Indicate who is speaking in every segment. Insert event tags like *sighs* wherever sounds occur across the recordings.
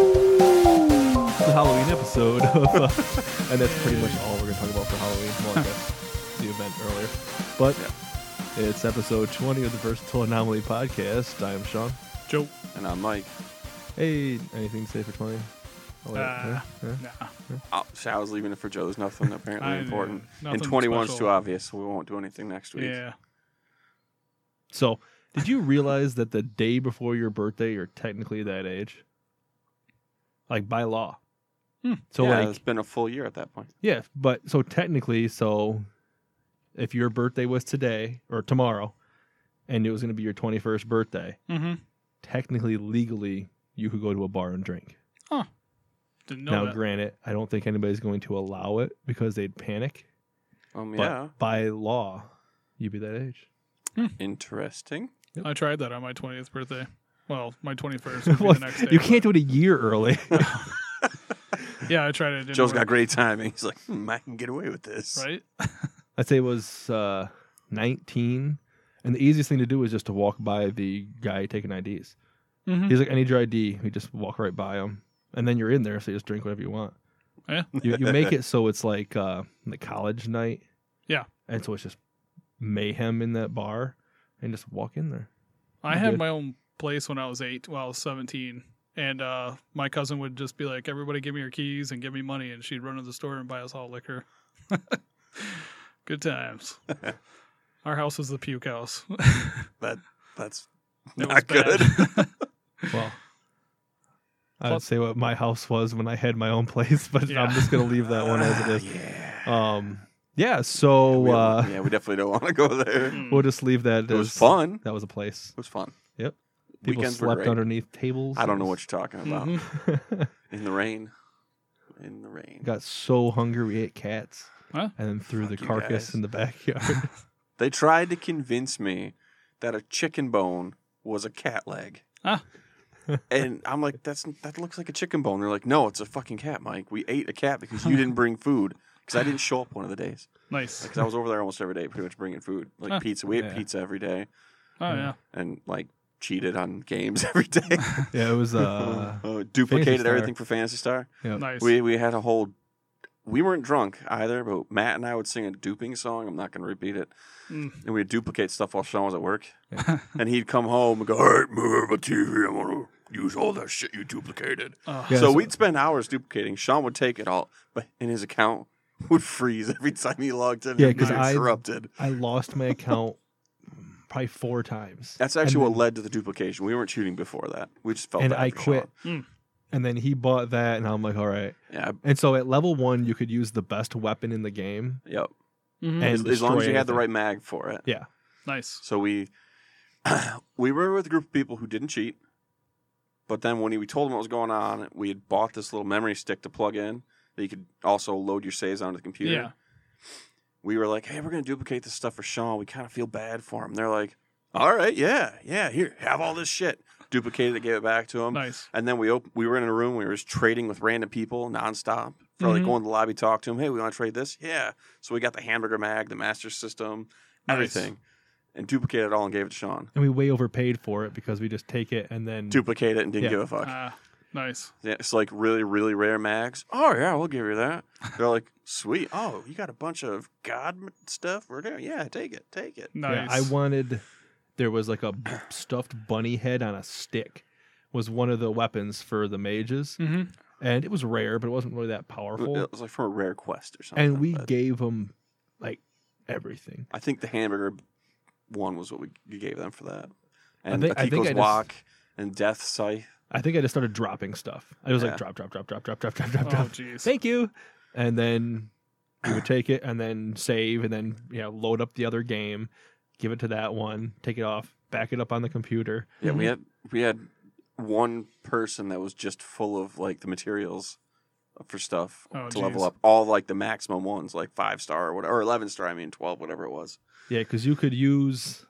Speaker 1: Oh! It's the Halloween episode
Speaker 2: *laughs*
Speaker 1: of, uh, and that's pretty much all we're gonna talk about for Halloween. Well, I guess the event earlier, but it's episode 20 of the Versatile Anomaly podcast. I am Sean.
Speaker 2: Joe.
Speaker 3: And I'm Mike.
Speaker 1: Hey, anything to say for 20? Oh, wait,
Speaker 2: Uh,
Speaker 1: huh? Huh?
Speaker 2: Nah.
Speaker 3: Oh, shit, I was leaving it for Joe.
Speaker 2: *laughs*
Speaker 3: There's nothing apparently
Speaker 2: I-
Speaker 3: important.
Speaker 2: nothing
Speaker 3: and 21's
Speaker 2: special.
Speaker 3: too obvious, so we won't do anything next week.
Speaker 2: Yeah.
Speaker 1: So, did you realize that the day before your birthday, you're technically that age? Like by law.
Speaker 2: Hmm.
Speaker 1: So
Speaker 3: Yeah,
Speaker 1: like
Speaker 3: it's been a full year at that point.
Speaker 1: yeah, but so technically, so if your birthday was today or tomorrow, and it was going to be your 21st birthday,
Speaker 2: Mm-hmm.
Speaker 1: technically legally you could go to a bar and drink.
Speaker 2: Didn't know
Speaker 1: now,
Speaker 2: that.
Speaker 1: granted, I don't think anybody's going to allow it because they'd panic.
Speaker 3: Um,
Speaker 1: But
Speaker 3: yeah.
Speaker 1: by law, you'd be that age.
Speaker 3: Interesting.
Speaker 2: I tried that on my 20th birthday. Well, my 21st.
Speaker 1: *laughs*
Speaker 2: Would be
Speaker 1: Well,
Speaker 2: the next day,
Speaker 1: you can't do it a year early. *laughs*
Speaker 2: but- Yeah, I tried it. it
Speaker 3: Joe's
Speaker 2: Joe's
Speaker 3: got great timing. He's like, hmm, I can get away with this.
Speaker 2: Right?
Speaker 1: I'd say it was uh, 19. And the easiest thing to do is just to walk by the guy taking IDs.
Speaker 2: Mm-hmm.
Speaker 1: He's like, I need your ID. We just walk right by him. And then you're in there, so you just drink whatever you want.
Speaker 2: Yeah.
Speaker 1: You, you make
Speaker 3: *laughs*
Speaker 1: it so it's like uh, the college night.
Speaker 2: Yeah.
Speaker 1: And so it's just mayhem in that bar and just walk in there.
Speaker 2: I
Speaker 1: You
Speaker 2: had
Speaker 1: did.
Speaker 2: my own place when I was eight, well, I was 17. And uh, my cousin would just be like, everybody give me your keys and give me money. And she'd run to the store and buy us all liquor. *laughs* Good
Speaker 3: *laughs*
Speaker 2: times. Our house was the puke house. *laughs*
Speaker 3: That That's
Speaker 2: It
Speaker 3: not good.
Speaker 2: bad.
Speaker 1: Well, I would
Speaker 2: Plus-
Speaker 1: say what my house was when I had my own *laughs* place, but
Speaker 2: Yeah.
Speaker 1: I'm just going to *laughs* leave that one as it
Speaker 3: *laughs*
Speaker 1: is.
Speaker 3: Ah, Yeah.
Speaker 1: Um, yeah. So
Speaker 3: we,
Speaker 1: uh,
Speaker 3: yeah, we definitely don't want to
Speaker 2: *laughs*
Speaker 3: go there.
Speaker 2: *laughs* Mm.
Speaker 1: we'll just leave that.
Speaker 3: It was
Speaker 1: as-
Speaker 3: fun. It
Speaker 1: That was a place.
Speaker 3: was fun.
Speaker 1: Yep. People
Speaker 3: Weekends were
Speaker 1: slept
Speaker 3: great.
Speaker 1: underneath tables.
Speaker 3: I don't know
Speaker 1: *laughs*
Speaker 3: what you're talking about.
Speaker 2: Mhm.
Speaker 1: Mm-hmm.
Speaker 3: In the rain. In the rain.
Speaker 1: Got so hungry, we ate cats,
Speaker 2: Huh?
Speaker 1: and then threw the
Speaker 3: Fuck you
Speaker 1: carcass
Speaker 3: guys.
Speaker 1: in the
Speaker 3: *laughs*
Speaker 1: backyard.
Speaker 3: They tried to convince me that a chicken bone was a cat leg.
Speaker 1: *laughs*
Speaker 2: Ah.
Speaker 3: And I'm like, that's that looks like a chicken bone. They're like, no, it's a fucking cat, Mike. We ate a cat because you didn't bring food because I didn't show up one of the days
Speaker 2: Nice.
Speaker 3: because I was over there almost every day, pretty much bringing food, like
Speaker 2: Huh.
Speaker 3: pizza. We ate
Speaker 1: Yeah.
Speaker 3: pizza every day
Speaker 2: Oh, yeah.
Speaker 3: and like cheated on games *laughs* every day.
Speaker 1: yeah, it was. Uh,
Speaker 3: *laughs* Uh, duplicated
Speaker 1: Star.
Speaker 3: everything for Fantasy Star.
Speaker 1: yeah.
Speaker 2: *laughs* Nice.
Speaker 3: We we had a whole. We weren't drunk either, but Matt and I would sing a duping song. I'm not going to repeat it.
Speaker 2: Mm.
Speaker 3: And we'd duplicate stuff while Sean was at work. and he'd come home and go, all right, move my TV. I'm going to use all that shit you duplicated.
Speaker 2: Oh.
Speaker 1: Yeah,
Speaker 3: so
Speaker 1: so-
Speaker 3: we'd spend hours duplicating. Sean would take it all, but in his account would freeze every time he logged in.
Speaker 1: Yeah,
Speaker 3: and
Speaker 1: 'cause
Speaker 3: get
Speaker 1: I-
Speaker 3: interrupted.
Speaker 1: I lost my account probably four times.
Speaker 3: That's actually what led to the duplication. We weren't shooting before that. We just felt
Speaker 1: And
Speaker 3: bad
Speaker 1: I
Speaker 3: for
Speaker 1: quit.
Speaker 2: Sean. Mm.
Speaker 1: And then he bought that, and I'm like, all right.
Speaker 3: Sean. Yeah,
Speaker 1: And so at level one, you could use the best weapon in the game.
Speaker 3: yep.
Speaker 2: Mhm.
Speaker 1: And
Speaker 3: As, as long as
Speaker 1: destroy
Speaker 3: you had the
Speaker 1: everything.
Speaker 3: right mag for it.
Speaker 1: Yeah.
Speaker 2: Nice.
Speaker 3: So we *clears throat* we were with a group of people who didn't cheat, but then when we told them what was going on, we had bought this little memory stick to plug in that you could also load your saves onto the computer.
Speaker 2: Yeah.
Speaker 3: We were like, "Hey, we're gonna duplicate this stuff for Sean. We kind of feel bad for him." They're like, "All right, yeah, yeah, here, have all this shit." Duplicated it, gave it back to him,
Speaker 2: Nice.
Speaker 3: and then we op- we were in a room. We were just trading with random people nonstop. For like
Speaker 1: Mm-hmm.
Speaker 2: Mhm.
Speaker 3: going to the lobby, talk to him. Hey, we want to trade this? Yeah. So we got the hamburger mag, the master system,
Speaker 2: Nice.
Speaker 3: everything, and duplicated it all and gave it to Sean
Speaker 1: And we way overpaid for it because we just take it and then
Speaker 3: duplicate it and didn't
Speaker 1: Mm. Yeah. Uh.
Speaker 3: give a fuck.
Speaker 2: Ah, nice.
Speaker 3: Yeah, it's like really, really rare mags. Oh yeah, we'll give you
Speaker 1: *laughs*
Speaker 3: that. They're like, sweet. Oh, you got a bunch of god m- stuff. We're doing. Yeah, take it, take it.
Speaker 1: Yeah,
Speaker 2: Nice.
Speaker 1: I wanted. There was like a b- stuffed bunny head on a stick. Was one of the weapons for the mages,
Speaker 2: hmm
Speaker 1: and it was rare, but it wasn't really that powerful.
Speaker 3: It was like from a rare quest or something.
Speaker 1: And we
Speaker 3: but
Speaker 1: gave them like everything.
Speaker 3: I think the hamburger one was what we you gave them for that.
Speaker 1: I
Speaker 3: And
Speaker 1: think- I think I
Speaker 3: Akiko's
Speaker 1: just-
Speaker 3: walk and death scythe.
Speaker 1: I think I just started dropping stuff. I was
Speaker 3: Yeah.
Speaker 1: like drop, drop, drop, drop, drop, drop, drop, drop,
Speaker 2: Oh,
Speaker 1: drop.
Speaker 2: jeez.
Speaker 1: Thank you. And then we would take it, and then save, and then you know load up the other game, give it to that one, take it off, back it up on the computer.
Speaker 3: Yeah, we
Speaker 2: Mhm.
Speaker 3: had we had one person that was just full of like the materials for stuff
Speaker 2: Oh,
Speaker 3: to level
Speaker 2: geez.
Speaker 3: up. All like the maximum ones, like five star or whatever, or eleven star. I mean, twelve, whatever it was.
Speaker 1: Yeah, because you could use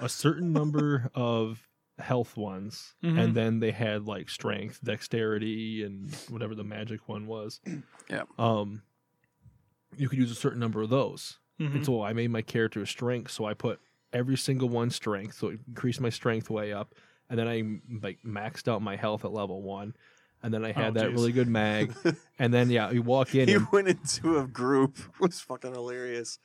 Speaker 1: a certain number of health ones,
Speaker 2: Mhm.
Speaker 1: and then they had like strength, dexterity, and whatever the magic one was.
Speaker 3: Yeah.
Speaker 1: Um, you could use a certain number of those.
Speaker 2: Mhm.
Speaker 1: And so I made my character a strength. So I put every single one strength. So it increased my strength way up. And then I m- like maxed out my health at level one. And then I had
Speaker 2: Oh,
Speaker 1: that
Speaker 2: geez.
Speaker 1: really good mag. and then yeah, you walk in.
Speaker 3: He
Speaker 1: and-
Speaker 3: went into a group. *laughs* It was fucking hilarious.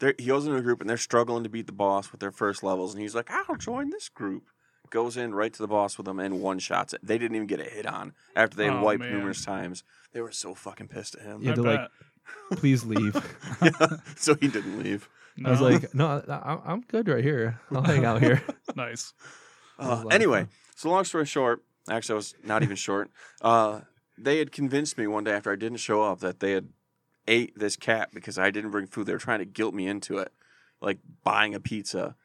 Speaker 3: There he goes into a group and they're struggling to beat the boss with their first levels, and he's like, "I'll join this group." Goes in right to the boss with them and one shots it. They didn't even get a hit on after they had
Speaker 2: Oh,
Speaker 3: wiped
Speaker 2: man.
Speaker 3: numerous times. They were so fucking pissed at him.
Speaker 1: Yeah,
Speaker 2: I
Speaker 1: they're like-
Speaker 2: bet.
Speaker 1: please leave.
Speaker 3: *laughs* Yeah, so he didn't leave.
Speaker 1: I was
Speaker 2: No?
Speaker 1: like, no, I- I, I'm good right here. I'll hang out here.
Speaker 2: nice.
Speaker 1: I was
Speaker 3: Uh,
Speaker 1: like,
Speaker 3: anyway, so long story short, actually, I was not even short. *laughs* Uh, they had convinced me one day after I didn't show up that they had ate this cat because I didn't bring food. They were trying to guilt me into it, like buying a pizza.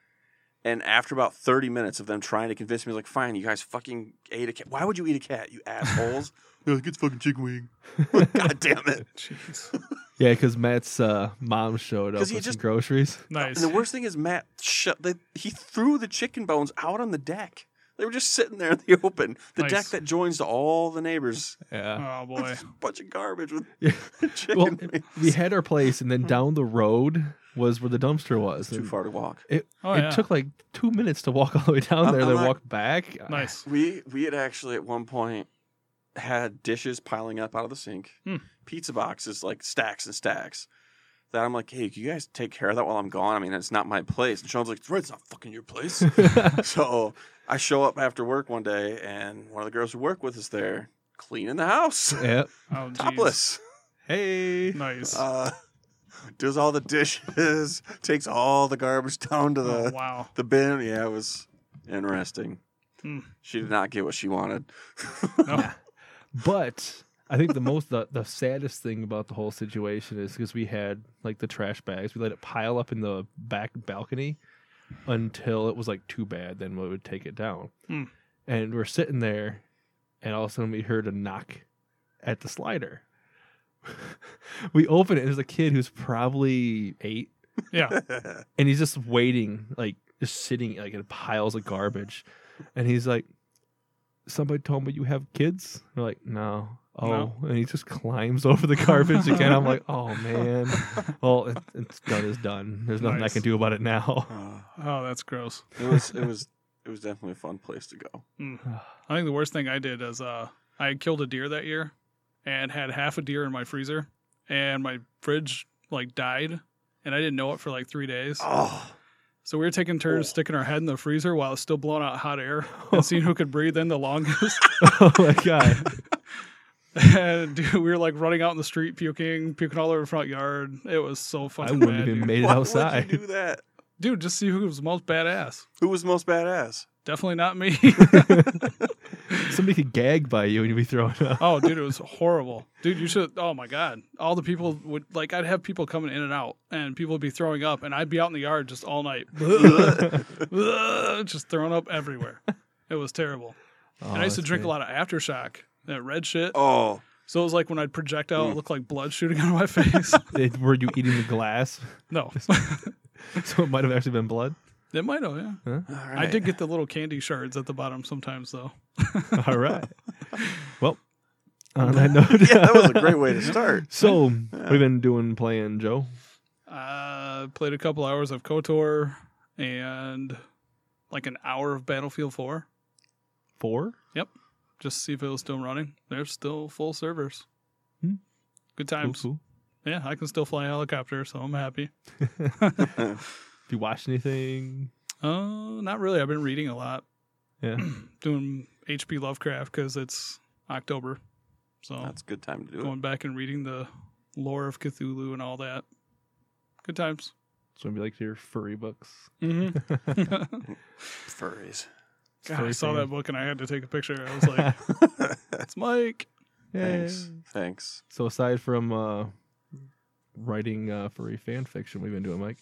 Speaker 3: And after about 30 minutes of them trying to convince me, like, fine, you guys fucking ate a cat. Why would you eat a cat, you assholes? *laughs* They're like, it's fucking chicken *laughs* wing. God damn it. *laughs*
Speaker 2: Jeez.
Speaker 1: Yeah, because Matt's uh, mom showed up
Speaker 3: 'Cause
Speaker 1: with
Speaker 3: he
Speaker 1: some
Speaker 3: just-
Speaker 1: groceries.
Speaker 2: *laughs* Nice.
Speaker 3: And the worst thing is, Matt, shut, they, he threw the chicken bones out on the deck. They were just sitting there in the *laughs* open. The
Speaker 2: Nice.
Speaker 3: deck that joins to all the neighbors.
Speaker 1: Yeah.
Speaker 2: oh boy.
Speaker 3: bunch of garbage with
Speaker 1: *laughs* Yeah.
Speaker 3: chicken.
Speaker 1: Well,
Speaker 3: wings.
Speaker 1: we had our place, and then down the road was where the dumpster was.
Speaker 3: it's too
Speaker 1: and
Speaker 3: far to walk.
Speaker 1: It,
Speaker 2: Oh
Speaker 1: it
Speaker 2: yeah.
Speaker 1: took like two minutes to walk *laughs* all the way down
Speaker 3: I'm-
Speaker 1: there,
Speaker 3: I'm
Speaker 1: then
Speaker 3: not-
Speaker 1: walk back. *laughs*
Speaker 2: nice.
Speaker 3: We we had actually at one point had dishes piling up out of the sink,
Speaker 2: Hmm.
Speaker 3: pizza boxes like stacks and stacks. That I'm like, hey, can you guys take care of that while I'm gone? I mean, it's not my place. And Sean's like, it's right, it's not fucking your place. so I show up after work one day, and one of the girls we work with is there cleaning the house, *laughs*
Speaker 1: Yep.
Speaker 2: Oh, geez.
Speaker 3: topless.
Speaker 1: Hey.
Speaker 2: Nice.
Speaker 3: Uh, does all the dishes, *laughs* takes all the garbage down to the
Speaker 2: oh, wow.
Speaker 3: The bin, yeah, it was interesting.
Speaker 2: Hmm.
Speaker 3: She did not get what she *laughs* wanted.
Speaker 2: No.
Speaker 1: But I think the most the, the saddest thing about the whole situation is because we had like the trash bags, we let it pile up in the back balcony until it was like too bad, then we would take it down.
Speaker 2: Hmm.
Speaker 1: And we're sitting there, and all of a sudden we heard a knock at the slider. *laughs* we open it, and there's a kid who's probably eight,
Speaker 3: Uh,
Speaker 2: Yeah.
Speaker 1: and he's just waiting, like just sitting like in piles of garbage, and he's like, "Somebody told me you have kids." And we're like, "No." Oh,
Speaker 2: No.
Speaker 1: and he just climbs over the garbage again. I'm like, "Oh man." Well, it, it's done is done. There's nothing
Speaker 2: Nice.
Speaker 1: I can do about
Speaker 2: *laughs*
Speaker 1: it now. *laughs*
Speaker 3: Uh,
Speaker 2: *laughs* Oh, that's gross.
Speaker 3: it was it was it was definitely a fun place to go.
Speaker 2: I think the worst thing I did is uh, I killed a deer that year, and had half a deer in my freezer, and my fridge like died, and I didn't know it for like three days.
Speaker 3: Oh,
Speaker 2: So we were taking turns
Speaker 3: Oh.
Speaker 2: sticking our head in the freezer while it's still blowing out hot
Speaker 1: *laughs*
Speaker 2: air and seeing who could breathe in the longest. *laughs*
Speaker 1: oh my god.
Speaker 2: and dude, we were like running out in the street puking, puking all over the front yard. It was so
Speaker 1: I
Speaker 2: fucking
Speaker 1: wouldn't
Speaker 2: bad.
Speaker 1: have
Speaker 2: Dude.
Speaker 1: even made it
Speaker 3: why
Speaker 1: outside.
Speaker 3: Would you do that?
Speaker 2: dude, just see who was most badass.
Speaker 3: Who was the most *laughs* badass?
Speaker 2: Definitely not
Speaker 1: *laughs*
Speaker 2: me.
Speaker 1: Somebody could gag by you and you'd be thrown up.
Speaker 2: oh, dude, it was horrible. Dude, you should. Oh my god, all the people would like. I'd have people coming in and out, and people would be throwing up, and I'd be out in the yard just all
Speaker 1: *laughs*
Speaker 2: night, *laughs*
Speaker 3: Oh,
Speaker 2: just throwing up everywhere. It was terrible. *laughs* and
Speaker 1: Oh,
Speaker 2: I used to drink a lot of aftershock, that red shit.
Speaker 3: oh,
Speaker 2: So it was like when I'd project out, it
Speaker 3: Mm.
Speaker 2: looked like blood shooting *laughs* out of my face.
Speaker 1: It, were you eating the
Speaker 2: *laughs*
Speaker 1: glass? *laughs*
Speaker 2: no,
Speaker 1: So it might have actually
Speaker 2: *laughs*
Speaker 1: been blood.
Speaker 2: it might have. Yeah,
Speaker 3: all right.
Speaker 2: I did get the little candy shards at the bottom sometimes, though. *laughs*
Speaker 1: All right. Well, on that note,
Speaker 3: *laughs* yeah,
Speaker 1: *laughs*
Speaker 3: that was a great way
Speaker 2: *laughs*
Speaker 3: to start.
Speaker 1: So we've been doing playing Joe.
Speaker 2: Uh, played a couple hours of KOTOR and like an hour of Battlefield 4
Speaker 1: Four.
Speaker 2: just to see if it was still running. They're still full servers.
Speaker 1: Hmm.
Speaker 2: Good
Speaker 1: Cool,
Speaker 2: times.
Speaker 1: cool.
Speaker 2: Yeah, I can still fly a helicopter, so I'm happy. Oh.
Speaker 1: If you watch anything,
Speaker 2: Uh, not really. I've been reading a lot,
Speaker 3: *clears throat*
Speaker 1: yeah.
Speaker 2: doing HP Lovecraft because it's October. So
Speaker 3: That's a good time to do it.
Speaker 2: going back and reading the lore of Cthulhu and all that. Good times.
Speaker 1: So maybe like your furry books.
Speaker 2: *laughs*
Speaker 1: *laughs*
Speaker 2: Mm-hmm.
Speaker 3: Furries.
Speaker 2: God, I
Speaker 1: Furry
Speaker 2: saw
Speaker 1: fan.
Speaker 2: that book and I had to take a picture. I was
Speaker 3: *laughs*
Speaker 2: like, it's Mike.
Speaker 3: Thanks.
Speaker 1: Yay.
Speaker 3: Thanks.
Speaker 1: So aside from uh, writing uh, furry fan fiction, we've been
Speaker 2: *laughs*
Speaker 1: doing Mike.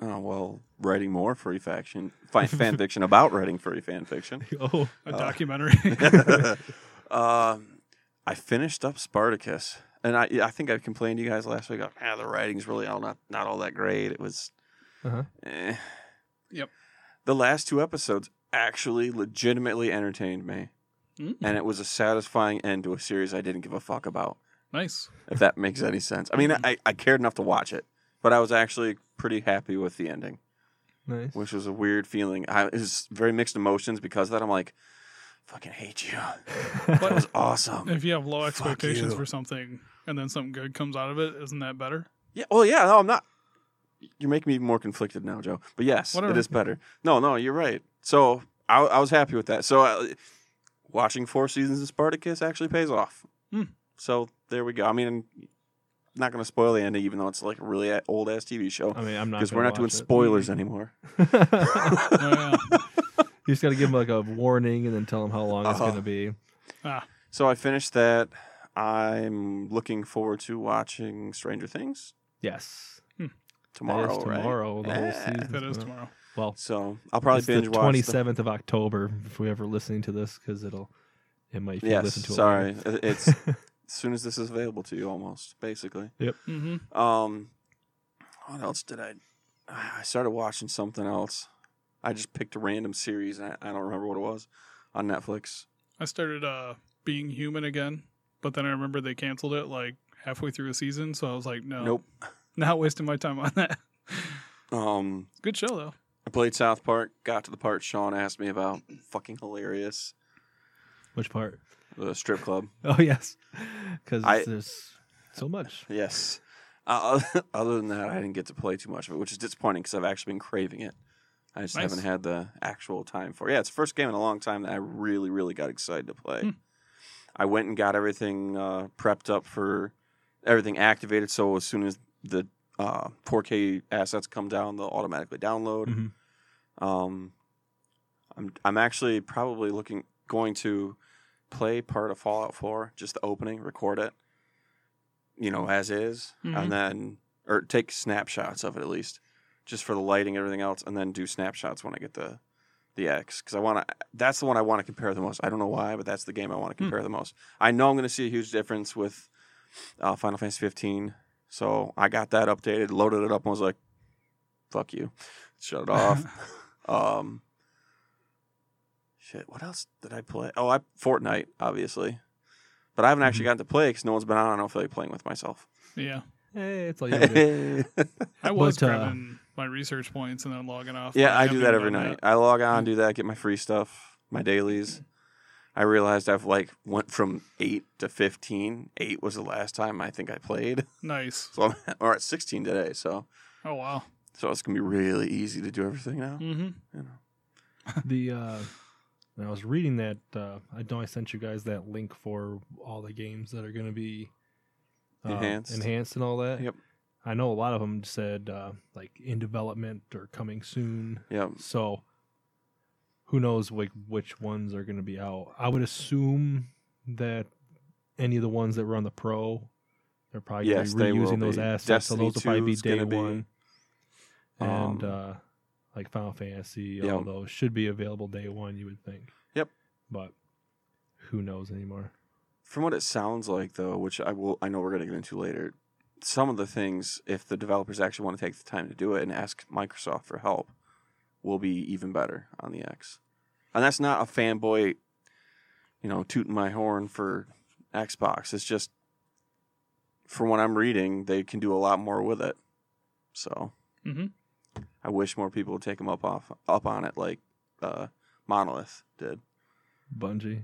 Speaker 3: Oh well, writing more furry faction, fi- fan fiction about writing furry fan fiction.
Speaker 1: Oh,
Speaker 2: A
Speaker 3: Uh, *laughs*
Speaker 2: documentary.
Speaker 3: um, I finished up Spartacus, and I I think I complained to you guys last week. Like, ah, the writing's really all not not all that great. It was,
Speaker 1: Uh-huh.
Speaker 3: eh.
Speaker 2: Yep.
Speaker 3: The last two episodes actually legitimately entertained me,
Speaker 2: Mm.
Speaker 3: and it was a satisfying end to a series I didn't give a fuck about.
Speaker 2: Nice.
Speaker 3: if that makes any sense. I mean, I, I cared enough to watch it, but I was actually pretty happy with the ending,
Speaker 1: Nice.
Speaker 3: which was a weird feeling. I it was very mixed emotions because of that. I'm like, fucking hate you. *laughs* That was awesome.
Speaker 2: If you have low
Speaker 3: Fuck
Speaker 2: expectations
Speaker 3: you.
Speaker 2: for something and then something good comes out of it, isn't that
Speaker 3: *laughs*
Speaker 2: better?
Speaker 3: Yeah. Well, yeah. No, I'm not. You're making me even more conflicted now, Joe. But yes, it
Speaker 2: Whatever.
Speaker 3: is better. No, no, you're right. So I, I was happy with that. So I, watching four seasons of Spartacus actually pays off.
Speaker 2: Hmm.
Speaker 3: So there we go. I mean, not going to spoil the ending, even though it's like a really old ass TV show.
Speaker 1: *laughs* I mean, I'm not
Speaker 3: because we're
Speaker 1: gonna
Speaker 3: not doing
Speaker 1: watch it. *laughs* Mm-hmm.
Speaker 3: spoilers anymore.
Speaker 2: Oh, yeah.
Speaker 1: you just got to give them like a warning and then tell them how long it's
Speaker 3: Uh-huh.
Speaker 1: going to be.
Speaker 3: so I finished that. I'm looking forward to watching Stranger Things
Speaker 1: Yes.
Speaker 3: tomorrow.
Speaker 1: that is
Speaker 3: right?
Speaker 1: tomorrow. The whole
Speaker 3: Yeah.
Speaker 1: season.
Speaker 2: that is tomorrow.
Speaker 1: Well,
Speaker 3: So I'll probably
Speaker 1: it's
Speaker 3: binge
Speaker 1: the
Speaker 3: watch.
Speaker 1: 27th of October if we ever listening to this because it'll it might if
Speaker 3: The,
Speaker 1: you
Speaker 3: yes.
Speaker 1: listen to it.
Speaker 3: Sorry.
Speaker 1: later.
Speaker 3: It- It's as soon as this is available to you, almost basically.
Speaker 2: Mm-hmm.
Speaker 3: Um, what else did I? I started watching something else. I just picked a random series. And I, I don't remember what it was on Netflix.
Speaker 2: I started uh, being human again, but then I remember they canceled it like halfway through a season, so I was like, no,
Speaker 3: Nope.
Speaker 2: not wasting my time on that. *laughs*
Speaker 3: Um,
Speaker 2: Good show though.
Speaker 3: I played South Park. Got to the part Sean asked me about. Fucking hilarious.
Speaker 1: *laughs* Which part?
Speaker 3: The strip club.
Speaker 1: Oh yes, because
Speaker 3: I-
Speaker 1: there's so much.
Speaker 3: Yes. Uh, *laughs* other than that, I didn't get to play too much of it, which is disappointing because I've actually been craving it. I just
Speaker 2: Nice.
Speaker 3: haven't had the actual time for. it. Yeah, it's the first game in a long time that I really, really got excited to play.
Speaker 2: Hmm.
Speaker 3: I went and got everything uh, prepped up for everything activated, so as soon as the uh, 4K assets come down, they'll automatically download.
Speaker 1: Mhm.
Speaker 3: Um, I'm I'm actually probably looking going to play part of Fallout 4, just the opening, record it, you know, as is,
Speaker 2: Mhm.
Speaker 3: and then or take snapshots of it at least, just for the lighting, and everything else, and then do snapshots when I get the the X because I want to. That's the one I want to compare the most. I don't know why, but that's the game I want to
Speaker 2: Hmm.
Speaker 3: compare the most. I know I'm going to see a huge difference with uh, Final Fantasy 15, so I got that updated, loaded it up, and was like, "Fuck you, shut it off." Um, shit, what else did I play? Oh, I Fortnite, obviously, but I haven't actually gotten to play because no one's been on. I don't feel like playing with myself.
Speaker 2: Yeah,
Speaker 1: Hey, it's all you.
Speaker 3: *laughs*
Speaker 1: do.
Speaker 3: yeah,
Speaker 2: I was
Speaker 1: But, uh,
Speaker 2: grabbing my research points and then logging off. but
Speaker 3: I
Speaker 2: haven't
Speaker 3: do that
Speaker 2: even
Speaker 3: every
Speaker 2: done
Speaker 3: night.
Speaker 2: that.
Speaker 3: I log on, do that, get my free stuff, my dailies. I realized I've like went from eight to fifteen. Eight was the last time I think I played,
Speaker 2: Nice.
Speaker 3: so I'm *laughs* or at sixteen today. So,
Speaker 2: Oh wow.
Speaker 3: so it's gonna be really easy to do everything now.
Speaker 2: Mm-hmm.
Speaker 3: You know.
Speaker 1: the uh, when I was reading that. Uh, I know I sent you guys that link for all the games that are going to be uh,
Speaker 3: Enhanced.
Speaker 1: enhanced, and all that.
Speaker 3: Yep.
Speaker 1: I know a lot of them said uh, like in development or coming soon.
Speaker 3: Yeah,
Speaker 1: So who knows like which ones are going to be out? I would assume that any of the ones that were on the pro, they're probably
Speaker 3: Yes,
Speaker 1: gonna
Speaker 3: they
Speaker 1: be
Speaker 3: will
Speaker 1: reusing those
Speaker 3: be.
Speaker 1: assets.
Speaker 3: Destiny
Speaker 1: so those will probably be
Speaker 3: 2's gonna
Speaker 1: day
Speaker 3: be,
Speaker 1: one. and
Speaker 3: um,
Speaker 1: uh, like Final Fantasy,
Speaker 3: yeah.
Speaker 1: all those should be available day one. You would think.
Speaker 3: Yep.
Speaker 1: But who knows anymore?
Speaker 3: from what it sounds like though which i will i know we're going to get into later some of the things if the developers actually want to take the time to do it and ask microsoft for help will be even better on the x and that's not a fanboy you know tooting my horn for xbox it's just from what i'm reading they can do a lot more with it so
Speaker 1: Mm-hmm.
Speaker 2: Mhm.
Speaker 3: i wish more people would take them up off up on it like uh, monolith did
Speaker 1: Bungie,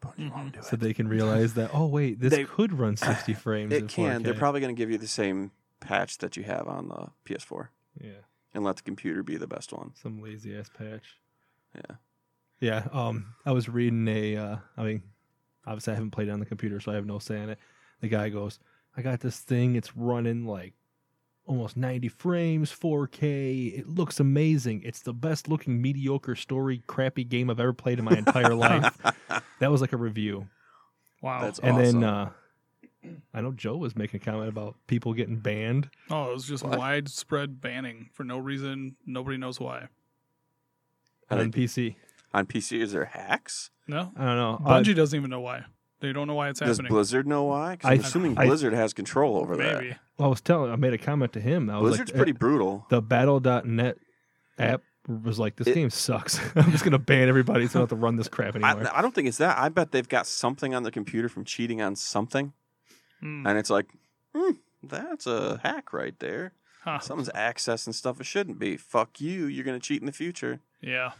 Speaker 3: but you won't do
Speaker 1: Mm-hmm. so they can realize that. Oh wait, this
Speaker 3: They-
Speaker 1: could run
Speaker 3: *coughs*
Speaker 1: sixty frames.
Speaker 3: It
Speaker 1: in
Speaker 3: can. They're
Speaker 1: 4K.
Speaker 3: probably going to give you the same patch that you have on the PS4
Speaker 1: yeah.
Speaker 3: and let the computer be the best one.
Speaker 1: some lazy ass patch.
Speaker 3: Yeah.
Speaker 1: Yeah. Um, I was reading a. Uh, I mean, obviously I haven't played it on the computer, so I have no say in it. The guy goes, "I got this thing. It's running like almost 90 frames, 4K. It looks amazing. It's the best looking mediocre story, crappy game I've ever played in my
Speaker 3: *laughs*
Speaker 1: entire life." That was like a review,
Speaker 2: Wow.
Speaker 3: That's-
Speaker 1: and
Speaker 3: Awesome.
Speaker 1: then. uh I know Joe was making a comment about people getting banned.
Speaker 2: oh, it was just
Speaker 3: What?
Speaker 2: widespread banning for no reason. Nobody knows why.
Speaker 3: I
Speaker 1: on
Speaker 3: think
Speaker 1: PC.
Speaker 3: on PC, is there hacks?
Speaker 2: No.
Speaker 1: I don't know. Uh,
Speaker 2: Bungie doesn't even know why. They don't know why it's
Speaker 3: Does
Speaker 2: happening.
Speaker 3: Blizzard know why? 'Cause
Speaker 1: I-
Speaker 3: I'm assuming
Speaker 1: I-
Speaker 3: Blizzard has control over
Speaker 2: Maybe.
Speaker 3: that.
Speaker 1: I was telling, I made a comment to him. I was
Speaker 3: Blizzard's
Speaker 1: like, eh,
Speaker 3: pretty brutal.
Speaker 1: the battle.net app was like this
Speaker 3: It-
Speaker 1: game sucks *laughs* i'm just gonna ban everybody so i don't have to run this crap anymore
Speaker 3: I, I don't think it's that. I bet they've got something on the computer from cheating on something.
Speaker 2: Mm.
Speaker 3: and it's like, hmm, that's a hack right there.
Speaker 2: Huh.
Speaker 3: Someone's accessing stuff it shouldn't be. Fuck you. You're gonna cheat in the future.
Speaker 2: Yeah.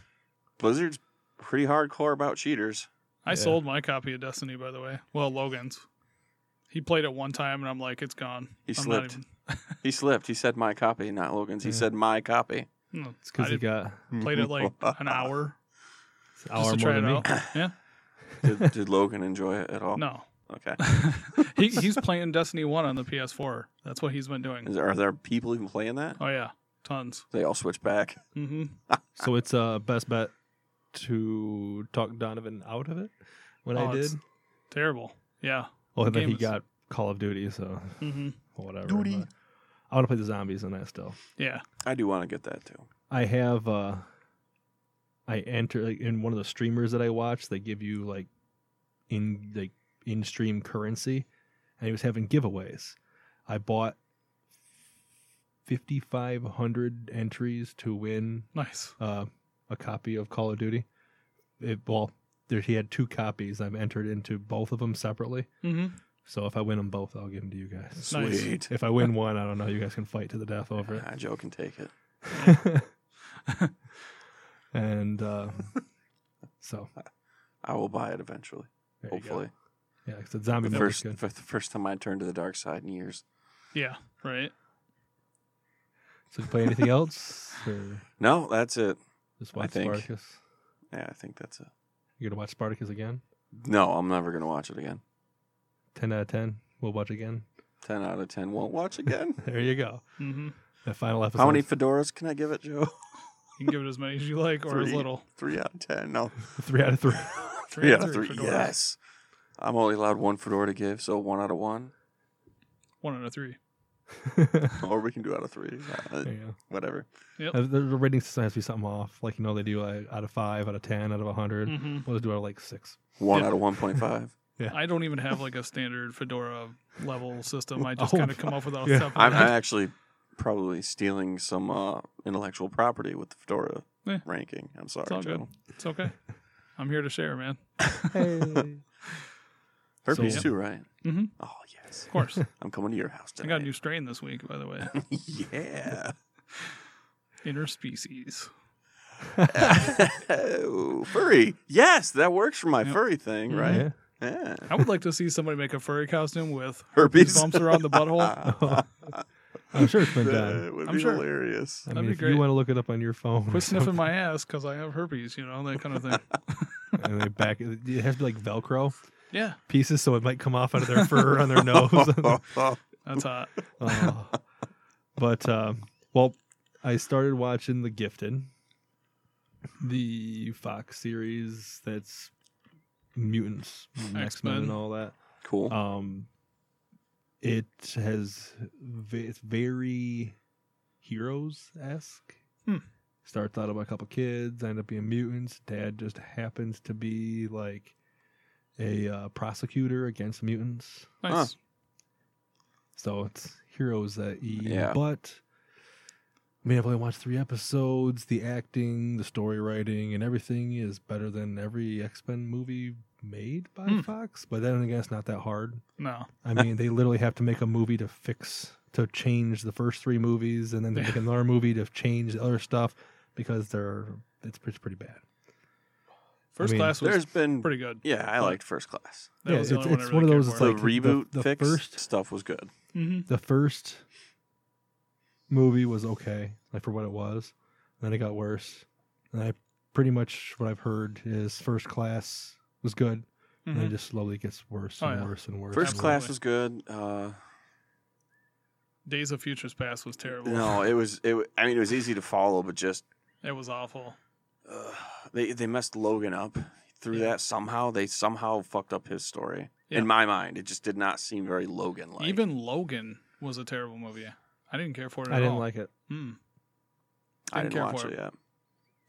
Speaker 3: Blizzard's pretty hardcore about cheaters.
Speaker 2: I
Speaker 1: Yeah.
Speaker 2: sold my copy of Destiny, by the way. Well, Logan's. He played it one time, and I'm like, it's gone.
Speaker 3: He
Speaker 2: I'm
Speaker 3: slipped. He slipped. He said my copy, not Logan's. He
Speaker 1: Yeah.
Speaker 3: said my copy.
Speaker 2: Even, no,
Speaker 1: It's
Speaker 2: hmm. I
Speaker 1: because he got
Speaker 2: did- played it
Speaker 3: *laughs*
Speaker 2: like an hour
Speaker 1: an
Speaker 2: *laughs* just
Speaker 1: hour
Speaker 2: to
Speaker 1: more
Speaker 2: try it
Speaker 1: than me.
Speaker 2: out. *laughs* Yeah.
Speaker 3: did, did Logan enjoy it at *laughs* all?
Speaker 2: No. *laughs*
Speaker 3: Okay.
Speaker 2: he, he's playing Destiny 1 on the PS4. That's what he's been doing.
Speaker 3: Is there, are there people even playing that?
Speaker 2: Oh, yeah. Tons.
Speaker 3: They all switch back.
Speaker 2: hmm
Speaker 1: So it's uh best bet to talk Donovan out of it. When
Speaker 2: Oh,
Speaker 1: I did,
Speaker 2: it's- Terrible. Yeah.
Speaker 1: oh, and then
Speaker 2: game
Speaker 1: he
Speaker 2: is-
Speaker 1: got Call of Duty, so
Speaker 2: hmm
Speaker 1: whatever.
Speaker 3: Duty.
Speaker 1: but I want to play the zombies in that still.
Speaker 2: Yeah.
Speaker 3: I do want to get that too.
Speaker 1: I have uh I enter like, in one of the streamers that I watch, they give you like in like in stream currency and he was having giveaways. I bought 5500 entries to win
Speaker 2: Nice.
Speaker 1: uh, a copy of Call of Duty. It, well, there, he had two copies. I've entered into both of them separately.
Speaker 2: hmm
Speaker 1: So if I win them both, I'll give them to you guys.
Speaker 2: Nice.
Speaker 3: Sweet.
Speaker 1: If I win one, I don't know. You guys can fight to the death over it.
Speaker 3: I Joe can take it.
Speaker 1: *laughs* and uh, so
Speaker 3: I will buy it eventually.
Speaker 1: there you go.
Speaker 3: hopefully,
Speaker 1: yeah, it's a zombie
Speaker 3: the
Speaker 1: mode
Speaker 3: first
Speaker 1: is good.
Speaker 3: for the first time I turned to the dark side in years.
Speaker 2: Yeah. Right.
Speaker 1: So you play anything else? Or
Speaker 3: No, that's it.
Speaker 1: just
Speaker 3: I
Speaker 1: watch
Speaker 3: think.
Speaker 1: Spartacus.
Speaker 3: Yeah, I think that's it.
Speaker 1: You're gonna watch Spartacus again?
Speaker 3: No, I'm never gonna watch it again.
Speaker 1: Ten out of ten. We'll watch again. *laughs*
Speaker 3: Ten out of ten. Won't watch again.
Speaker 2: *laughs*
Speaker 1: There you go.
Speaker 2: hmm
Speaker 1: The final episode.
Speaker 3: How many fedoras can I give it, Joe? *laughs*
Speaker 2: You can give it as many as you like or as
Speaker 3: Three. *laughs*
Speaker 2: little.
Speaker 3: Three out of ten. No,
Speaker 1: *laughs* Three out of three. *laughs*
Speaker 3: three out of
Speaker 2: Three
Speaker 3: three.
Speaker 2: fedoras.
Speaker 3: Yes. I'm only allowed one fedora to give, so one out of one,
Speaker 2: One out of three.
Speaker 1: there
Speaker 3: or we can do out of three. Uh,
Speaker 1: you go.
Speaker 3: whatever.
Speaker 1: Uh, The the rating system has to be something off. Like you know, they do like out of five, out of ten, out of a 100
Speaker 2: hmm
Speaker 1: We'll just do out of like six.
Speaker 3: One
Speaker 2: Yeah.
Speaker 3: out of one point five.
Speaker 2: I don't even have like a standard Fedora level system. I
Speaker 3: *laughs*
Speaker 2: just
Speaker 1: Oh,
Speaker 2: kind of come up with all
Speaker 1: yeah.
Speaker 2: stuff.
Speaker 3: *laughs*
Speaker 2: *laughs*
Speaker 3: I'm, I'm actually probably stealing some uh, intellectual property with the Fedora
Speaker 2: Yeah.
Speaker 3: ranking. I'm sorry,
Speaker 2: It's all
Speaker 3: Joe.
Speaker 2: good. It's okay. I'm here to share, man.
Speaker 1: *laughs* Hey.
Speaker 3: Herpes
Speaker 1: So-
Speaker 3: too, right?
Speaker 2: Mhm.
Speaker 3: Oh yes.
Speaker 2: Of
Speaker 3: *laughs*
Speaker 2: course.
Speaker 3: I'm coming to your house
Speaker 2: I
Speaker 3: tonight.
Speaker 2: got a new strain this week, by the
Speaker 3: *laughs*
Speaker 2: way.
Speaker 3: yeah. *laughs*
Speaker 2: Interspecies.
Speaker 3: Oh, furry. Yes, that works for my
Speaker 2: Yep.
Speaker 3: furry thing,
Speaker 2: Mhm.
Speaker 3: right? Yeah.
Speaker 2: I would like to see somebody make a furry costume with
Speaker 3: Herpes. Ah,
Speaker 2: bumps around the
Speaker 3: *laughs*
Speaker 2: butthole. *laughs*
Speaker 1: Yeah. I'm sure it's been done.
Speaker 3: That would
Speaker 2: Oh, I'm
Speaker 3: be
Speaker 2: sure. *laughs*
Speaker 3: hilarious. *laughs*
Speaker 1: I
Speaker 2: That'd be
Speaker 1: mean, if
Speaker 2: great.
Speaker 1: you want to look it up on your phone, or
Speaker 2: Quit sniffing
Speaker 1: something,
Speaker 2: my ass because I have herpes, you know, that kind of thing.
Speaker 3: *laughs*
Speaker 1: and they back. It has to be like Velcro
Speaker 2: Yeah,
Speaker 1: pieces, so it might come off out of their fur on their
Speaker 3: *laughs*
Speaker 1: nose. *laughs*
Speaker 2: that's hot.
Speaker 1: Oh. but um, well, I started watching The Gifted, the Fox series that's mutants, X Men,
Speaker 2: X-Men.
Speaker 1: and all that.
Speaker 3: cool.
Speaker 1: Um, it has ve- it's very heroes esque.
Speaker 2: Hmm.
Speaker 1: Starts out about a couple kids, end up being mutants. Dad just happens to be like a uh, prosecutor against mutants.
Speaker 2: Nice.
Speaker 1: So it's heroes that E.
Speaker 3: Yeah.
Speaker 1: But I mean, I've only watched three episodes. The acting, the story writing, and everything is better than every X Men movie made by
Speaker 2: Hmm.
Speaker 1: Fox. But then again, it's not that hard.
Speaker 2: No.
Speaker 1: I mean, they literally have to make a movie to fix, to change the first three movies, and then they make another movie to change the other stuff because they're it's, it's pretty bad.
Speaker 2: First
Speaker 1: mean,
Speaker 2: class was
Speaker 3: There's been
Speaker 2: pretty good.
Speaker 3: yeah, I liked first class.
Speaker 2: That
Speaker 1: Yeah,
Speaker 2: was the
Speaker 1: it's-
Speaker 2: only one I
Speaker 1: it's
Speaker 2: really
Speaker 1: one of
Speaker 2: cared
Speaker 1: those, it's
Speaker 2: for.
Speaker 1: like-
Speaker 3: the
Speaker 1: the-
Speaker 3: reboot
Speaker 1: the
Speaker 3: fix
Speaker 1: first-
Speaker 3: stuff was good.
Speaker 2: Mhm.
Speaker 1: the first movie was okay, like for what it was. Then it got worse. And I pretty much what I've heard is first class was good, and it
Speaker 2: Mhm.
Speaker 1: just slowly gets worse
Speaker 2: Oh,
Speaker 1: and
Speaker 2: yeah.
Speaker 1: worse and worse.
Speaker 3: First
Speaker 1: and
Speaker 3: class
Speaker 2: Absolutely.
Speaker 3: was good. Uh,
Speaker 2: Days of Futures Past was terrible. *laughs*
Speaker 3: no, it was it. wa- I mean, it was easy to follow, but just
Speaker 2: It was awful.
Speaker 3: uh, they they messed Logan up through
Speaker 2: Yeah.
Speaker 3: that somehow. They somehow fucked up his story.
Speaker 2: Yeah.
Speaker 3: In my mind, it just did not seem very Logan like.
Speaker 2: Even Logan was a terrible movie. I didn't care for it
Speaker 1: worse.
Speaker 2: at
Speaker 1: I didn't
Speaker 2: all.
Speaker 1: like it.
Speaker 2: Mm.
Speaker 3: I
Speaker 2: didn't
Speaker 3: didn't
Speaker 2: care
Speaker 3: watch
Speaker 2: for
Speaker 3: it
Speaker 2: it.
Speaker 3: yet.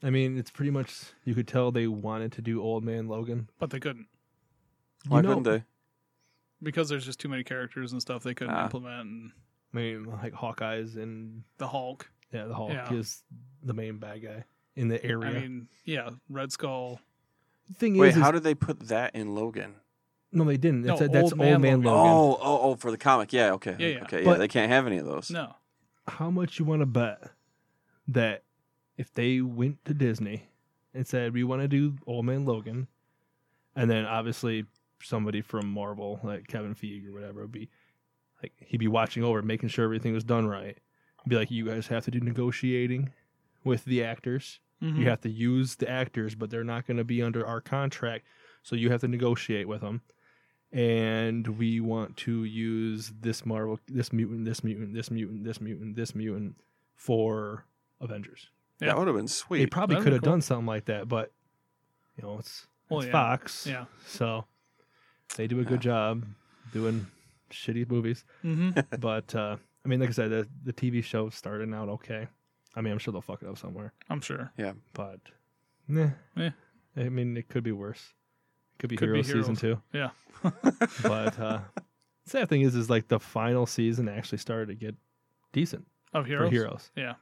Speaker 1: I mean, it's pretty much you could tell they wanted to do Old Man Logan.
Speaker 2: But they couldn't
Speaker 1: You
Speaker 3: Why
Speaker 1: know-
Speaker 3: couldn't they?
Speaker 2: because there's just too many characters and stuff they couldn't
Speaker 3: Ah.
Speaker 2: implement. And
Speaker 1: I mean, like Hawkeye's and
Speaker 2: the Hulk.
Speaker 1: yeah, the Hulk
Speaker 2: Yeah.
Speaker 1: is the main bad guy in the area.
Speaker 2: I mean, yeah, Red Skull.
Speaker 1: thing
Speaker 3: Wait,
Speaker 1: is,
Speaker 3: how
Speaker 1: is
Speaker 3: did they put that in Logan?
Speaker 1: No, they didn't.
Speaker 2: No,
Speaker 1: That's, that's
Speaker 2: Old
Speaker 1: old man,
Speaker 2: Man Logan.
Speaker 1: Logan.
Speaker 3: Oh, oh, oh, for the comic. Yeah, okay.
Speaker 2: Yeah, yeah.
Speaker 3: Okay, yeah,
Speaker 1: But-
Speaker 3: they can't have any of those.
Speaker 2: No.
Speaker 1: how much you want to bet that if they went to Disney and said we want to do Old Man Logan, and then obviously somebody from Marvel like Kevin Feige or whatever would be like he'd be watching over, making sure everything was done right. Be like, you guys have to do negotiating with the actors.
Speaker 2: Mhm.
Speaker 1: You have to use the actors, but they're not going to be under our contract, so you have to negotiate with them. And we want to use this Marvel, this mutant, this mutant, this mutant, this mutant, this mutant for Avengers.
Speaker 2: Yeah.
Speaker 3: That would have been
Speaker 1: They
Speaker 3: sweet.
Speaker 1: probably
Speaker 2: that'd
Speaker 1: could
Speaker 2: be
Speaker 1: have
Speaker 2: cool.
Speaker 1: done something like that, but you know, it's,
Speaker 2: Well,
Speaker 1: it's
Speaker 2: yeah.
Speaker 1: Fox,
Speaker 2: Mm-hmm. Yeah.
Speaker 1: so they do a
Speaker 3: Yeah.
Speaker 1: good job doing
Speaker 2: *laughs*
Speaker 1: shitty movies.
Speaker 2: hmm
Speaker 3: *laughs*
Speaker 1: but uh, I mean, like I said, the, the TV show started out okay. I mean, I'm sure they'll fuck it up somewhere
Speaker 2: I'm sure.
Speaker 1: but nah.
Speaker 2: Yeah.
Speaker 1: I mean, it could be worse. It could be
Speaker 2: Eh. Could
Speaker 1: Hero
Speaker 2: be
Speaker 1: season two.
Speaker 2: Yeah.
Speaker 1: *laughs* but uh, sad thing is, is like the final season actually started to get decent
Speaker 2: Of heroes.
Speaker 1: for heroes.
Speaker 2: Yeah.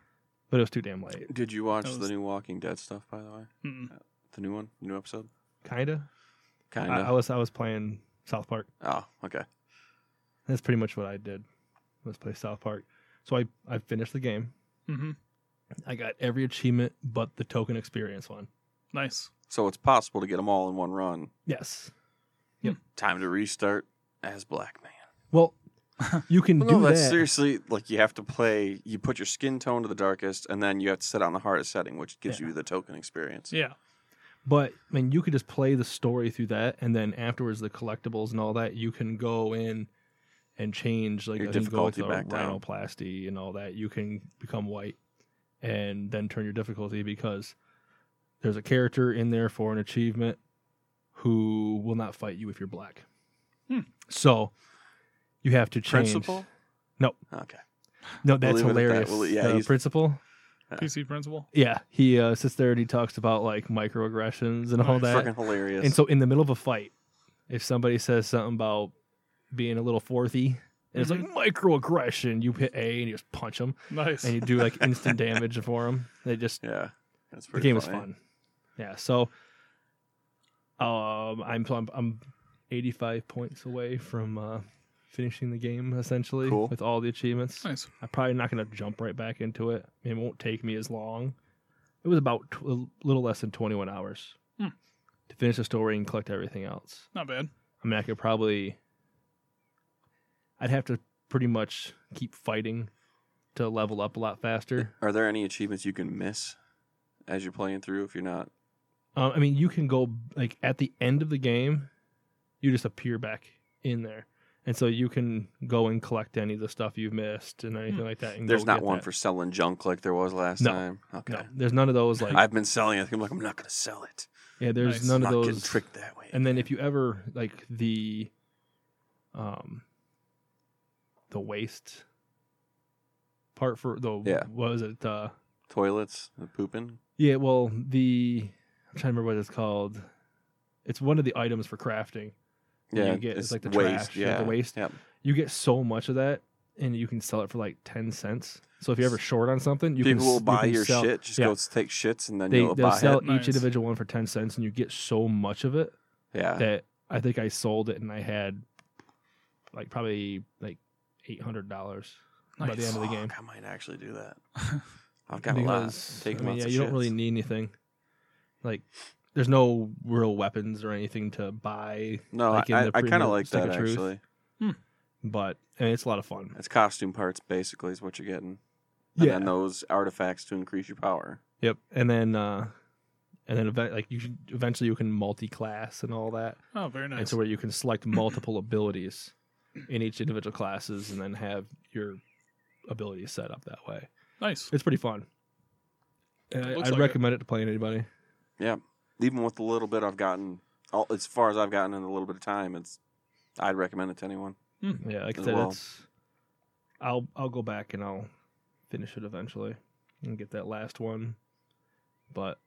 Speaker 1: but it was too damn late.
Speaker 3: Did you watch
Speaker 2: That
Speaker 3: the
Speaker 2: was-
Speaker 3: new Walking Dead stuff, by the way? Uh,
Speaker 2: Mm-mm.
Speaker 3: The new one? New episode?
Speaker 1: Kinda. I,
Speaker 3: Kind
Speaker 1: I
Speaker 3: of.
Speaker 1: was I was playing South Park.
Speaker 3: Oh, okay.
Speaker 1: That's pretty much what I did. Was play South Park. So I I finished the game.
Speaker 2: hmm
Speaker 1: I got every achievement but the token experience one.
Speaker 2: Nice.
Speaker 3: So it's possible to get them all in one run.
Speaker 1: Yes.
Speaker 3: Time to restart as Black Man.
Speaker 1: Well, you can
Speaker 3: *laughs* Well,
Speaker 1: do
Speaker 3: no, that's
Speaker 1: that.
Speaker 3: seriously like you have to play. You put your skin tone to the darkest, and then you have to set on the hardest setting, which gives
Speaker 1: Yeah.
Speaker 3: you the token experience.
Speaker 2: Yeah.
Speaker 1: But I mean, you could just play the story through that, and then afterwards, the collectibles and all that, you can go in and change like
Speaker 3: Your
Speaker 1: I think go with
Speaker 3: difficulty back
Speaker 1: the
Speaker 3: down.
Speaker 1: rhinoplasty and all that. You can become white, and then turn your difficulty because there's a character in there for an achievement who will not fight you if you're black.
Speaker 2: Hmm.
Speaker 1: So you have to change.
Speaker 3: Principal?
Speaker 1: No.
Speaker 3: Okay.
Speaker 1: No, that's
Speaker 3: leave it at that.
Speaker 1: hilarious.
Speaker 3: We'll- yeah,
Speaker 1: The
Speaker 3: he's-
Speaker 1: principal.
Speaker 3: Yeah.
Speaker 2: PC principal.
Speaker 1: Yeah, he uh, sits there and he talks about like microaggressions and all
Speaker 2: Nice.
Speaker 1: that.
Speaker 3: Freaking hilarious.
Speaker 1: And so, in the middle of a fight, if somebody says something about being a little fourthy, and it's
Speaker 3: Mm-hmm.
Speaker 1: like microaggression, you hit A and you just punch them,
Speaker 2: Nice.
Speaker 1: and you do
Speaker 3: *laughs*
Speaker 1: like instant damage for them. They just
Speaker 3: yeah, that's
Speaker 1: the
Speaker 3: pretty.
Speaker 1: game was
Speaker 3: funny.
Speaker 1: fun. Yeah, so um, I'm I'm, I'm 85 points away from uh, finishing the game essentially
Speaker 3: Cool.
Speaker 1: with all the achievements.
Speaker 2: nice.
Speaker 1: I'm probably not going to jump right back into it. I mean, it won't take me as long. It was about tw- a little less than 21 hours
Speaker 2: Hmm.
Speaker 1: to finish the story and collect everything else.
Speaker 2: Not bad.
Speaker 1: I mean, I could probably, I'd have to pretty much keep fighting to level up a lot
Speaker 2: *laughs*
Speaker 1: faster.
Speaker 3: Are there any achievements you can miss as you're playing through if you're not?
Speaker 1: Um, I mean, you can go like at the end of the game, you just appear back in there, and so you can go and collect any of the stuff you've missed and anything
Speaker 2: Hmm.
Speaker 1: like that. And
Speaker 3: There's
Speaker 1: go
Speaker 3: not
Speaker 1: get
Speaker 3: one
Speaker 1: that.
Speaker 3: for selling junk like there was last
Speaker 1: No.
Speaker 3: time. Okay.
Speaker 1: No, there's none of those like
Speaker 3: I've been selling. it. I'm like, I'm not going to sell it.
Speaker 1: yeah. There's
Speaker 2: Nice.
Speaker 1: none
Speaker 3: I'm
Speaker 1: of
Speaker 3: not getting
Speaker 1: those
Speaker 3: tricked that way.
Speaker 1: And then if you ever like the um the waste part for the
Speaker 3: Yeah.
Speaker 1: what was it uh
Speaker 3: toilets, the pooping.
Speaker 1: yeah, well the I'm trying to remember what it's called. It's one of the items for crafting. that
Speaker 3: Yeah,
Speaker 1: you get
Speaker 3: it's
Speaker 1: like the
Speaker 3: waste.
Speaker 1: trash,
Speaker 3: yeah,
Speaker 1: the waste.
Speaker 3: Yep.
Speaker 1: You get so much of that and you can sell it for like 10 cents. So if you're ever short on something, you
Speaker 3: People
Speaker 1: can s-
Speaker 3: will
Speaker 1: you
Speaker 3: buy
Speaker 1: can
Speaker 3: your
Speaker 1: sell-
Speaker 3: shit. Just
Speaker 1: yeah.
Speaker 3: go take shits, and then
Speaker 1: They
Speaker 3: you'll
Speaker 1: they'll
Speaker 3: buy
Speaker 1: sell
Speaker 3: it.
Speaker 1: each
Speaker 2: Nice.
Speaker 1: individual one for 10 cents and you get so much of it
Speaker 3: Yeah.
Speaker 1: that I think I sold it and I had like probably like eight hundred dollars by the
Speaker 2: Nice.
Speaker 1: end of the game.
Speaker 3: Fuck, I might actually do that.
Speaker 2: *laughs*
Speaker 3: I've got a lot.
Speaker 1: Because, I
Speaker 3: Taking
Speaker 1: mean,
Speaker 3: lots
Speaker 1: yeah,
Speaker 3: of
Speaker 1: you don't really
Speaker 3: shits.
Speaker 1: need anything. Like, there's no real weapons or anything to buy,
Speaker 3: No,
Speaker 1: like in
Speaker 3: I,
Speaker 1: the
Speaker 3: I kind of
Speaker 1: premium
Speaker 3: like
Speaker 1: Stick
Speaker 3: that
Speaker 1: of Truth.
Speaker 3: actually.
Speaker 1: but I mean, it's a lot of fun.
Speaker 3: It's costume parts basically is what you're getting, and
Speaker 1: yeah.
Speaker 3: then those artifacts to increase your power.
Speaker 1: yep. And then, uh, and then event, like you should, eventually you can multi-class and all that,
Speaker 2: Oh, very
Speaker 1: and
Speaker 2: nice.
Speaker 1: so where you can select multiple *coughs* abilities in each individual classes, and then have your abilities set up that way.
Speaker 2: nice.
Speaker 1: It's pretty fun. And I,
Speaker 2: Looks
Speaker 1: Uh, I'd
Speaker 2: like it.
Speaker 1: recommend it. to playing anybody.
Speaker 3: Even with the little bit I've gotten, all, as far as I've gotten in a little bit of time, it's I'd recommend it to anyone.
Speaker 1: Yeah, like I
Speaker 3: As
Speaker 1: said,
Speaker 3: well.
Speaker 1: it's. I'll I'll go back and I'll finish it eventually and get that last one, but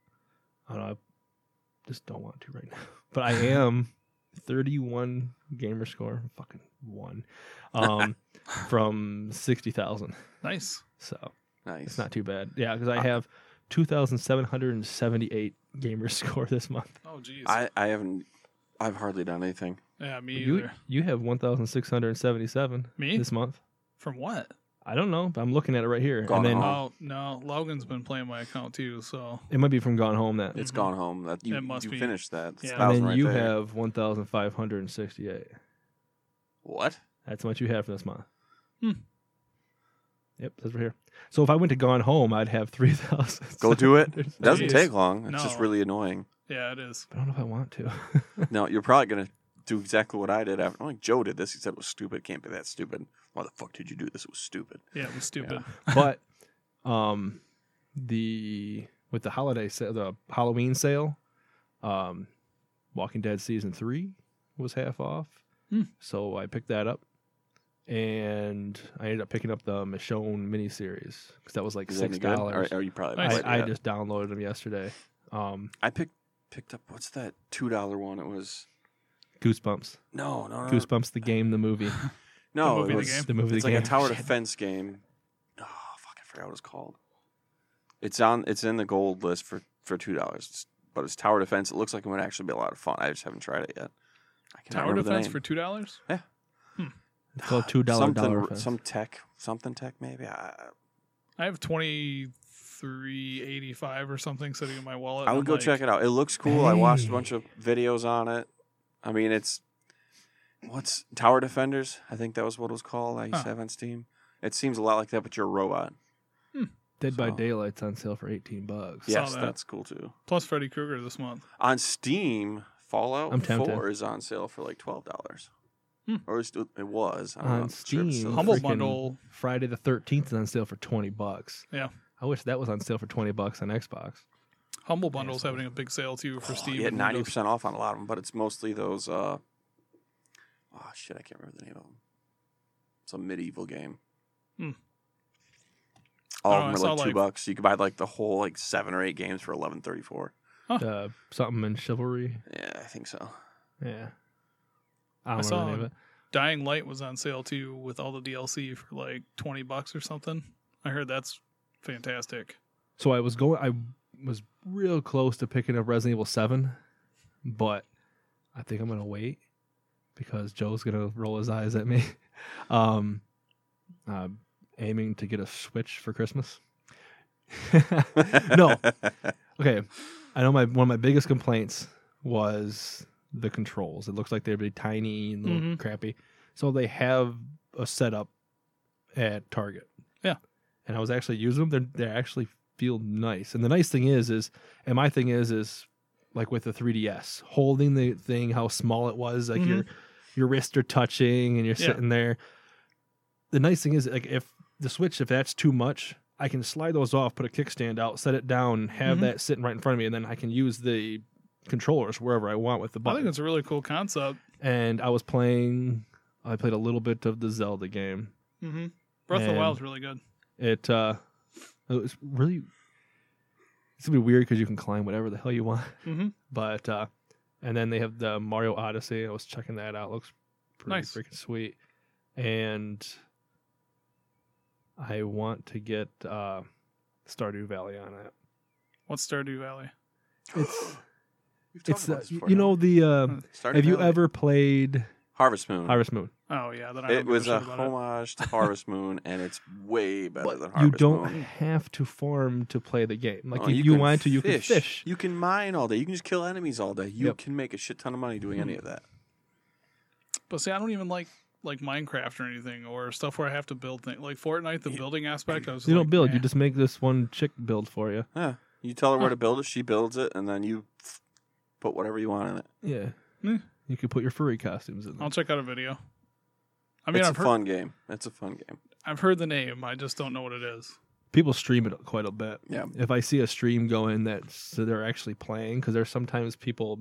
Speaker 1: I don't know, I just don't want to right *laughs* now. But I am thirty-one gamer score, fucking one,
Speaker 3: *laughs*
Speaker 1: um, from sixty thousand.
Speaker 2: Nice.
Speaker 1: So
Speaker 3: Nice.
Speaker 1: it's not too bad. Yeah, because
Speaker 3: Uh,
Speaker 1: I have *laughs* two thousand seven hundred and seventy-eight gamer score this month.
Speaker 2: Oh, jeez.
Speaker 3: I I haven't. I've hardly done anything.
Speaker 2: Yeah, me
Speaker 1: You,
Speaker 2: either.
Speaker 1: you have 1,677
Speaker 2: Me?
Speaker 1: this month.
Speaker 2: From what?
Speaker 1: I don't know, but I'm looking at it right here.
Speaker 3: Gone
Speaker 1: and then
Speaker 3: home.
Speaker 2: Oh no, Logan's been playing my account too. So
Speaker 1: it might be from Gone Home that.
Speaker 3: It's
Speaker 2: Mhm.
Speaker 3: gone home. That you,
Speaker 2: It must
Speaker 3: you
Speaker 2: be.
Speaker 3: finished that. It's
Speaker 2: Yeah.
Speaker 3: a
Speaker 2: And
Speaker 1: and
Speaker 3: thousand
Speaker 1: then
Speaker 3: right
Speaker 1: you
Speaker 3: there.
Speaker 1: have 1,568.
Speaker 3: what?
Speaker 1: *laughs* That's what you have for this month.
Speaker 2: Hmm.
Speaker 1: Yep, that's right here. So if I went to Gone Home, I'd have 3,000.
Speaker 3: Go do it.
Speaker 1: It
Speaker 3: Doesn't
Speaker 2: Jeez.
Speaker 3: take long. It's just
Speaker 2: No. *laughs*
Speaker 3: really annoying.
Speaker 2: yeah, it is.
Speaker 1: I don't know if I want to. *laughs*
Speaker 3: No, you're probably gonna do exactly what I did. After. I think Joe did this. He said it was stupid. Can't be that stupid. Why the fuck did you do this? It was stupid.
Speaker 2: Yeah, it was stupid. *laughs*
Speaker 1: but um the with the holiday sale the halloween sale um walking dead season three was half off
Speaker 2: Hmm.
Speaker 1: so i picked that up and i ended up picking up the michonne miniseries because that was like
Speaker 3: Is that
Speaker 1: six
Speaker 3: any good? Or-
Speaker 1: dollars
Speaker 3: or you probably
Speaker 2: Nice.
Speaker 3: played
Speaker 1: I, I
Speaker 3: that.
Speaker 1: just downloaded them yesterday um
Speaker 3: I picked picked up what's that two dollar one? It was
Speaker 1: goosebumps
Speaker 3: no no no
Speaker 1: goosebumps the game the movie
Speaker 2: The Uh, *laughs* movie,
Speaker 3: no it
Speaker 2: the
Speaker 3: was
Speaker 2: game?
Speaker 1: the movie
Speaker 3: it's
Speaker 1: the
Speaker 3: like
Speaker 1: game
Speaker 3: a tower
Speaker 1: Shit.
Speaker 3: defense game. Oh fuck, I forgot what it's called. It's on. It's in the gold list for for two dollars. But it's tower defense. It looks like it would actually be a lot of fun. I just haven't tried it yet. I cannot
Speaker 2: Tower
Speaker 3: remember the
Speaker 2: defense
Speaker 3: name.
Speaker 2: for two dollars.
Speaker 1: it's called two dollar
Speaker 3: something,
Speaker 1: dollar
Speaker 3: r-
Speaker 1: Fest.
Speaker 3: some tech, something tech maybe. I,
Speaker 2: I have twenty three eighty five or something sitting in my wallet.
Speaker 3: I
Speaker 2: and
Speaker 3: would
Speaker 2: I'm
Speaker 3: go
Speaker 2: like,
Speaker 3: check it out. It looks cool. I watched a
Speaker 1: Hey.
Speaker 3: bunch of videos on it. I mean, it's what's Tower Defenders? I think that was what it was called. I used
Speaker 2: Huh.
Speaker 3: to have on Steam. It seems a lot like that, but you're a robot.
Speaker 1: dead by
Speaker 3: so-
Speaker 1: daylight's on sale for 18 bucks
Speaker 2: Yeah. Saw
Speaker 3: yes,
Speaker 2: that.
Speaker 3: that's cool too.
Speaker 2: Plus Freddy Krueger this month.
Speaker 3: On Steam, Fallout
Speaker 1: I'm tempted.
Speaker 3: Four is on sale for like twelve dollars,
Speaker 2: Hmm.
Speaker 3: or it, it was. I don't
Speaker 1: On
Speaker 3: know. I'm sure it's
Speaker 1: Steam.
Speaker 3: still-
Speaker 1: The
Speaker 2: Humble
Speaker 1: freaking-
Speaker 2: bundle.
Speaker 1: Friday the Thirteenth is on sale for twenty bucks.
Speaker 2: Yeah.
Speaker 1: I wish that was on sale for twenty bucks
Speaker 2: *laughs*
Speaker 1: on Xbox.
Speaker 2: Humble bundle's
Speaker 1: Asshole.
Speaker 2: having a big sale too for
Speaker 3: Oh,
Speaker 2: Steam.
Speaker 3: You get
Speaker 2: and
Speaker 3: ninety
Speaker 2: Windows.
Speaker 3: percent off on a lot of them, but it's mostly those. uh Oh shit, I can't remember the name of them. It's a medieval game.
Speaker 2: Hmm.
Speaker 3: All
Speaker 2: Oh, I
Speaker 3: of them
Speaker 2: saw,
Speaker 3: are like two
Speaker 2: like-
Speaker 3: bucks. You could buy like the whole like seven or eight games for eleven thirty four.
Speaker 1: Uh, something in chivalry.
Speaker 3: Yeah, I think *laughs* so.
Speaker 1: Yeah. I
Speaker 2: I
Speaker 1: don't
Speaker 2: saw
Speaker 1: know the name of it.
Speaker 2: Dying Light was on sale too with all the DLC for like twenty bucks or something. I heard that's fantastic.
Speaker 1: So I was going. I was real close to picking up Resident Evil Seven, but I think I'm gonna wait because Joe's gonna roll his eyes at me. *laughs* Um, uh, aiming to get a Switch for Christmas. *laughs* no, Okay. I know my one of my biggest complaints was the controls. It looks like they'd be tiny and little
Speaker 2: Mhm.
Speaker 1: crappy. So they have a setup at Target.
Speaker 2: Yeah.
Speaker 1: And I was actually using them. They they actually feel nice. And the nice thing is is and my thing is is like with the 3DS, holding the thing how small it was, like
Speaker 2: Mhm.
Speaker 1: your your wrists are touching and you're
Speaker 2: Yeah.
Speaker 1: sitting there. The nice thing is like if the Switch if that's too much, I can slide those off, put a kickstand out, set it down, have
Speaker 2: Mhm.
Speaker 1: that sitting right in front of me, and then I can use the controllers wherever I want with the
Speaker 2: I think
Speaker 1: button.
Speaker 2: it's a really cool concept.
Speaker 1: and I was playing, I played a little bit of the Zelda game.
Speaker 2: hmm Breath of the
Speaker 1: And-
Speaker 2: Wild's really good.
Speaker 1: It uh, it was really it's gonna be weird because you can climb whatever the hell you want,
Speaker 3: Mm-hmm.
Speaker 2: hmm
Speaker 1: *laughs* but uh, and then they have the Mario Odyssey. I was checking that out; looks pretty
Speaker 2: Nice.
Speaker 1: freaking sweet. And I want to get uh, Stardew Valley on it.
Speaker 2: What's Stardew Valley?
Speaker 1: *gasps* It's
Speaker 3: We've talked
Speaker 1: It's
Speaker 3: about
Speaker 1: uh,
Speaker 3: this
Speaker 1: you
Speaker 3: before,
Speaker 1: you know
Speaker 3: haven't
Speaker 1: the. Uh,
Speaker 2: Hmm.
Speaker 3: we? Stardew
Speaker 1: have you
Speaker 3: Valley.
Speaker 1: ever played
Speaker 3: Harvest Moon?
Speaker 1: Harvest Moon?
Speaker 2: Oh yeah, then I don't
Speaker 3: it
Speaker 2: give
Speaker 3: was
Speaker 2: a,
Speaker 3: a
Speaker 2: shit about it.
Speaker 3: homage to Harvest Moon, and it's way
Speaker 1: *laughs*
Speaker 3: better than
Speaker 1: you
Speaker 3: Harvest
Speaker 1: don't
Speaker 3: Moon.
Speaker 1: have to farm to play the game. Like
Speaker 3: Oh,
Speaker 1: if you,
Speaker 3: can
Speaker 1: want to, you can fish.
Speaker 3: You can mine all day. You can just kill enemies all day. You
Speaker 1: Yep. Mm-hmm.
Speaker 3: can make a shit ton of money doing any of that.
Speaker 2: But see, I don't even like like Minecraft or anything or stuff where I have to build things. Like Fortnite, the building aspect, I was
Speaker 1: You
Speaker 2: like,
Speaker 1: don't build.
Speaker 2: eh.
Speaker 1: You just make this one chick build for you.
Speaker 3: Yeah. You tell her
Speaker 2: Huh.
Speaker 3: where to build it, she builds it, and then you f- put whatever you want in it.
Speaker 1: Yeah.
Speaker 2: Hmm.
Speaker 1: You could put your furry costumes in. There.
Speaker 2: I'll check out a video. I mean,
Speaker 3: it's
Speaker 2: I've
Speaker 3: a
Speaker 2: heard,
Speaker 3: fun game. It's a fun game.
Speaker 2: I've heard the name. I just don't know what it is.
Speaker 1: People stream it quite a bit.
Speaker 3: Yeah.
Speaker 1: If I see a stream going that so they're actually playing, because there's sometimes people.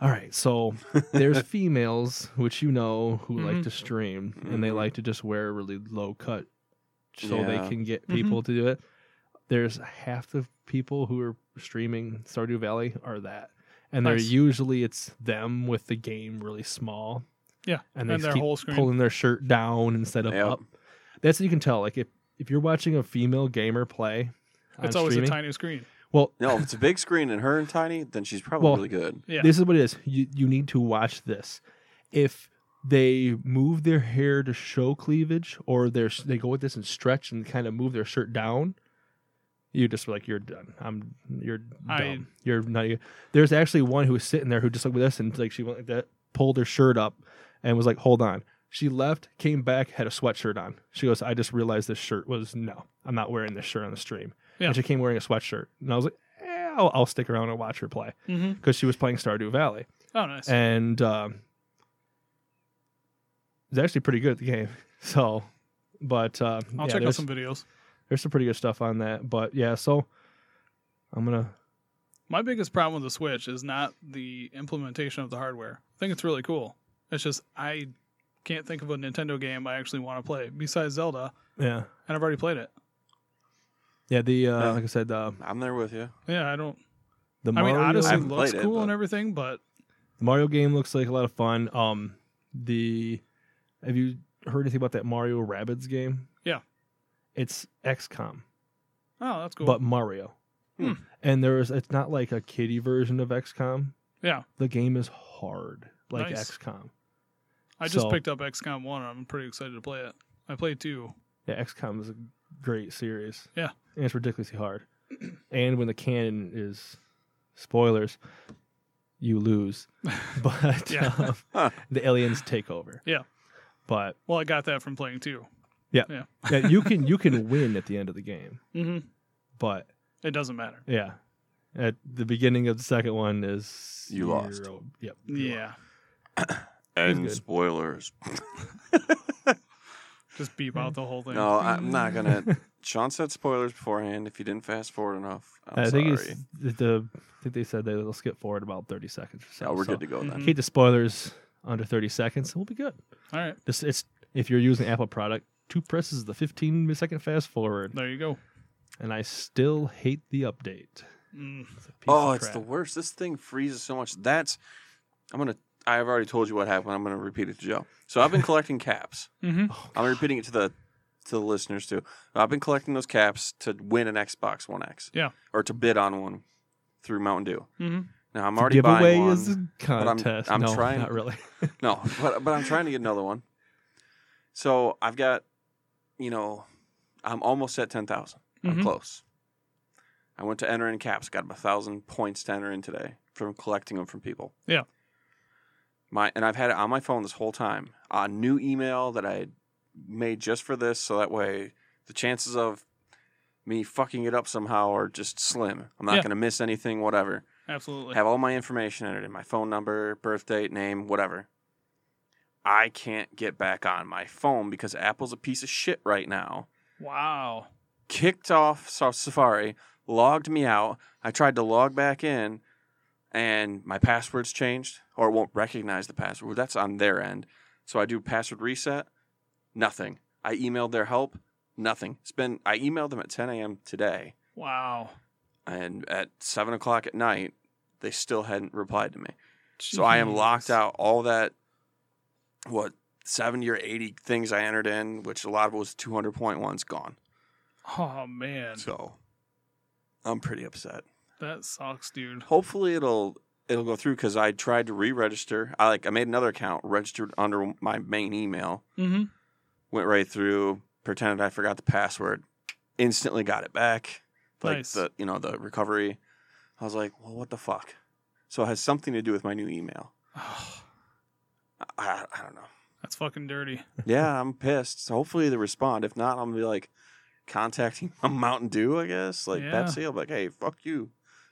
Speaker 1: All right,
Speaker 3: *laughs*
Speaker 1: so there's females which you know who like
Speaker 2: Mhm.
Speaker 1: to stream and they
Speaker 3: Mhm.
Speaker 1: like to just wear a really low cut so
Speaker 3: Yeah.
Speaker 1: they can get
Speaker 2: Mhm.
Speaker 1: people to do it. There's half the people who are streaming Stardew Valley are that. And they're
Speaker 2: Nice.
Speaker 1: usually it's them with the game really small.
Speaker 2: Yeah,
Speaker 1: And they
Speaker 2: and
Speaker 1: just
Speaker 2: their
Speaker 1: keep
Speaker 2: whole screen.
Speaker 1: pulling their shirt down instead of
Speaker 3: Yep.
Speaker 1: up. That's what you can tell. Like if, if you're watching a female gamer play, on
Speaker 2: It's always
Speaker 1: streaming,
Speaker 2: a tiny screen.
Speaker 1: Well,
Speaker 3: No, if it's a big screen and her and Tiny, then she's probably
Speaker 1: Well-
Speaker 3: really good.
Speaker 2: Yeah.
Speaker 1: this is what it is. You you need to watch this. If they move their hair to show cleavage, or they they go with this and stretch and kind of move their shirt down, you just like you're done. I'm you're dumb.
Speaker 2: I-
Speaker 1: you're not. e-" There's actually one who was sitting there who just looked with this and like she went like that, pulled her shirt up, and was like, "Hold on." She left, came back, had a sweatshirt on. She goes, "I just realized this shirt was no. I'm not wearing this shirt on the stream."
Speaker 2: Yeah.
Speaker 1: And she came wearing a sweatshirt, and I was like, eh, I'll, "I'll stick around and watch her play."
Speaker 2: Mm-hmm.
Speaker 1: because she was playing Stardew Valley,
Speaker 2: Oh, nice.
Speaker 1: and um, it's actually pretty good at the game. *laughs* So, but um,
Speaker 2: I'll
Speaker 1: yeah,
Speaker 2: check out
Speaker 1: there's,
Speaker 2: some videos.
Speaker 1: there's some pretty good stuff on that. But yeah, so I'm gonna
Speaker 2: My biggest problem with the Switch is not the implementation of the hardware. I think it's really cool. It's just I can't think of a Nintendo game I actually want to play besides Zelda,
Speaker 1: yeah
Speaker 2: and I've already played it.
Speaker 1: yeah the uh,
Speaker 3: Yeah.
Speaker 1: like I said uh,
Speaker 3: I'm there with you.
Speaker 2: Yeah, I don't.
Speaker 1: the
Speaker 2: I mean,
Speaker 1: Mario
Speaker 2: Odyssey
Speaker 3: haven't
Speaker 2: looks
Speaker 3: played it,
Speaker 2: cool and
Speaker 3: but-
Speaker 2: everything, but
Speaker 1: the Mario game looks like a lot of fun. Um, the have you heard anything about that Mario Rabbids game?
Speaker 2: Yeah.
Speaker 1: it's XCOM.
Speaker 2: oh, that's cool.
Speaker 1: but Mario.
Speaker 3: Hmm.
Speaker 1: And there's it's not like a kiddie version of XCOM.
Speaker 2: Yeah.
Speaker 1: The game is hard, like
Speaker 2: Nice.
Speaker 1: XCOM.
Speaker 2: I just
Speaker 1: so-
Speaker 2: picked up XCOM one. and I'm pretty excited to play it. I played two.
Speaker 1: Yeah, XCOM is a great series.
Speaker 2: Yeah.
Speaker 1: And it's ridiculously hard. *clears throat* and when the cannon is spoilers,
Speaker 2: *laughs*
Speaker 1: you lose. But
Speaker 2: Yeah.
Speaker 1: um,
Speaker 3: Huh.
Speaker 1: the aliens take over.
Speaker 2: Yeah.
Speaker 1: But
Speaker 2: Well, I got that from playing two.
Speaker 1: yeah, you can you can win at the end of the game.
Speaker 2: Mm-hmm.
Speaker 1: But
Speaker 2: It doesn't matter.
Speaker 1: yeah. At the beginning of the second one is
Speaker 3: You lost.
Speaker 1: zero- Yep. you lost.
Speaker 2: Yeah,
Speaker 1: And good.
Speaker 3: spoilers.
Speaker 2: just beep out the whole thing. Mm.
Speaker 3: No, I'm not gonna.
Speaker 1: *laughs*
Speaker 3: Sean said spoilers beforehand. If you didn't fast forward enough, I'm
Speaker 1: I think
Speaker 3: sorry.
Speaker 1: it's the, the. I think they said they will skip forward about thirty seconds or so.
Speaker 3: Oh, we're
Speaker 1: so
Speaker 3: good to go
Speaker 2: Mm-hmm.
Speaker 3: then.
Speaker 1: Keep the spoilers under thirty seconds, and we'll be good.
Speaker 2: All right,
Speaker 1: This it's if you're using Apple product, two presses the fifteen second fast forward,
Speaker 2: there you go.
Speaker 1: and I still hate the update.
Speaker 2: Mm.
Speaker 1: It's a piece
Speaker 3: Oh,
Speaker 1: of
Speaker 3: it's the
Speaker 1: crap.
Speaker 3: worst. This thing freezes so much. That's. I'm gonna. I've already told you what happened. I'm gonna repeat it to Joe. So
Speaker 1: *laughs*
Speaker 3: I've been collecting caps.
Speaker 2: Mm-hmm.
Speaker 1: Oh,
Speaker 3: I'm repeating it to the to the listeners too. I've been collecting those caps to win an Xbox One X.
Speaker 2: Yeah.
Speaker 3: Or to bid on one through Mountain Dew.
Speaker 2: Mm-hmm.
Speaker 3: Now I'm
Speaker 1: The
Speaker 3: already
Speaker 1: giveaway
Speaker 3: buying one.
Speaker 1: is a
Speaker 3: I'm-
Speaker 1: contest.
Speaker 3: I'm
Speaker 1: no,
Speaker 3: trying-
Speaker 1: not really.
Speaker 3: No, but but I'm trying to get another one. So I've got, you know, I'm almost at ten
Speaker 2: Mhm.
Speaker 3: I'm close. I went to enter in caps. Got about thousand points to enter in today from collecting them from people.
Speaker 2: Yeah.
Speaker 3: My and I've had it on my phone this whole time. A new email that I had made just for this, so that way the chances of me fucking it up somehow are just slim. I'm not
Speaker 2: Yeah.
Speaker 3: going to miss anything. Whatever
Speaker 2: Absolutely.
Speaker 3: have all my information entered in my phone number, birth date, name, whatever. I can't get back on my phone because Apple's a piece of shit right now.
Speaker 2: wow.
Speaker 3: Kicked off Sa- Safari, logged me out. I tried to log back in, and my password's changed, or it won't recognize the password. That's on their end. So I do password reset. Nothing. I emailed their help. Nothing. It's been. I emailed them at 10 a.m. today,
Speaker 2: Wow.
Speaker 3: and at seven o'clock at night, they still hadn't replied to me. So I am locked
Speaker 2: Jeez.
Speaker 3: out all that what 70 or 80 things I entered in, which a lot of it was 200.1's gone.
Speaker 2: Oh man,
Speaker 3: So I'm pretty upset.
Speaker 2: that sucks, dude.
Speaker 3: Hopefully it'll it'll go through cuz I tried to re-register. I like I made another account, registered under my main email,
Speaker 2: Mm-hmm.
Speaker 3: went right through, pretended I forgot the password, instantly got it back. Like
Speaker 2: Nice.
Speaker 3: the, you know, the recovery. I was like, "Well, what the fuck?" So it has something to do with my new email. I, I, I don't know.
Speaker 2: *sighs* that's fucking dirty.
Speaker 3: yeah, I'm pissed. So hopefully they respond. If not, I'm gonna be like contacting *laughs* Mountain Dew, I guess. Like
Speaker 2: Yeah.
Speaker 3: Pepsi. I'll be like, hey, fuck you.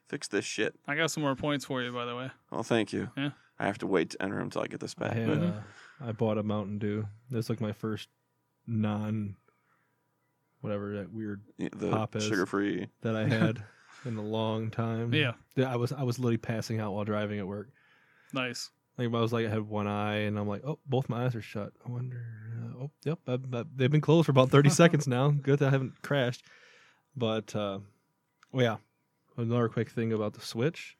Speaker 3: Fix this shit.
Speaker 2: I got some more points for you, by the way.
Speaker 3: Well, thank you.
Speaker 2: Yeah.
Speaker 3: I have to wait to enter them until I get this
Speaker 1: I,
Speaker 3: back.
Speaker 1: had,
Speaker 2: Mhm.
Speaker 1: uh, I bought a Mountain Dew. That's like my first non, whatever that weird
Speaker 3: Yeah,
Speaker 1: Pop
Speaker 3: the
Speaker 1: is.
Speaker 3: sugar free.
Speaker 1: that
Speaker 3: *laughs*
Speaker 1: I had in a long time.
Speaker 3: Mm-hmm.
Speaker 2: Yeah,
Speaker 1: Yeah, I was I was literally passing out while driving at work.
Speaker 2: nice.
Speaker 1: Like I was like I had one eye, and I'm like, oh, both my eyes are shut. I wonder. Uh, oh, yep, I, I, they've been closed for about
Speaker 3: *laughs*
Speaker 1: thirty seconds now. Good, that I haven't crashed. But uh, oh yeah, another quick thing about the Switch.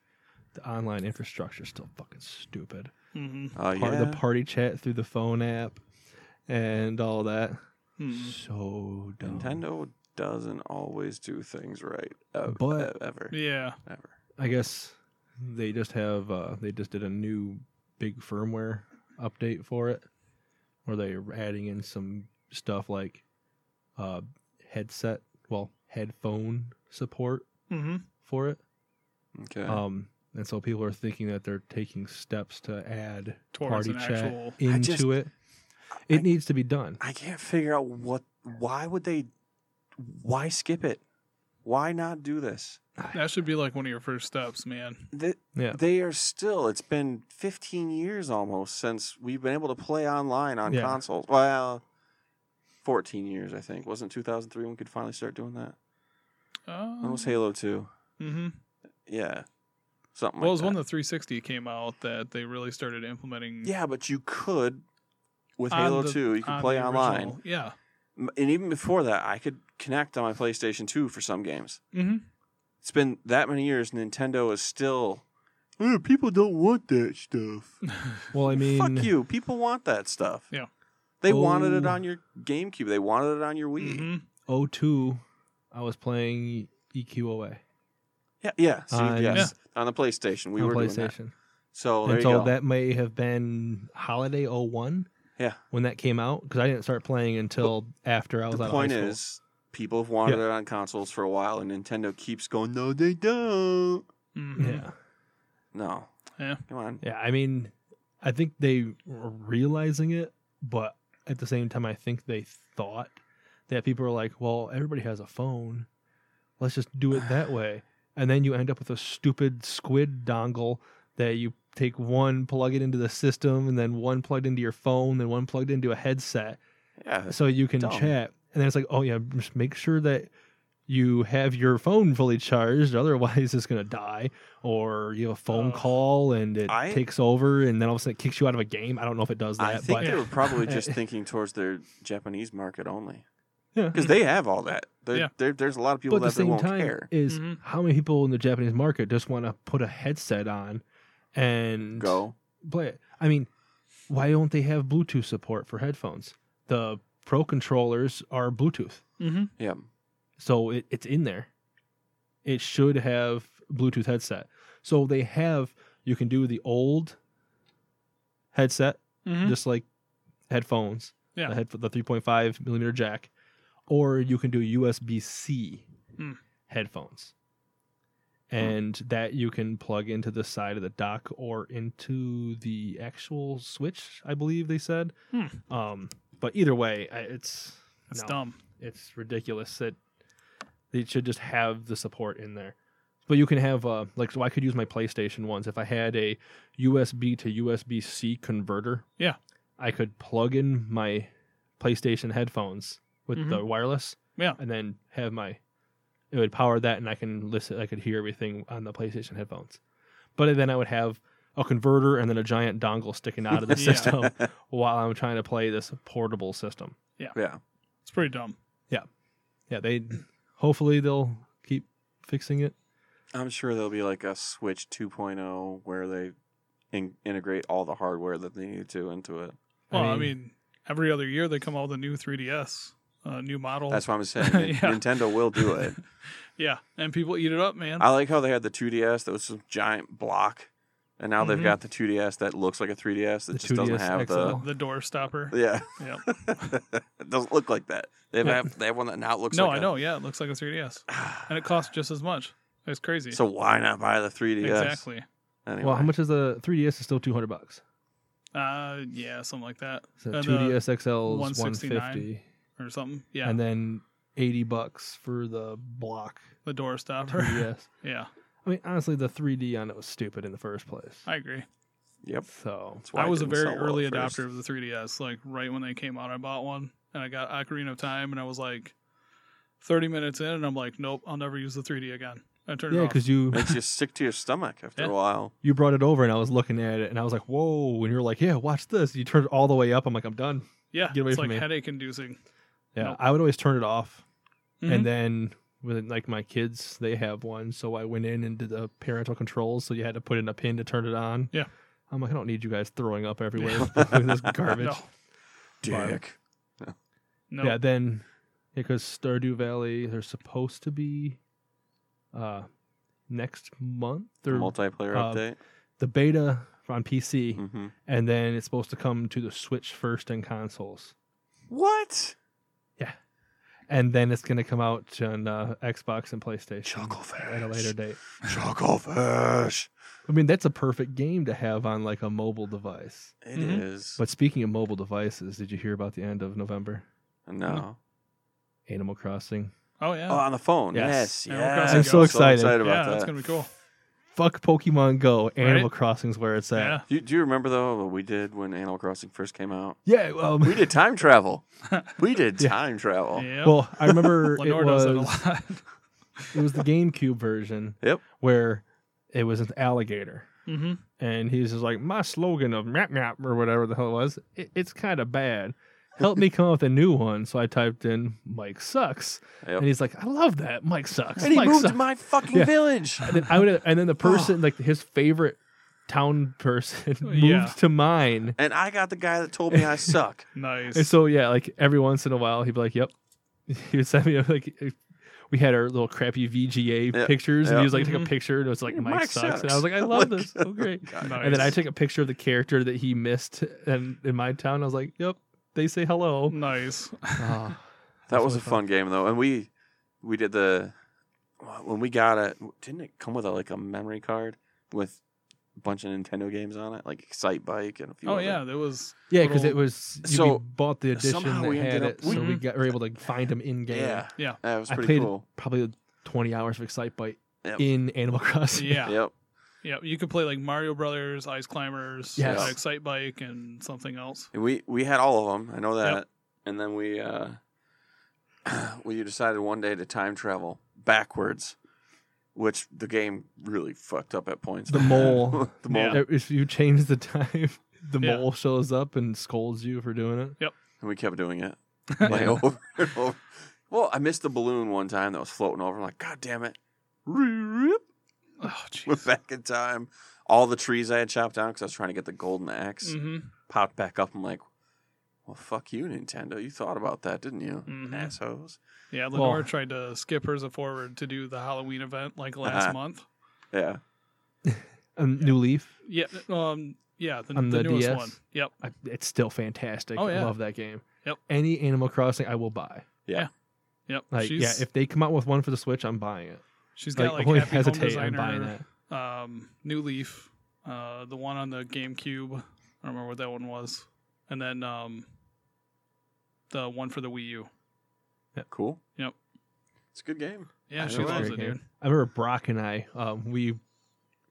Speaker 1: The online infrastructure is still fucking stupid.
Speaker 2: Mm-hmm.
Speaker 3: Oh, yeah.
Speaker 1: Part of the party chat through the phone app and all that.
Speaker 2: Hmm.
Speaker 1: So dumb.
Speaker 3: Nintendo doesn't always do things right. ev-
Speaker 1: But-
Speaker 3: ev- ever,
Speaker 2: Yeah.
Speaker 3: ever.
Speaker 1: I guess they just have uh, they just did a new big firmware update for it, where they are adding in some stuff like uh, headset, well, headphone support
Speaker 2: Mm-hmm.
Speaker 1: for it.
Speaker 3: Okay.
Speaker 1: Um, and so people are thinking that they're taking steps to add
Speaker 2: Towards
Speaker 1: party
Speaker 2: an
Speaker 1: chat
Speaker 2: actual.
Speaker 1: into
Speaker 3: just-
Speaker 1: it. It
Speaker 3: I-
Speaker 1: needs to be done.
Speaker 3: I can't figure out what. Why would they? Why skip it? Why not do this?
Speaker 2: That should be like one of your first steps, man.
Speaker 3: Th-
Speaker 1: Yeah.
Speaker 3: They are still. It's been 15 years almost since we've been able to play online on
Speaker 1: Yeah.
Speaker 3: consoles. Well, 14 years I think. Wasn't 2003 when we could finally start doing that? When
Speaker 2: Oh.
Speaker 3: was Halo 2?
Speaker 2: Mm-hmm.
Speaker 3: Yeah, something.
Speaker 2: Well, it
Speaker 3: like
Speaker 2: was
Speaker 3: that.
Speaker 2: when the 360 came out that they really started implementing.
Speaker 3: Yeah, but you could with
Speaker 2: on
Speaker 3: Halo
Speaker 2: the-
Speaker 3: 2, you could
Speaker 2: on
Speaker 3: play
Speaker 2: the
Speaker 3: online.
Speaker 2: original- Yeah.
Speaker 3: M- And even before that, I could connect on my PlayStation 2 for some games.
Speaker 2: Mm-hmm.
Speaker 3: It's been that many years Nintendo is still "Eh, people don't want that stuff.
Speaker 1: Well, I mean,
Speaker 3: Fuck you. People want that stuff.
Speaker 2: Yeah.
Speaker 3: They wanted it
Speaker 1: Oh.
Speaker 3: on your GameCube. They wanted it on your Wii.
Speaker 2: Mm-hmm.
Speaker 1: 02, I was playing E EQOA
Speaker 3: Yeah, yeah. See,
Speaker 1: On-
Speaker 3: yes. On the PlayStation. We
Speaker 1: on
Speaker 3: were doing that.
Speaker 1: PlayStation.
Speaker 3: So there
Speaker 1: and
Speaker 3: you
Speaker 1: so
Speaker 3: go.
Speaker 1: that may have been holiday 01
Speaker 3: Yeah.
Speaker 1: when that came out because i didn't start playing until after i was
Speaker 3: the
Speaker 1: out
Speaker 3: point
Speaker 1: of high school.
Speaker 3: is people have wanted it on consoles for a while and Nintendo keeps going, No, they don't.
Speaker 2: Mm-hmm.
Speaker 1: yeah
Speaker 3: No.
Speaker 2: Yeah.
Speaker 3: Come on.
Speaker 1: yeah i mean i think they were realizing it but at the same time i think they thought that people were like well everybody has a phone let's just do it
Speaker 3: *sighs*
Speaker 1: that way and then you end up with a stupid squid dongle that you take one plug it into the system and then one plugged into your phone then one plugged into a headset
Speaker 3: Yeah.
Speaker 1: so you can
Speaker 3: dumb.
Speaker 1: chat. And then it's like, oh yeah, just make sure that you have your phone fully charged, otherwise it's gonna die. Or you have a phone
Speaker 2: Ugh.
Speaker 1: call and it
Speaker 3: I-
Speaker 1: takes over, and then all of a sudden it kicks you out of a game. I don't know if it does that,
Speaker 3: I think
Speaker 1: but
Speaker 3: they were
Speaker 1: *laughs*
Speaker 3: probably just thinking towards their Japanese market only. Because they have all that. There,
Speaker 2: Mm-hmm. Yeah.
Speaker 3: there, there's a lot of
Speaker 1: but
Speaker 3: people
Speaker 1: at the
Speaker 3: that they
Speaker 1: same
Speaker 3: won't
Speaker 1: time
Speaker 3: care.
Speaker 1: is
Speaker 2: Mhm.
Speaker 1: how many people in the Japanese market just want to put a headset on and
Speaker 3: Go.
Speaker 1: play it. I mean, why don't they have Bluetooth support for headphones? The Pro controllers are Bluetooth.
Speaker 2: Mm-hmm.
Speaker 3: Yeah.
Speaker 1: So it, it's in there. It should have Bluetooth headset. So they have you can do the old headset,
Speaker 2: Mm-hmm.
Speaker 1: just like headphones.
Speaker 2: Yeah.
Speaker 1: The, head, the 3.5 millimeter jack, or you can do USB C
Speaker 2: Mm.
Speaker 1: headphones, and that you can plug into the side of the dock or into the actual switch. I believe they said.
Speaker 2: Hmm.
Speaker 1: Um, but either way, I, it's
Speaker 2: That's
Speaker 1: no
Speaker 2: dumb.
Speaker 1: it's ridiculous that they should just have the support in there. But you can have uh, like so I could use my PlayStation ones if I had a USB to USB C converter.
Speaker 2: Yeah.
Speaker 1: I could plug in my PlayStation headphones with the wireless.
Speaker 2: Mm-hmm. Yeah.
Speaker 1: and then have my it would power that, and I can listen. I could hear everything on the PlayStation headphones. But then I would have a converter and then a giant dongle sticking out of the
Speaker 2: *laughs* Yeah.
Speaker 1: system *laughs* while I'm trying to play this portable system.
Speaker 3: Yeah.
Speaker 2: It's pretty dumb.
Speaker 1: yeah, they hopefully they'll keep fixing it.
Speaker 3: I'm sure there'll be like a Switch 2.0 where they in- integrate all the hardware that they need to into it.
Speaker 1: I
Speaker 2: Well, I mean,
Speaker 1: mean-
Speaker 2: every other year they come out with a new 3DS, a new model.
Speaker 3: That's
Speaker 2: *laughs*
Speaker 3: what I'm saying. Nin-
Speaker 2: Oh. Yeah.
Speaker 3: Nintendo will do
Speaker 2: *laughs*
Speaker 3: it.
Speaker 2: yeah, and people eat it up, man.
Speaker 3: I like how they had the 2DS that was some giant block, and now
Speaker 2: Mhm.
Speaker 3: they've got the 2DS that looks like a 3DS that
Speaker 1: The
Speaker 3: just doesn't
Speaker 1: 2DS
Speaker 3: have
Speaker 1: XL.
Speaker 2: the door stopper.
Speaker 3: the. *laughs* Yeah.
Speaker 2: Yep.
Speaker 3: it doesn't look like that. They have,
Speaker 1: Yeah.
Speaker 3: they have one that now looks
Speaker 2: no,
Speaker 3: like
Speaker 2: I
Speaker 3: a- *sighs*
Speaker 2: know. Yeah, it looks like a 3DS, and it costs just as much. It's crazy.
Speaker 3: So why not buy the 3DS?
Speaker 2: exactly.
Speaker 3: Anyway.
Speaker 1: Well, how much is the 3DS? Is still 200 bucks.
Speaker 2: Uh, yeah, something like that,
Speaker 1: So
Speaker 2: And, uh,
Speaker 1: 2DS XL is
Speaker 2: 169.
Speaker 1: 150,
Speaker 2: or something. Yeah,
Speaker 1: and then 80 bucks for the
Speaker 2: *laughs*
Speaker 1: block
Speaker 2: the door stopper.
Speaker 1: 3DS.
Speaker 2: *laughs* yeah,
Speaker 1: I mean, honestly, the 3D on it was stupid in the first place.
Speaker 2: I agree.
Speaker 3: Yep.
Speaker 1: So
Speaker 3: That's why
Speaker 2: I
Speaker 3: it
Speaker 2: was a
Speaker 3: didn't
Speaker 2: very
Speaker 3: sell well
Speaker 2: early
Speaker 3: at first.
Speaker 2: adopter of the 3DS. Like right when they came out, I bought one and I got Ocarina of Time, and I was like 30 minutes in, and I'm like, nope, I'll never use the 3D again. I turned
Speaker 1: yeah,
Speaker 2: it off.
Speaker 1: because you
Speaker 2: *laughs*
Speaker 3: Makes you sick to your stomach after
Speaker 2: Yeah.
Speaker 3: a while.
Speaker 1: you brought it over and I was looking at it and I was like, whoa! And you were like, yeah, watch this. You turned it all the way up. I'm like, I'm done.
Speaker 2: Yeah,
Speaker 1: Get away
Speaker 2: it's
Speaker 1: from
Speaker 2: like
Speaker 1: me.
Speaker 2: headache inducing.
Speaker 1: Yeah,
Speaker 2: Nope.
Speaker 1: I would always turn it off
Speaker 2: Mhm.
Speaker 1: and then with like my kids they have one so i went in and did the parental controls so you had to put in a pin to turn it on
Speaker 2: Yeah.
Speaker 1: i'm like i don't need you guys throwing
Speaker 2: *laughs*
Speaker 1: up everywhere with this garbage
Speaker 2: No,
Speaker 3: Dick.
Speaker 2: no.
Speaker 1: yeah then because Stardew Valley they're supposed to be uh next month or
Speaker 3: multiplayer
Speaker 1: uh,
Speaker 3: update.
Speaker 1: the beta on PC
Speaker 3: Mm-hmm.
Speaker 1: and then it's supposed to come to the Switch first and consoles.
Speaker 3: What?
Speaker 1: And then it's going to come out on uh, Xbox and PlayStation
Speaker 3: Chucklefish.
Speaker 1: at a later date.
Speaker 3: *laughs* Chucklefish.
Speaker 1: I mean, that's a perfect game to have on like a mobile device.
Speaker 3: It is.
Speaker 2: Mhm.
Speaker 1: Mm-hmm. But speaking of mobile devices, did you hear about the end of November?
Speaker 3: no.
Speaker 1: Mm-hmm. Animal Crossing.
Speaker 2: Oh yeah.
Speaker 3: Oh, on the phone.
Speaker 1: Yes.
Speaker 3: Yes.
Speaker 2: Animal
Speaker 3: yes.
Speaker 2: Crossing I'm so
Speaker 1: excited.
Speaker 2: yeah,
Speaker 3: about
Speaker 2: that's
Speaker 3: that.
Speaker 2: gonna be cool.
Speaker 1: Fuck Pokemon Go. Animal
Speaker 2: Right?
Speaker 1: Crossing's where it's
Speaker 2: Yeah.
Speaker 1: at.
Speaker 3: Do you, do you remember though what we did when Animal Crossing first
Speaker 1: *laughs*
Speaker 3: came out?
Speaker 1: Yeah. um,
Speaker 3: We did time travel. We did
Speaker 1: Yeah.
Speaker 3: time travel.
Speaker 2: Yep.
Speaker 1: *laughs* well, I
Speaker 3: *laughs*
Speaker 1: remember it
Speaker 2: Lenore does
Speaker 1: was
Speaker 2: that a lot. *laughs*
Speaker 1: it was the GameCube version.
Speaker 3: *laughs* Yep.
Speaker 1: Where it was an alligator.
Speaker 2: mm-hmm.
Speaker 1: and he's just like my slogan of map map or whatever the hell it was it, it's kind of bad help me come up with a new one so i typed in mike sucks
Speaker 3: Yep.
Speaker 1: and he's like i love that mike sucks
Speaker 3: And he
Speaker 1: Mike
Speaker 3: moved
Speaker 1: sucks."
Speaker 3: to my fucking
Speaker 1: Yeah.
Speaker 3: village.
Speaker 1: and then, I would, and
Speaker 3: *sighs*
Speaker 1: then the person like his favorite town person *laughs* moved
Speaker 2: Yeah.
Speaker 1: to mine
Speaker 3: And I got the guy that told
Speaker 1: *laughs*
Speaker 3: me I suck.
Speaker 2: Nice.
Speaker 1: and so yeah like every once in a while he'd be like yep *laughs* he would send me *laughs* like we had our little crappy VGA
Speaker 3: Yeah.
Speaker 1: pictures, and
Speaker 3: Yeah.
Speaker 1: he was like, take a
Speaker 2: Mhm.
Speaker 1: picture, and it was like, Mike,
Speaker 3: Mike
Speaker 1: sucks. And I
Speaker 3: sucks.
Speaker 1: was
Speaker 3: *laughs*
Speaker 1: like, I love this. Oh, great.
Speaker 2: nice.
Speaker 1: And then I took a picture of the character that he missed and in my town. I was like, yep, they say
Speaker 3: *laughs*
Speaker 1: hello. Ah.
Speaker 2: nice.
Speaker 3: That
Speaker 1: That's
Speaker 3: was a
Speaker 1: really fun.
Speaker 3: fun game though, and we we did the when we got it. Didn't it come with a, like a memory card with a bunch of Nintendo games on it, like Excite Bike and a few?
Speaker 2: Oh
Speaker 3: other-
Speaker 2: yeah, there was.
Speaker 1: yeah, because it
Speaker 2: Little-
Speaker 1: was you
Speaker 3: So,
Speaker 1: bought the edition
Speaker 3: somehow
Speaker 1: that
Speaker 3: we ended
Speaker 1: had
Speaker 3: up-
Speaker 1: it, so we
Speaker 2: Mhm.
Speaker 1: got, were able to find him in game.
Speaker 3: yeah,
Speaker 2: Yeah.
Speaker 3: That was
Speaker 1: I
Speaker 3: pretty
Speaker 1: played
Speaker 3: cool.
Speaker 1: Probably twenty hours of Excite Bite
Speaker 3: Yep.
Speaker 1: in Animal Crossing.
Speaker 2: Yeah. yeah.
Speaker 3: Yep.
Speaker 2: You could play like Mario Brothers, Ice Climbers,
Speaker 1: Yes.
Speaker 2: uh, Excite Bike, and something else.
Speaker 3: And we we had all of them. I know that.
Speaker 2: Yep.
Speaker 3: And then we uh *clears throat* we decided one day to time travel backwards, which the game really fucked up at points.
Speaker 1: The mole.
Speaker 3: *laughs* the mole.
Speaker 2: Yeah.
Speaker 1: *laughs* If you change the time, *laughs* the
Speaker 2: Yeah.
Speaker 1: mole shows up and scolds you for doing it.
Speaker 3: And we kept doing it. *laughs* Like over and over. Well, I missed the balloon one time that was floating over. I'm like, God damn it. *laughs* Rip.
Speaker 2: Oh
Speaker 3: We're
Speaker 2: jeez.
Speaker 3: back in time. All the trees I had chopped down because I was trying to get the golden axe
Speaker 2: hmm
Speaker 3: popped back up. I'm like, well, fuck you, Nintendo. You thought about that, didn't you?
Speaker 2: Mhm.
Speaker 3: Assholes.
Speaker 2: Yeah, Lenore
Speaker 1: Well-
Speaker 2: tried to skip hers forward to do the Halloween event like last
Speaker 3: Uh-huh.
Speaker 2: month.
Speaker 3: Yeah.
Speaker 1: Um, New Leaf,
Speaker 2: Yeah, um, yeah, the,
Speaker 1: On
Speaker 2: the,
Speaker 1: the
Speaker 2: newest
Speaker 1: DS?
Speaker 2: one. Yep.
Speaker 1: I, it's still fantastic.
Speaker 2: Oh,
Speaker 1: I
Speaker 2: yeah.
Speaker 1: love that game.
Speaker 2: Yep.
Speaker 1: Any Animal Crossing, I will buy.
Speaker 2: Yep.
Speaker 1: Like,
Speaker 2: she's,
Speaker 1: yeah, if they come out with one for the Switch, I'm buying it.
Speaker 2: she's
Speaker 1: Like,
Speaker 2: got
Speaker 1: *laughs*
Speaker 2: like,
Speaker 1: only
Speaker 2: Happy Home
Speaker 1: hesitate on buying
Speaker 2: Designer,
Speaker 1: that.
Speaker 2: um, New Leaf, uh, the one on the GameCube. I don't remember what that one was, and then um, the one for the Wii U.
Speaker 3: Cool.
Speaker 2: Yep.
Speaker 3: It's a good game.
Speaker 2: Yeah,
Speaker 3: I
Speaker 2: she
Speaker 3: know
Speaker 2: loves
Speaker 3: that
Speaker 2: it,
Speaker 1: game.
Speaker 2: dude.
Speaker 1: I remember Brock and I, um, we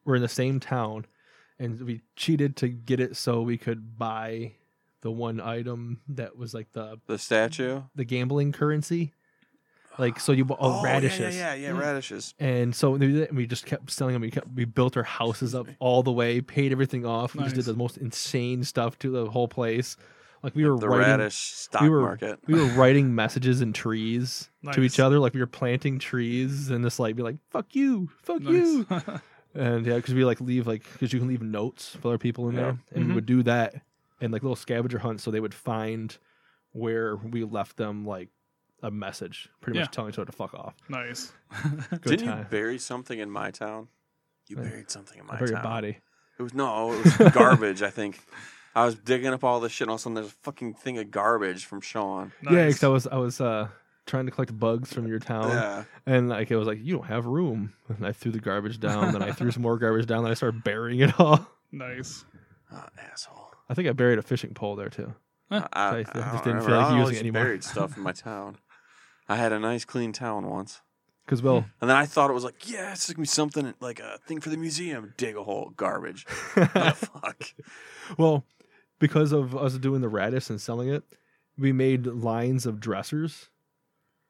Speaker 1: were in the same town, and we cheated to get it so we could buy the one item that was like the
Speaker 3: The statue.
Speaker 1: the gambling currency, like so you bought
Speaker 3: Oh,
Speaker 1: oh,
Speaker 3: yeah,
Speaker 1: radishes.
Speaker 3: Yeah, yeah, yeah,
Speaker 2: Mm.
Speaker 3: radishes.
Speaker 1: And so we, did it, and we just kept selling them. We, kept, we built our houses up all the way, paid everything off. We just
Speaker 2: Nice.
Speaker 1: did the most insane stuff to the whole place. Like we were
Speaker 3: the
Speaker 1: writing,
Speaker 3: radish stock
Speaker 1: we were-
Speaker 3: market.
Speaker 1: we were writing messages in trees to
Speaker 2: Nice.
Speaker 1: each other. Like we were planting trees and just like be like, "Fuck you, fuck you."
Speaker 2: Nice.
Speaker 1: And yeah, because we like leave like because you can leave notes for other people in
Speaker 3: Yeah.
Speaker 1: there, and we
Speaker 3: Mm-hmm.
Speaker 2: Mhm.
Speaker 1: would do that and like little scavenger hunts, so they would find where we left them like a message, pretty
Speaker 2: Yeah.
Speaker 1: much telling each other to fuck off.
Speaker 2: nice. *laughs*
Speaker 1: Good
Speaker 3: Didn't you
Speaker 1: time.
Speaker 3: bury something in my town? You
Speaker 1: Yeah.
Speaker 3: buried something in my
Speaker 1: I buried a
Speaker 3: town.
Speaker 1: body.
Speaker 3: It was no, it
Speaker 1: *laughs*
Speaker 3: was garbage. I think I was digging up all this shit, and all of a sudden there's a fucking thing of garbage from Sean.
Speaker 1: Yeah,
Speaker 2: Nice.
Speaker 1: because I was I was uh trying to collect bugs from your town, *laughs*
Speaker 3: Yeah,
Speaker 1: and like it was like you don't have room, and I threw the garbage down, then I
Speaker 3: *laughs*
Speaker 1: threw some more garbage down, then I started burying it all.
Speaker 2: nice.
Speaker 3: oh, asshole.
Speaker 1: I think I buried a fishing pole there too.
Speaker 2: Huh.
Speaker 3: I, I,
Speaker 1: So I
Speaker 3: I
Speaker 1: just
Speaker 3: don't
Speaker 1: didn't feel like
Speaker 3: remember. I
Speaker 1: using it
Speaker 3: always
Speaker 1: anymore.
Speaker 3: buried stuff in
Speaker 1: *laughs*
Speaker 3: my town. I had a nice clean town once,
Speaker 1: Because *laughs* well,
Speaker 3: and then I thought it was like, yeah, it's gonna be something like a thing for the museum. Dig a hole, garbage. Oh,
Speaker 1: *laughs*
Speaker 3: fuck.
Speaker 1: Well, because of us doing the radish and selling it, we made lines of dressers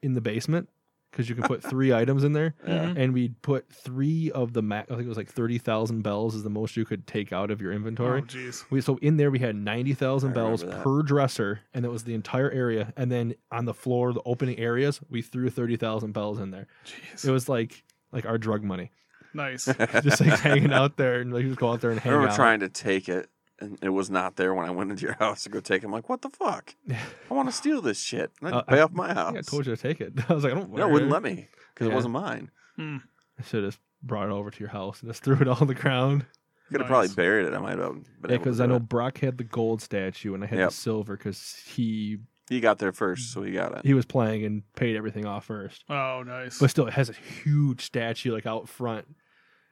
Speaker 1: in the basement because you can put
Speaker 3: *laughs*
Speaker 1: three items in there.
Speaker 3: Yeah.
Speaker 2: Mhm.
Speaker 1: And we put three of the max. I think it was like thirty thousand bells is the most you could take out of your
Speaker 2: Oh,
Speaker 1: inventory.
Speaker 2: jeez.
Speaker 1: We, so in there we had ninety thousand
Speaker 3: I
Speaker 1: bells
Speaker 3: remember that.
Speaker 1: per dresser, and that was the entire area. And then on the floor, the opening areas, we threw thirty thousand bells in there. It
Speaker 2: Jeez.
Speaker 1: was like like our drug money,
Speaker 2: Nice.
Speaker 1: *laughs*
Speaker 3: *laughs*
Speaker 1: just like hanging out there, and like you just go out there and
Speaker 3: I
Speaker 1: hang
Speaker 3: remember
Speaker 1: out.
Speaker 3: trying to take it and it was not there when I went into your *laughs* house to go take. it. I'm like, what
Speaker 1: *laughs*
Speaker 3: the fuck?
Speaker 1: Yeah.
Speaker 3: I want to steal this shit. I
Speaker 1: Uh,
Speaker 3: pay off my house.
Speaker 1: I told you to take it. *laughs* I was like, I don't.
Speaker 3: no, it wouldn't let me because
Speaker 1: Yeah.
Speaker 3: it wasn't mine.
Speaker 1: I should have just brought it over to your house and just *laughs* threw it on the ground.
Speaker 3: Could have
Speaker 2: Nice.
Speaker 3: probably buried it. I might have. been
Speaker 1: yeah,
Speaker 3: able to
Speaker 1: because I
Speaker 3: do
Speaker 1: know
Speaker 3: it.
Speaker 1: Brock had the gold statue and I had
Speaker 3: Yep.
Speaker 1: the silver because he
Speaker 3: he got there first, so he got it.
Speaker 1: he was playing and paid everything off first.
Speaker 2: Oh, nice.
Speaker 1: But still, it has a huge statue like out front,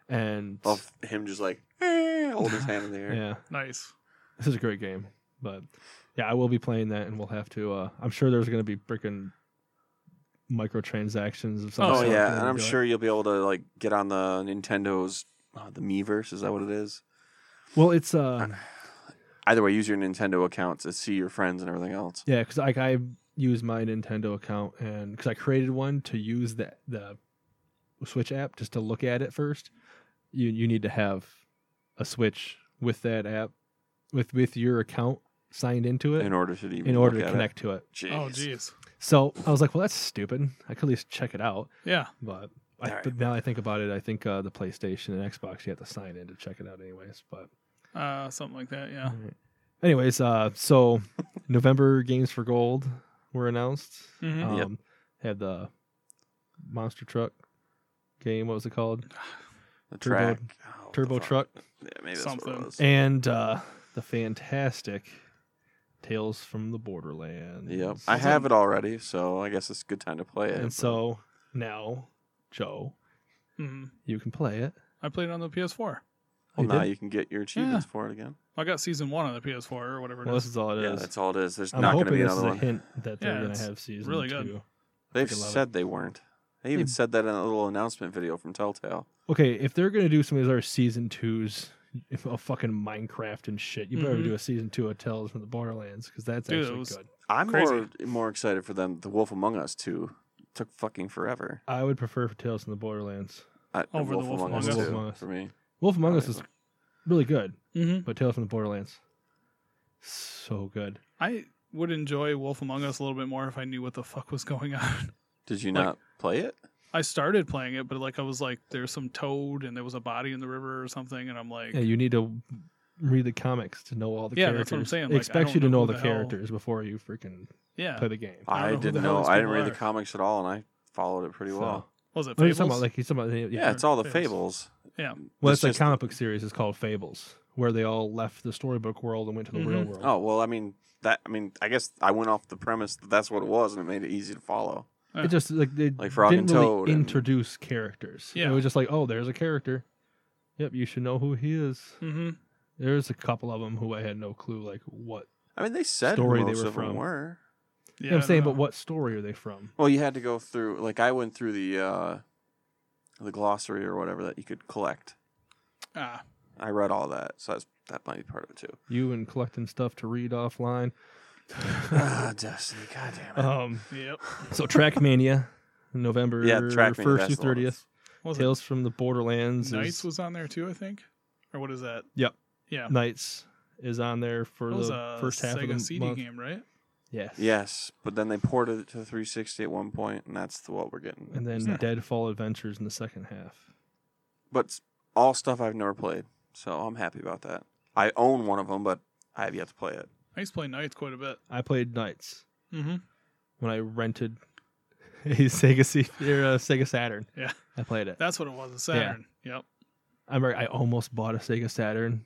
Speaker 1: and
Speaker 3: Of him just like eh, holding his hand in the air.
Speaker 1: yeah,
Speaker 2: nice.
Speaker 1: this is a great game. But yeah, I will be playing that, and we'll have to. Uh, I'm sure there's going to be freaking microtransactions of some
Speaker 2: Oh,
Speaker 3: Oh
Speaker 1: sort
Speaker 3: yeah,
Speaker 1: when
Speaker 3: and
Speaker 1: we
Speaker 3: I'm
Speaker 1: do it.
Speaker 3: sure you'll be able to like get on the Nintendo's uh, the Miiverse. Is that what it is?
Speaker 1: Well, it's uh,
Speaker 3: Either way, use your Nintendo account to see your friends and everything else.
Speaker 1: yeah, because like I use my Nintendo account, and because I created one to use the the Switch app just to look at it first. You you need to have a Switch with that app, with with your account signed into it
Speaker 3: In order to even
Speaker 1: in order
Speaker 3: look
Speaker 1: to
Speaker 3: at
Speaker 1: connect to it.
Speaker 3: It.
Speaker 2: Oh,
Speaker 3: Jeez.
Speaker 2: jeez.
Speaker 1: So I was like, well, that's stupid. I could at least check it out.
Speaker 2: Yeah.
Speaker 1: But I,
Speaker 3: All right.
Speaker 1: but now I think about it, I think uh, the PlayStation and Xbox you have to sign in to check it out, anyways. But
Speaker 2: Uh, something like that. Yeah.
Speaker 1: alright. anyways, uh, so November games for gold were announced.
Speaker 2: Mhm.
Speaker 1: Um,
Speaker 3: Yep.
Speaker 1: Had the monster truck game. What was it called?
Speaker 3: The
Speaker 1: Turbo-
Speaker 3: track. Oh, what the
Speaker 1: Turbo
Speaker 3: fuck?
Speaker 1: truck
Speaker 3: Yeah, maybe that's what
Speaker 2: Something.
Speaker 3: it was.
Speaker 1: and uh, the fantastic Tales from the Borderlands.
Speaker 3: Yep, I have it already, so I guess it's a good time to play it.
Speaker 1: And
Speaker 3: but-
Speaker 1: so now, Joe,
Speaker 2: Mhm.
Speaker 1: you can play it.
Speaker 2: I played it on the PS4.
Speaker 3: well,
Speaker 1: You
Speaker 3: now
Speaker 1: did?
Speaker 3: you can get your achievements for it again.
Speaker 2: I got season one on the PS4 or whatever.
Speaker 1: Well,
Speaker 2: it
Speaker 1: this
Speaker 2: is.
Speaker 1: is all it
Speaker 3: yeah,
Speaker 1: is.
Speaker 3: that's all it is. There's
Speaker 1: I'm
Speaker 3: not going to
Speaker 1: hoping
Speaker 3: be
Speaker 1: this is
Speaker 3: another
Speaker 1: a
Speaker 3: one.
Speaker 1: hint that they're
Speaker 2: Yeah,
Speaker 1: going to
Speaker 2: it's
Speaker 1: have season
Speaker 2: really
Speaker 1: two.
Speaker 2: good.
Speaker 3: They've
Speaker 1: freaking love it.
Speaker 3: said they weren't. They even
Speaker 2: Hmm.
Speaker 1: They-
Speaker 3: said that in a little announcement video from Telltale.
Speaker 1: Okay, if they're going to do some of these other season twos *laughs* if- of fucking Minecraft and shit, you better
Speaker 2: Mhm.
Speaker 1: do a season two of Tales from the Borderlands because that's
Speaker 2: Dude,
Speaker 1: actually
Speaker 2: it was-
Speaker 1: good.
Speaker 3: I'm
Speaker 2: Crazy.
Speaker 3: more more excited for them. The Wolf Among Us two took fucking forever. Uh,
Speaker 1: I would prefer for Tales from the Borderlands.
Speaker 3: I,
Speaker 2: Over The Wolf Among
Speaker 1: Us?
Speaker 3: 2
Speaker 1: Among Us.
Speaker 3: for me.
Speaker 1: Wolf Among
Speaker 3: Oh,
Speaker 1: Us
Speaker 3: yeah.
Speaker 1: is really good,
Speaker 2: Mhm.
Speaker 1: but Tales from the Borderlands, so good.
Speaker 2: I would enjoy Wolf Among Us a little bit more if I knew what the fuck was going *laughs* on.
Speaker 3: Did you
Speaker 2: Like-
Speaker 3: not play it?
Speaker 2: I started playing it, but like I was like, there's some toad and there was a body in the river or something, and I'm like,
Speaker 1: Yeah, you need to read the comics to know all the
Speaker 2: Yeah,
Speaker 1: characters.
Speaker 2: that's what I'm saying,
Speaker 1: They
Speaker 2: like, I
Speaker 1: expect
Speaker 2: don't
Speaker 1: you to
Speaker 2: know
Speaker 1: know
Speaker 2: who
Speaker 1: the,
Speaker 2: the hell-
Speaker 1: characters before you freaking
Speaker 2: yeah,
Speaker 1: play the game.
Speaker 2: I don't know
Speaker 3: I,
Speaker 2: who the
Speaker 3: didn't
Speaker 2: hell
Speaker 3: know.
Speaker 2: these
Speaker 3: I didn't
Speaker 2: people
Speaker 3: read the
Speaker 2: are.
Speaker 3: comics at all, and I followed it pretty
Speaker 1: So-
Speaker 3: well.
Speaker 2: was it
Speaker 1: What are you talking
Speaker 2: Fables?
Speaker 1: about? Like he's talking about yeah,
Speaker 3: Yeah, it's all the
Speaker 2: Fables.
Speaker 3: fables.
Speaker 2: Yeah.
Speaker 1: Well,
Speaker 3: It's
Speaker 1: it's, a
Speaker 3: just-
Speaker 1: comic book series. It's called Fables, where they all left the storybook world and went to the real
Speaker 2: Mhm.
Speaker 1: world.
Speaker 3: Oh well, I mean that. I mean, I guess I went off the premise that that's what it was, and it made it easy to follow.
Speaker 2: Yeah.
Speaker 1: It just like they
Speaker 3: Like Frog
Speaker 1: didn't
Speaker 3: and
Speaker 1: really
Speaker 3: Toad and-
Speaker 1: introduce characters.
Speaker 2: Yeah.
Speaker 1: It was just like, oh, there's a character. Yep, you should know who he is.
Speaker 2: hmm
Speaker 1: There's a couple of them who I had no clue like what.
Speaker 3: I mean, they said
Speaker 1: Story they
Speaker 3: most
Speaker 1: were
Speaker 3: of them
Speaker 1: from.
Speaker 3: were.
Speaker 1: you
Speaker 2: Yeah, I
Speaker 1: know what I'm
Speaker 2: don't
Speaker 1: saying,
Speaker 2: know.
Speaker 1: but what story are they from?
Speaker 3: Well, you had to go through. Like I went through the uh the glossary or whatever that you could collect.
Speaker 2: Ah,
Speaker 3: I read all that, so that's, that might be part of it *laughs* too.
Speaker 1: You and collecting stuff to read offline. *laughs*
Speaker 3: Ah, Destiny, goddamn it!
Speaker 1: um,
Speaker 2: yep.
Speaker 1: so Trackmania, November
Speaker 3: Yeah, Trackmania,
Speaker 1: first through
Speaker 3: that's the one.
Speaker 1: thirtieth.
Speaker 2: Was it
Speaker 1: Tales from the Borderlands.
Speaker 2: Knights
Speaker 1: is,
Speaker 2: was on there too? I think, or what is that?
Speaker 1: Yep.
Speaker 2: Yeah,
Speaker 1: Knights is on there for
Speaker 2: that was
Speaker 1: the
Speaker 2: a
Speaker 1: first half
Speaker 2: Sega
Speaker 1: of the
Speaker 2: CD
Speaker 1: month.
Speaker 2: game, right?
Speaker 1: Yes.
Speaker 3: Yes, but then they ported it to the 360 at one point, and that's the, what we're getting.
Speaker 1: And then
Speaker 2: Hmm.
Speaker 1: Deadfall Adventures in the second half.
Speaker 3: but it's all stuff I've never played, so I'm happy about that. I own one of them, but I have yet to play it.
Speaker 2: I used to play Knights quite a bit.
Speaker 1: I played Knights
Speaker 2: hmm
Speaker 1: when I rented a *laughs* Sega C- or a Sega Saturn.
Speaker 2: Yeah.
Speaker 1: I played it.
Speaker 2: That's what it was. A Saturn. Yep.
Speaker 1: I remember I almost bought a Sega Saturn.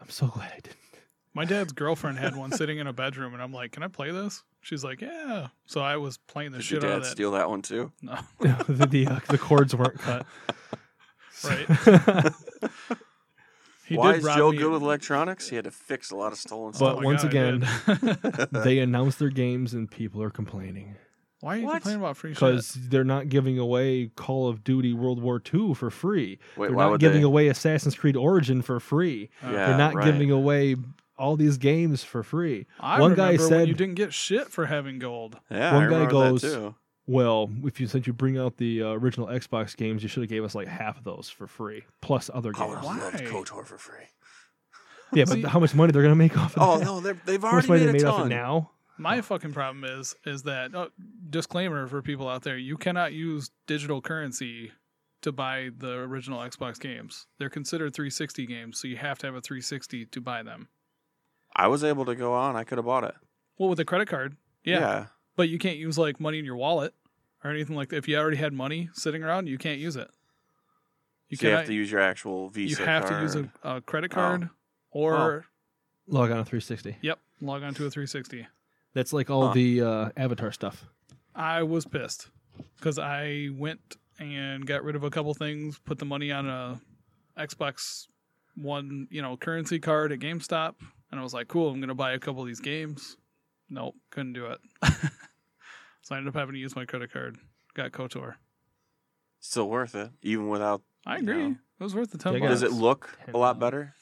Speaker 1: I'm so glad I didn't.
Speaker 2: My dad's girlfriend had one sitting in a bedroom, and I'm like, "Can I play this?" She's like, "Yeah." So I was playing the
Speaker 3: Did your
Speaker 2: shit out of
Speaker 3: dad
Speaker 2: that.
Speaker 3: steal that one too?
Speaker 2: no,
Speaker 1: *laughs* the the, uh, the cords weren't cut.
Speaker 2: *laughs*
Speaker 1: *laughs*
Speaker 2: Right. he
Speaker 3: Why
Speaker 2: did
Speaker 3: is
Speaker 2: rob
Speaker 3: Joe
Speaker 2: me-
Speaker 3: good with electronics? He had to fix a lot of stolen
Speaker 1: But
Speaker 2: Oh my
Speaker 3: stuff.
Speaker 1: once
Speaker 2: God, I did. *laughs*
Speaker 1: *laughs* they announced their games and people are complaining
Speaker 2: why are you
Speaker 3: What?
Speaker 2: complaining about free shit?
Speaker 1: because they're not giving away Call of Duty World War II for free.
Speaker 3: Wait,
Speaker 1: they're
Speaker 3: why
Speaker 1: not
Speaker 3: would
Speaker 1: giving
Speaker 3: they?
Speaker 1: away Assassin's Creed Origin for free.
Speaker 2: Uh,
Speaker 3: Yeah,
Speaker 1: they're not
Speaker 3: right.
Speaker 1: giving away all these games for free.
Speaker 2: I
Speaker 1: One guy
Speaker 2: remember when you
Speaker 1: said-
Speaker 2: didn't get shit for having gold.
Speaker 3: Yeah,
Speaker 1: One
Speaker 3: I
Speaker 1: guy
Speaker 3: remember
Speaker 1: goes-
Speaker 3: that too.
Speaker 1: Well, if you since you bring out the uh, original Xbox games, you should have gave us like half of those for free, plus other
Speaker 3: I would
Speaker 1: games.
Speaker 3: have loved
Speaker 2: Why?
Speaker 3: KOTOR for free.
Speaker 1: yeah, but
Speaker 2: See-
Speaker 1: how much money they're gonna make off? Of
Speaker 3: Oh
Speaker 1: that?
Speaker 3: no, they're- they've
Speaker 1: how much
Speaker 3: already
Speaker 1: money
Speaker 3: made
Speaker 1: they made
Speaker 3: a
Speaker 1: off
Speaker 3: ton.
Speaker 1: of now?
Speaker 2: My fucking problem uh, is is that oh, disclaimer for people out there: you cannot use digital currency to buy the original Xbox games. They're considered 360 games, so you have to have a 360 to buy them.
Speaker 3: I was able to go on. I could have bought it.
Speaker 2: Well, with a credit card, yeah, but you can't use like money in your wallet or anything like that. If you already had money sitting around, you can't use it. You
Speaker 3: so you have
Speaker 2: cannot-
Speaker 3: to use your actual Visa.
Speaker 2: you have to use a,
Speaker 3: card. Oh.
Speaker 2: a credit card or
Speaker 1: Log on to 360.
Speaker 2: yep, log on to a 360.
Speaker 1: That's like all
Speaker 3: Huh.
Speaker 1: the uh, Avatar stuff.
Speaker 2: I was pissed because I went and got rid of a couple things, put the money on a Xbox One, you know, currency card at GameStop, and I was like, cool, I'm gonna buy a couple of these games. Nope, couldn't
Speaker 1: *laughs*
Speaker 2: do it. so I ended up having to use my credit card. Got Kotor.
Speaker 3: Still worth it, even without.
Speaker 2: I agree.
Speaker 3: Yeah.
Speaker 2: It was worth the ten
Speaker 1: Dig
Speaker 2: bucks.
Speaker 3: Does it look
Speaker 1: Ten
Speaker 3: a
Speaker 1: dollars.
Speaker 3: lot better?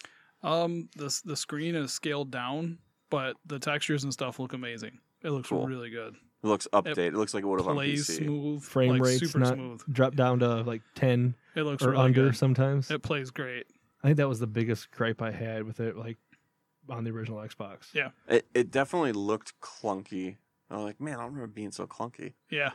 Speaker 2: Um, the s- the screen is scaled down, but the textures and stuff look amazing. It looks
Speaker 3: Cool.
Speaker 2: really good.
Speaker 3: It looks updated. It looks like it would have on
Speaker 2: Plays
Speaker 3: PC.
Speaker 2: smooth,
Speaker 1: Frame
Speaker 2: like
Speaker 1: rates
Speaker 2: super
Speaker 1: not
Speaker 2: smooth.
Speaker 1: drop down to like 10
Speaker 2: It looks
Speaker 1: or
Speaker 2: really
Speaker 1: under
Speaker 2: good.
Speaker 1: sometimes.
Speaker 2: It plays great.
Speaker 1: I think that was the biggest gripe I had with it, like on the original Xbox.
Speaker 2: Yeah.
Speaker 3: It, it definitely looked clunky. I'm like, man, I don't remember it being so clunky.
Speaker 2: Yeah,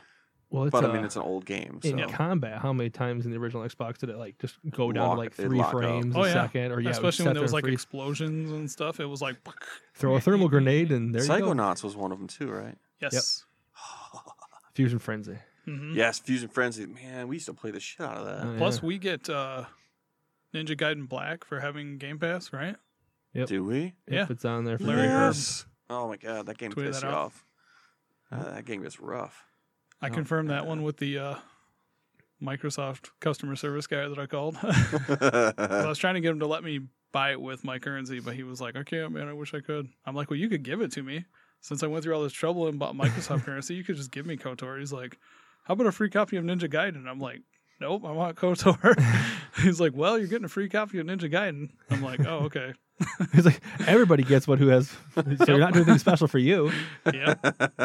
Speaker 1: Well, it's,
Speaker 3: but
Speaker 1: uh,
Speaker 3: I mean, it's an old game. So.
Speaker 1: in combat. How many times in the original Xbox did it like just go down
Speaker 3: Lock-
Speaker 1: to like
Speaker 3: it'd
Speaker 1: three
Speaker 3: lock up.
Speaker 1: frames
Speaker 2: Oh,
Speaker 1: a
Speaker 2: yeah.
Speaker 1: second? Or yeah, it would
Speaker 2: especially
Speaker 1: sit
Speaker 2: when there was
Speaker 1: and
Speaker 2: like
Speaker 1: freeze-
Speaker 2: explosions and stuff. It was like *laughs*
Speaker 1: throw a thermal grenade and there you go.
Speaker 3: Psychonauts was one of them
Speaker 2: *sighs*
Speaker 3: too, right?
Speaker 2: yes,
Speaker 1: Fusion frenzy.
Speaker 2: hmm
Speaker 3: Yes, Fusion Frenzy. Man, we used to play the shit out of that.
Speaker 1: Oh,
Speaker 2: Plus,
Speaker 1: yeah.
Speaker 2: we get uh, Ninja Gaiden Black for having Game Pass, right?
Speaker 1: Yep.
Speaker 3: Do we?
Speaker 1: Yep, it's on there. For
Speaker 2: Larry
Speaker 1: you. *laughs*
Speaker 2: Herb.
Speaker 3: Oh my god, that game
Speaker 2: Tweet
Speaker 3: pissed
Speaker 2: that
Speaker 3: you
Speaker 2: out.
Speaker 3: off. Uh, that game is
Speaker 2: *laughs*
Speaker 3: rough.
Speaker 2: I
Speaker 1: Oh,
Speaker 2: confirmed that
Speaker 3: yeah.
Speaker 2: one with the uh, Microsoft customer service guy that I called. *laughs* I was trying to get him to let me buy it with my currency, but he was like, "Okay, man, I wish I could." I'm like, "Well, you could give it to me. Since I went through all this trouble and bought
Speaker 1: *laughs*
Speaker 2: Microsoft currency, you could just give me Kotor." He's like, "How about a free copy of Ninja Gaiden?" I'm like, "Nope, I want
Speaker 1: *laughs*
Speaker 2: Kotor." He's like, "Well, you're getting a free copy of Ninja Gaiden." I'm like, "Oh, okay,
Speaker 1: It's like everybody gets what who has. *laughs* So you're not doing anything special for you.
Speaker 2: yeah."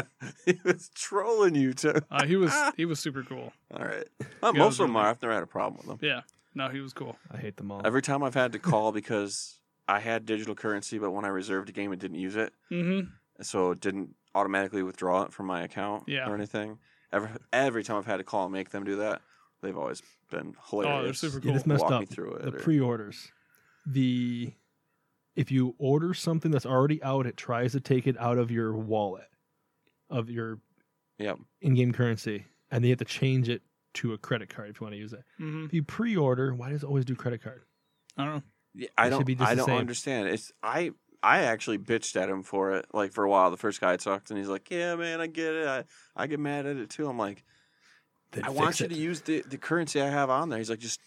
Speaker 3: *laughs* he was trolling you too.
Speaker 2: Uh, he was he was super cool.
Speaker 3: All right. Well,
Speaker 2: Yeah, it
Speaker 3: most
Speaker 2: was
Speaker 3: of them
Speaker 2: really-
Speaker 3: are. I've never had a problem with them.
Speaker 2: Yeah, no, he was cool.
Speaker 1: I hate them all.
Speaker 3: Every time I've had to call because I had digital currency, but when I reserved a game, it didn't use it,
Speaker 2: hmm
Speaker 3: so it didn't automatically withdraw it from my account
Speaker 2: Yeah.
Speaker 3: or anything. Every every time I've had to call and make them do that, they've always been hilarious.
Speaker 2: Oh, super
Speaker 1: yeah, this
Speaker 2: cool.
Speaker 1: messed
Speaker 3: Walk
Speaker 1: up.
Speaker 3: me through it.
Speaker 1: the
Speaker 3: or-
Speaker 1: pre-orders, the if you order something that's already out, it tries to take it out of your wallet of your
Speaker 3: Yep.
Speaker 1: in-game currency, and they have to change it to a credit card if you want to use it.
Speaker 2: hmm
Speaker 1: If you pre-order, why does it always do credit card?
Speaker 2: I don't know.
Speaker 3: Yeah, I
Speaker 1: It should
Speaker 3: don't.
Speaker 1: be just
Speaker 3: I
Speaker 1: the
Speaker 3: don't
Speaker 1: same.
Speaker 3: understand. It's I. I actually bitched at him for it, like for a while. The first guy I talked, to, and he's like, "Yeah, man, I get it. I, I get mad at it too." I'm like,
Speaker 1: Then
Speaker 3: "I e-
Speaker 1: fix
Speaker 3: want you
Speaker 1: it.
Speaker 3: to use the the currency I have on there." He's like, "Just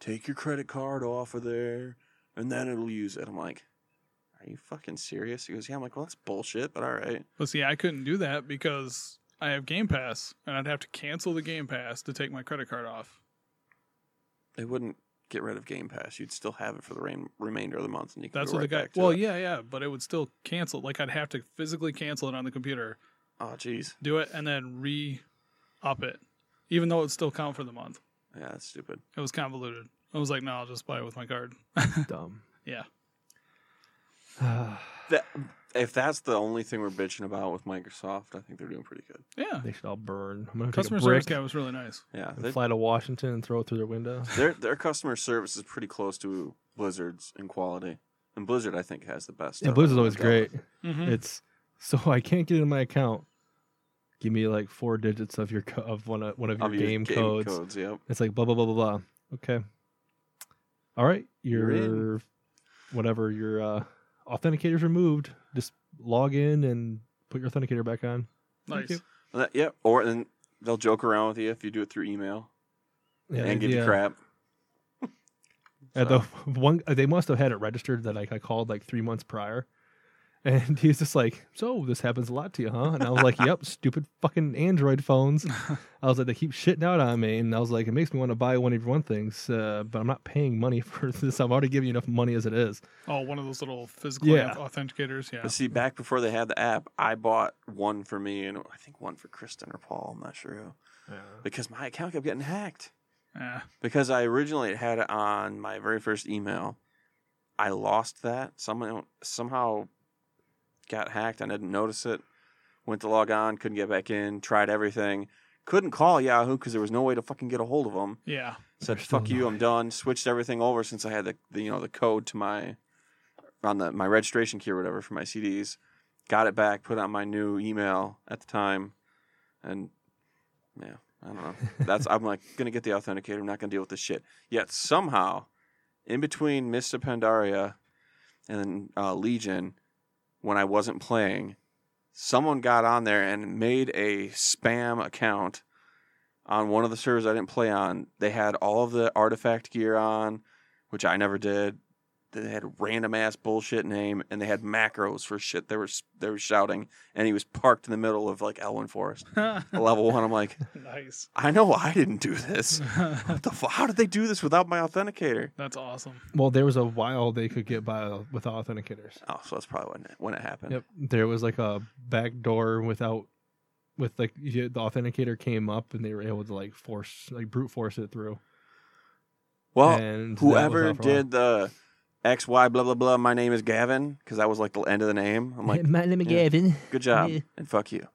Speaker 3: take your credit card off of there, and then it'll use it." I'm like, "Are you fucking serious?" He goes, "Yeah." I'm like, "Well, that's bullshit, but all right."
Speaker 2: But see, I couldn't do that because I have Game Pass, and I'd have to cancel the Game Pass to take my credit card off.
Speaker 3: They wouldn't get rid of Game Pass. You'd still have it for the rain, remainder of the month, and you can
Speaker 2: That's
Speaker 3: go
Speaker 2: what
Speaker 3: right
Speaker 2: the guy.
Speaker 3: back to
Speaker 2: Well,
Speaker 3: it.
Speaker 2: yeah, yeah, but it would still cancel. Like I'd have to physically cancel it on the computer,
Speaker 3: Oh, jeez.
Speaker 2: do it, and then re up it, even though it would still count for the month.
Speaker 3: Yeah, that's stupid.
Speaker 2: It was convoluted. I was like, no, I'll just buy it with my card.
Speaker 1: Dumb.
Speaker 2: Yeah.
Speaker 3: That, if that's the only thing we're bitching about with Microsoft, I think they're doing pretty good.
Speaker 2: Yeah.
Speaker 1: *sighs* they should all burn. I'm gonna take
Speaker 2: Customer
Speaker 1: a
Speaker 2: service
Speaker 1: brick
Speaker 2: guy was really nice.
Speaker 3: Yeah,
Speaker 1: and
Speaker 3: they-
Speaker 1: fly to Washington and throw it through their window.
Speaker 3: their their customer service is pretty close to Blizzard's in quality, and Blizzard I think has the best.
Speaker 1: Yeah,
Speaker 3: of
Speaker 1: Blizzard's
Speaker 3: them.
Speaker 1: always great.
Speaker 3: Hmm.
Speaker 2: Mm-hmm.
Speaker 1: It's so I can't get in my account. Give me like four digits of your co- of one of one of your
Speaker 3: Of your
Speaker 1: game, codes.
Speaker 3: Yep.
Speaker 1: It's like blah blah blah blah blah. Okay. All right,
Speaker 3: You're
Speaker 1: your
Speaker 3: in.
Speaker 1: whatever your uh, authenticator's removed. Just log in and put your authenticator back on. Thank
Speaker 2: Nice.
Speaker 1: you.
Speaker 3: And that- yep. Or and they'll joke around with you if you do it through email
Speaker 1: Yeah,
Speaker 3: and give
Speaker 1: yeah.
Speaker 3: you crap.
Speaker 1: *laughs* At *laughs* the one, uh, they must have had it registered that like I called like three months prior, and *laughs* he's just like, "So this happens a lot to you, huh?" And I was like, "Yep, stupid fucking Android phones." I was like, "They keep shitting out on me," and I was like, "It makes me want to buy one of your one things, uh, but I'm not paying money *laughs* for this. I'm already giving you enough money as it is."
Speaker 2: Oh, one of those little physical
Speaker 1: Yeah.
Speaker 2: authenticators. Yeah.
Speaker 3: But see, back before they had the app, I bought one for me and I think one for Kristen or Paul. I'm not sure who, because my account kept getting hacked.
Speaker 2: Eh.
Speaker 3: because I originally had it on my very first email. I lost that. Someone somehow got hacked. I didn't notice it. Went to log on, couldn't get back in. Tried everything. Couldn't call Yahoo because there was no way to fucking get a hold of them.
Speaker 2: Yeah.
Speaker 3: Said
Speaker 1: There's still
Speaker 3: fuck
Speaker 1: no
Speaker 3: you, I'm done. Switched everything over since I had the, the you know the code to my on the my registration key or whatever for my CDs. Got it back, put it on my new email at the time, and yeah, I don't know. That's I'm like gonna get the authenticator. I'm not gonna deal with this shit. Yet somehow, in between Mr. Pandaria and uh, Legion, when I wasn't playing, someone got on there and made a spam account on one of the servers I didn't play on. They had all of the artifact gear on, which I never did. They had random ass bullshit name, and they had macros for shit. They were they were shouting, and he was parked in the middle of like Elwyn Forest, level one. I'm like,
Speaker 2: *laughs* nice. *laughs*
Speaker 3: I know I didn't
Speaker 1: *laughs*
Speaker 3: do this. What the fu- How did they do this without my authenticator?
Speaker 2: That's awesome.
Speaker 1: *laughs* Well, there was a while they could get by without authenticators.
Speaker 3: Oh, so that's probably when it, when it happened.
Speaker 1: Yep, there was like a back door without, with like you, the authenticator came up and they were able to like force, like brute force it through.
Speaker 3: Well,
Speaker 1: and that was
Speaker 3: Oh, whoever
Speaker 1: out for a while.
Speaker 3: did the X Y blah blah blah. My name is Gavin because that was like the end of the name.
Speaker 1: *laughs*
Speaker 3: I'm like,
Speaker 1: my name is
Speaker 3: yeah.
Speaker 1: Gavin.
Speaker 3: good job
Speaker 1: Yeah.
Speaker 3: and fuck you.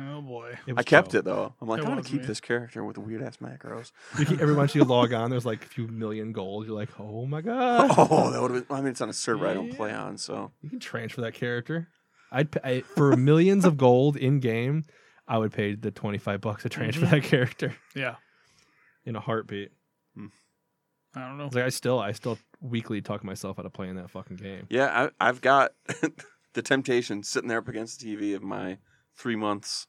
Speaker 2: Oh boy.
Speaker 1: It
Speaker 3: I
Speaker 1: was
Speaker 3: kept
Speaker 1: Joe.
Speaker 3: it though. I'm like,
Speaker 2: It
Speaker 3: I'm gonna
Speaker 2: was
Speaker 3: keep
Speaker 2: me.
Speaker 3: this character with weird ass macros.
Speaker 1: You keep, every once you log on, there's like a few million gold. You're like, *laughs* oh my god,
Speaker 3: *laughs* oh, that would have been. I mean, it's on a server I don't play on, so
Speaker 1: you can transfer that character. I'd pay, I, for millions of gold in game. I would pay the twenty five bucks to transfer that *laughs* character
Speaker 2: Yeah.
Speaker 1: in a heartbeat.
Speaker 2: I don't know.
Speaker 1: It's like I still, I still weekly talk myself out of playing that fucking game.
Speaker 3: yeah, I, I've got *laughs* the temptation sitting there up against the TV of my three months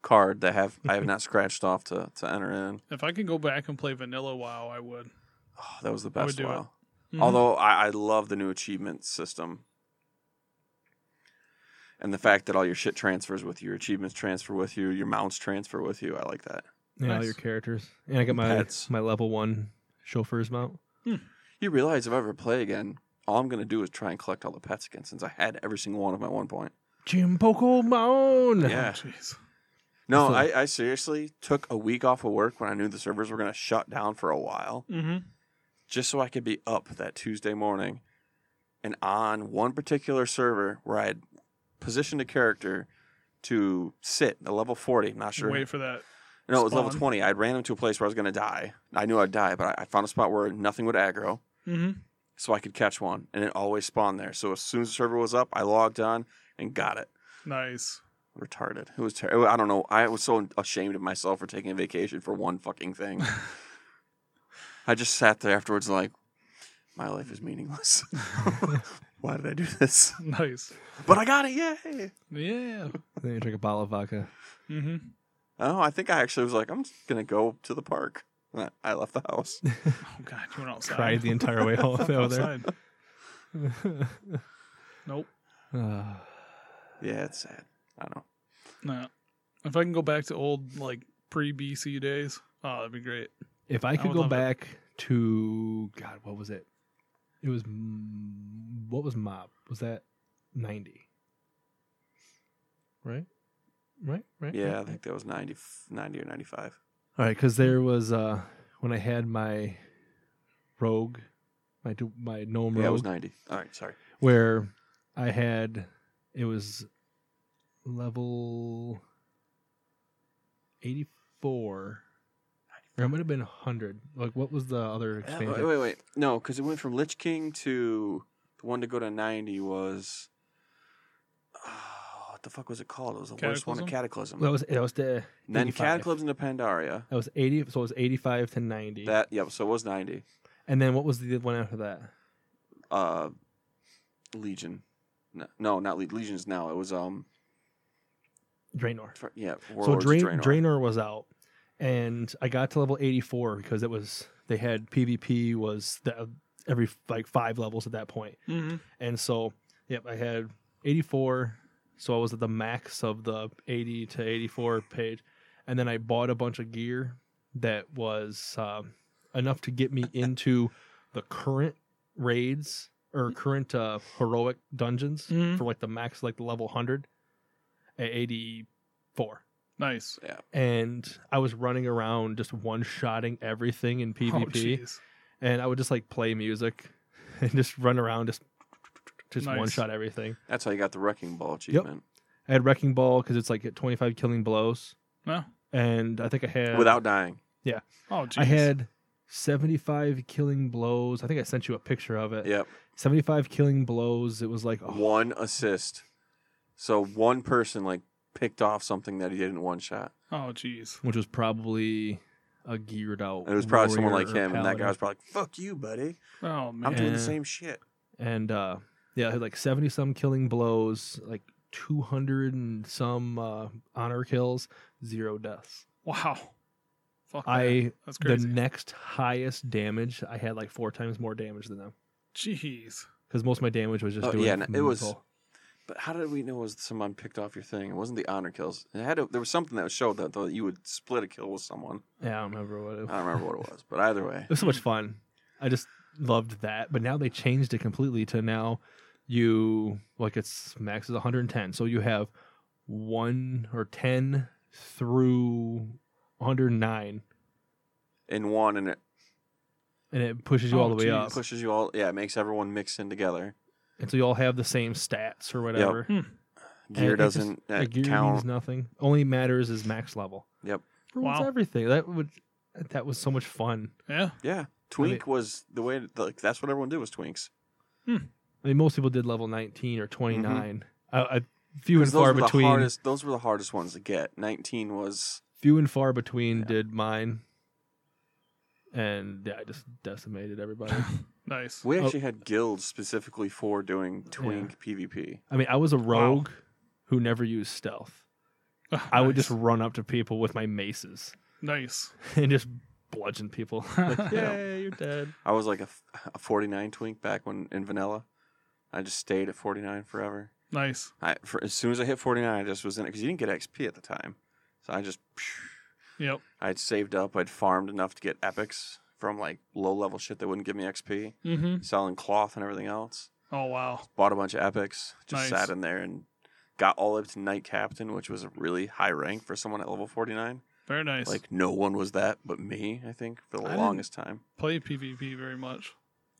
Speaker 3: card that have I have not scratched off to to enter in.
Speaker 2: If I could go back and play Vanilla WoW, I would.
Speaker 3: Oh, that was the
Speaker 2: I would
Speaker 3: best
Speaker 2: do it.
Speaker 3: WoW.
Speaker 2: Mhm.
Speaker 3: Although I, I love the new achievement system. And the fact that all your shit transfers with you, your achievements transfer with you, your mounts transfer with you. I like that.
Speaker 1: Yeah, all
Speaker 2: Nice.
Speaker 1: your characters, and I got my
Speaker 3: Pets.
Speaker 1: my level one chauffeur's mount.
Speaker 3: You realize if I ever play again, all I'm going to do is try and collect all the pets again since I had every single one of them at one point.
Speaker 1: Jim Pokemon.
Speaker 3: Yeah.
Speaker 2: Oh, Jeez.
Speaker 3: No,
Speaker 1: So-
Speaker 3: I, I seriously took a week off of work when I knew the servers were going to shut down for a while
Speaker 2: Mm-hmm.
Speaker 3: just so I could be up that Tuesday morning and on one particular server where I had positioned a character to sit a level 40. I'm not sure.
Speaker 2: Wait for that.
Speaker 3: No, it was level
Speaker 2: Spawn.
Speaker 3: 20. I'd ran into a place where I was going to die. I knew I'd die, but I, I found a spot where nothing would aggro,
Speaker 2: hmm
Speaker 3: so I could catch one, and it always spawned there. So as soon as the server was up, I logged on and got it.
Speaker 2: Nice. *laughs*
Speaker 3: Retarded. It was terrible. I don't know. I was so ashamed of myself for taking a vacation for one
Speaker 1: *laughs*
Speaker 3: fucking thing. I just sat there afterwards, like, my life is meaningless. *laughs* Why did I do this?
Speaker 2: Nice.
Speaker 3: But I got it. Yay.
Speaker 2: Yeah.
Speaker 1: Then you drink a bottle of vodka.
Speaker 2: hmm
Speaker 3: Oh, I think I actually was like, I'm just going to go to the park. And I- I left the
Speaker 1: *laughs*
Speaker 3: house.
Speaker 2: Oh God, you *laughs* went outside.
Speaker 1: Cried the entire way home over there.
Speaker 2: outside.
Speaker 1: *laughs*
Speaker 2: Nope.
Speaker 1: Ah.
Speaker 3: yeah, it's sad. I don't know.
Speaker 2: No. If I can go back to old like pre BC days, oh, that'd be great.
Speaker 1: if I could
Speaker 2: would
Speaker 1: go
Speaker 2: love it.
Speaker 1: back to God, what was it? It was mm, what was mob? Was that ninety? Right, right, right. right,
Speaker 3: Yeah, I
Speaker 1: right.
Speaker 3: think that was 90, 90 or 95.
Speaker 1: All right, because there was uh when I had my rogue, my du- my gnome
Speaker 3: Yeah, it was
Speaker 1: rogue,
Speaker 3: 90. All right, sorry.
Speaker 1: where I had it was level eighty four. Or it might have been hundred. Like, what was the other
Speaker 3: Yeah,
Speaker 1: expansion?
Speaker 3: Uh, wait, wait, wait. No, because it went from Lich King to the one to go to 90 was. Oh, what the fuck was it called? It was the worst one to Cataclysm.
Speaker 1: That was that was the
Speaker 3: And then
Speaker 1: 85.
Speaker 3: Cataclysm to Pandaria.
Speaker 1: That was eighty. So it was eighty-five to ninety.
Speaker 3: That, yep, so it was 90.
Speaker 1: and then what was the one after that?
Speaker 3: Uh, Legion. No, no not Le- Legion's now. It was, um,
Speaker 1: Draenor.
Speaker 3: fr- yeah,
Speaker 1: So
Speaker 3: Warlords of
Speaker 1: Drain,
Speaker 3: Draenor.
Speaker 1: Draenor was out, and I got to level eighty-four because it was they had PvP was the, every like five levels at that point,
Speaker 2: Mm-hmm.
Speaker 1: and so yep, I had eighty-four. So I was at the max of the eighty to eighty-four page, and then I bought a bunch of gear that was um, enough
Speaker 2: *laughs*
Speaker 1: to get me into the current raids or current uh, heroic dungeons.
Speaker 2: hmm
Speaker 1: for like the max like the level 100 at 84
Speaker 2: Nice.
Speaker 1: and i was running around just one-shotting everything in
Speaker 2: Oh,
Speaker 1: pvp
Speaker 2: jeez.
Speaker 1: and i would just like play music *laughs* and just run around just just
Speaker 2: Nice.
Speaker 1: one-shot everything
Speaker 3: That's how you got the Wrecking Ball achievement.
Speaker 1: i had wrecking ball because it's like at 25 killing blows
Speaker 2: No.
Speaker 1: and I think I had
Speaker 3: without dying.
Speaker 2: Oh, geez.
Speaker 1: I had 75 killing blows. I think I sent you a picture of it.
Speaker 3: Yep.
Speaker 1: 75 killing blows. It was like oh,
Speaker 3: One assist. So one person like picked off something that he did in one shot.
Speaker 2: Oh, geez.
Speaker 1: which was probably a geared out.
Speaker 3: And it was probably someone
Speaker 1: warrior
Speaker 3: like
Speaker 1: or
Speaker 3: him, and that
Speaker 1: paladin.
Speaker 3: guy was probably like, "Fuck you, buddy.
Speaker 2: Oh
Speaker 3: I'm doing
Speaker 2: man.
Speaker 1: Yeah.
Speaker 3: the same shit."
Speaker 1: and uh yeah, I had like 70 some killing blows, like 200 and some uh honor kills, zero deaths.
Speaker 2: Wow. Fuck. that.
Speaker 1: I
Speaker 2: That's
Speaker 1: the
Speaker 2: crazy.
Speaker 1: next highest damage, I had like four times more damage than them
Speaker 2: Jeez.
Speaker 1: cuz most of my damage was just
Speaker 3: Oh,
Speaker 1: doing
Speaker 3: yeah, and it was-
Speaker 1: mental.
Speaker 3: But how did we know it was someone picked off your thing? It wasn't the honor kills. It had to, there was something that showed that though that you would split a kill with someone.
Speaker 1: Yeah, I don't remember what it was.
Speaker 3: I don't remember what it was, but either
Speaker 1: *laughs*
Speaker 3: way,
Speaker 1: It was so much fun. I just loved that. But now they changed it completely to now you like it's max is 110. So you have one or 10 through 109
Speaker 3: in one and it
Speaker 1: and it pushes you
Speaker 2: Oh,
Speaker 1: all the way up.
Speaker 2: geez.
Speaker 3: pushes you all. Yeah, it makes everyone mix in together.
Speaker 1: And so you all have the same stats or whatever.
Speaker 2: Hmm.
Speaker 1: And
Speaker 3: Gear
Speaker 1: it just-
Speaker 3: doesn't
Speaker 1: like,
Speaker 3: uh,
Speaker 1: gear means
Speaker 3: count.
Speaker 1: nothing. Only matters is max level.
Speaker 3: Yep.
Speaker 1: Ruins
Speaker 2: Wow.
Speaker 1: everything. That would that was so much fun.
Speaker 2: Yeah.
Speaker 3: Yeah, twink was the way. Like that's what everyone did was twinks.
Speaker 1: I mean most people did level 19 or 29. I, I, few and
Speaker 3: Mm-hmm. Because those
Speaker 1: far
Speaker 3: were the
Speaker 1: between.
Speaker 3: hardest- those were the hardest ones to get. Nineteen was
Speaker 1: few and far between
Speaker 3: Yeah.
Speaker 1: did mine and yeah, i just decimated
Speaker 3: *laughs*
Speaker 1: everybody
Speaker 2: Nice.
Speaker 3: we
Speaker 1: Oh.
Speaker 3: actually had guilds specifically for doing twink PvP.
Speaker 1: *laughs* i mean i was a rogue who never used stealth i would just run up to people with my maces
Speaker 2: *laughs*
Speaker 1: *laughs*
Speaker 2: nice.
Speaker 1: and just bludgeon people like,
Speaker 3: Yeah.
Speaker 1: yay you're dead
Speaker 3: I was like a, f- a forty nine twink back when in vanilla. I just stayed at forty nine forever.
Speaker 2: Nice.
Speaker 3: I for, as soon as I hit forty nine, I just was in it because you didn't get XP at the time, so I just
Speaker 2: Yep.
Speaker 3: I'd saved up, I'd farmed enough to get epics from like low level shit that wouldn't give me XP,
Speaker 2: Mm-hmm.
Speaker 3: selling cloth and everything else.
Speaker 2: Oh wow.
Speaker 3: bought a bunch of epics, just
Speaker 2: Nice.
Speaker 3: sat in there and got all up to knight captain, which was a really high rank for someone at level 49.
Speaker 2: Very nice. Like
Speaker 3: Like no one was that but me, I think, for the
Speaker 2: I
Speaker 3: longest time.
Speaker 2: play PvP very much.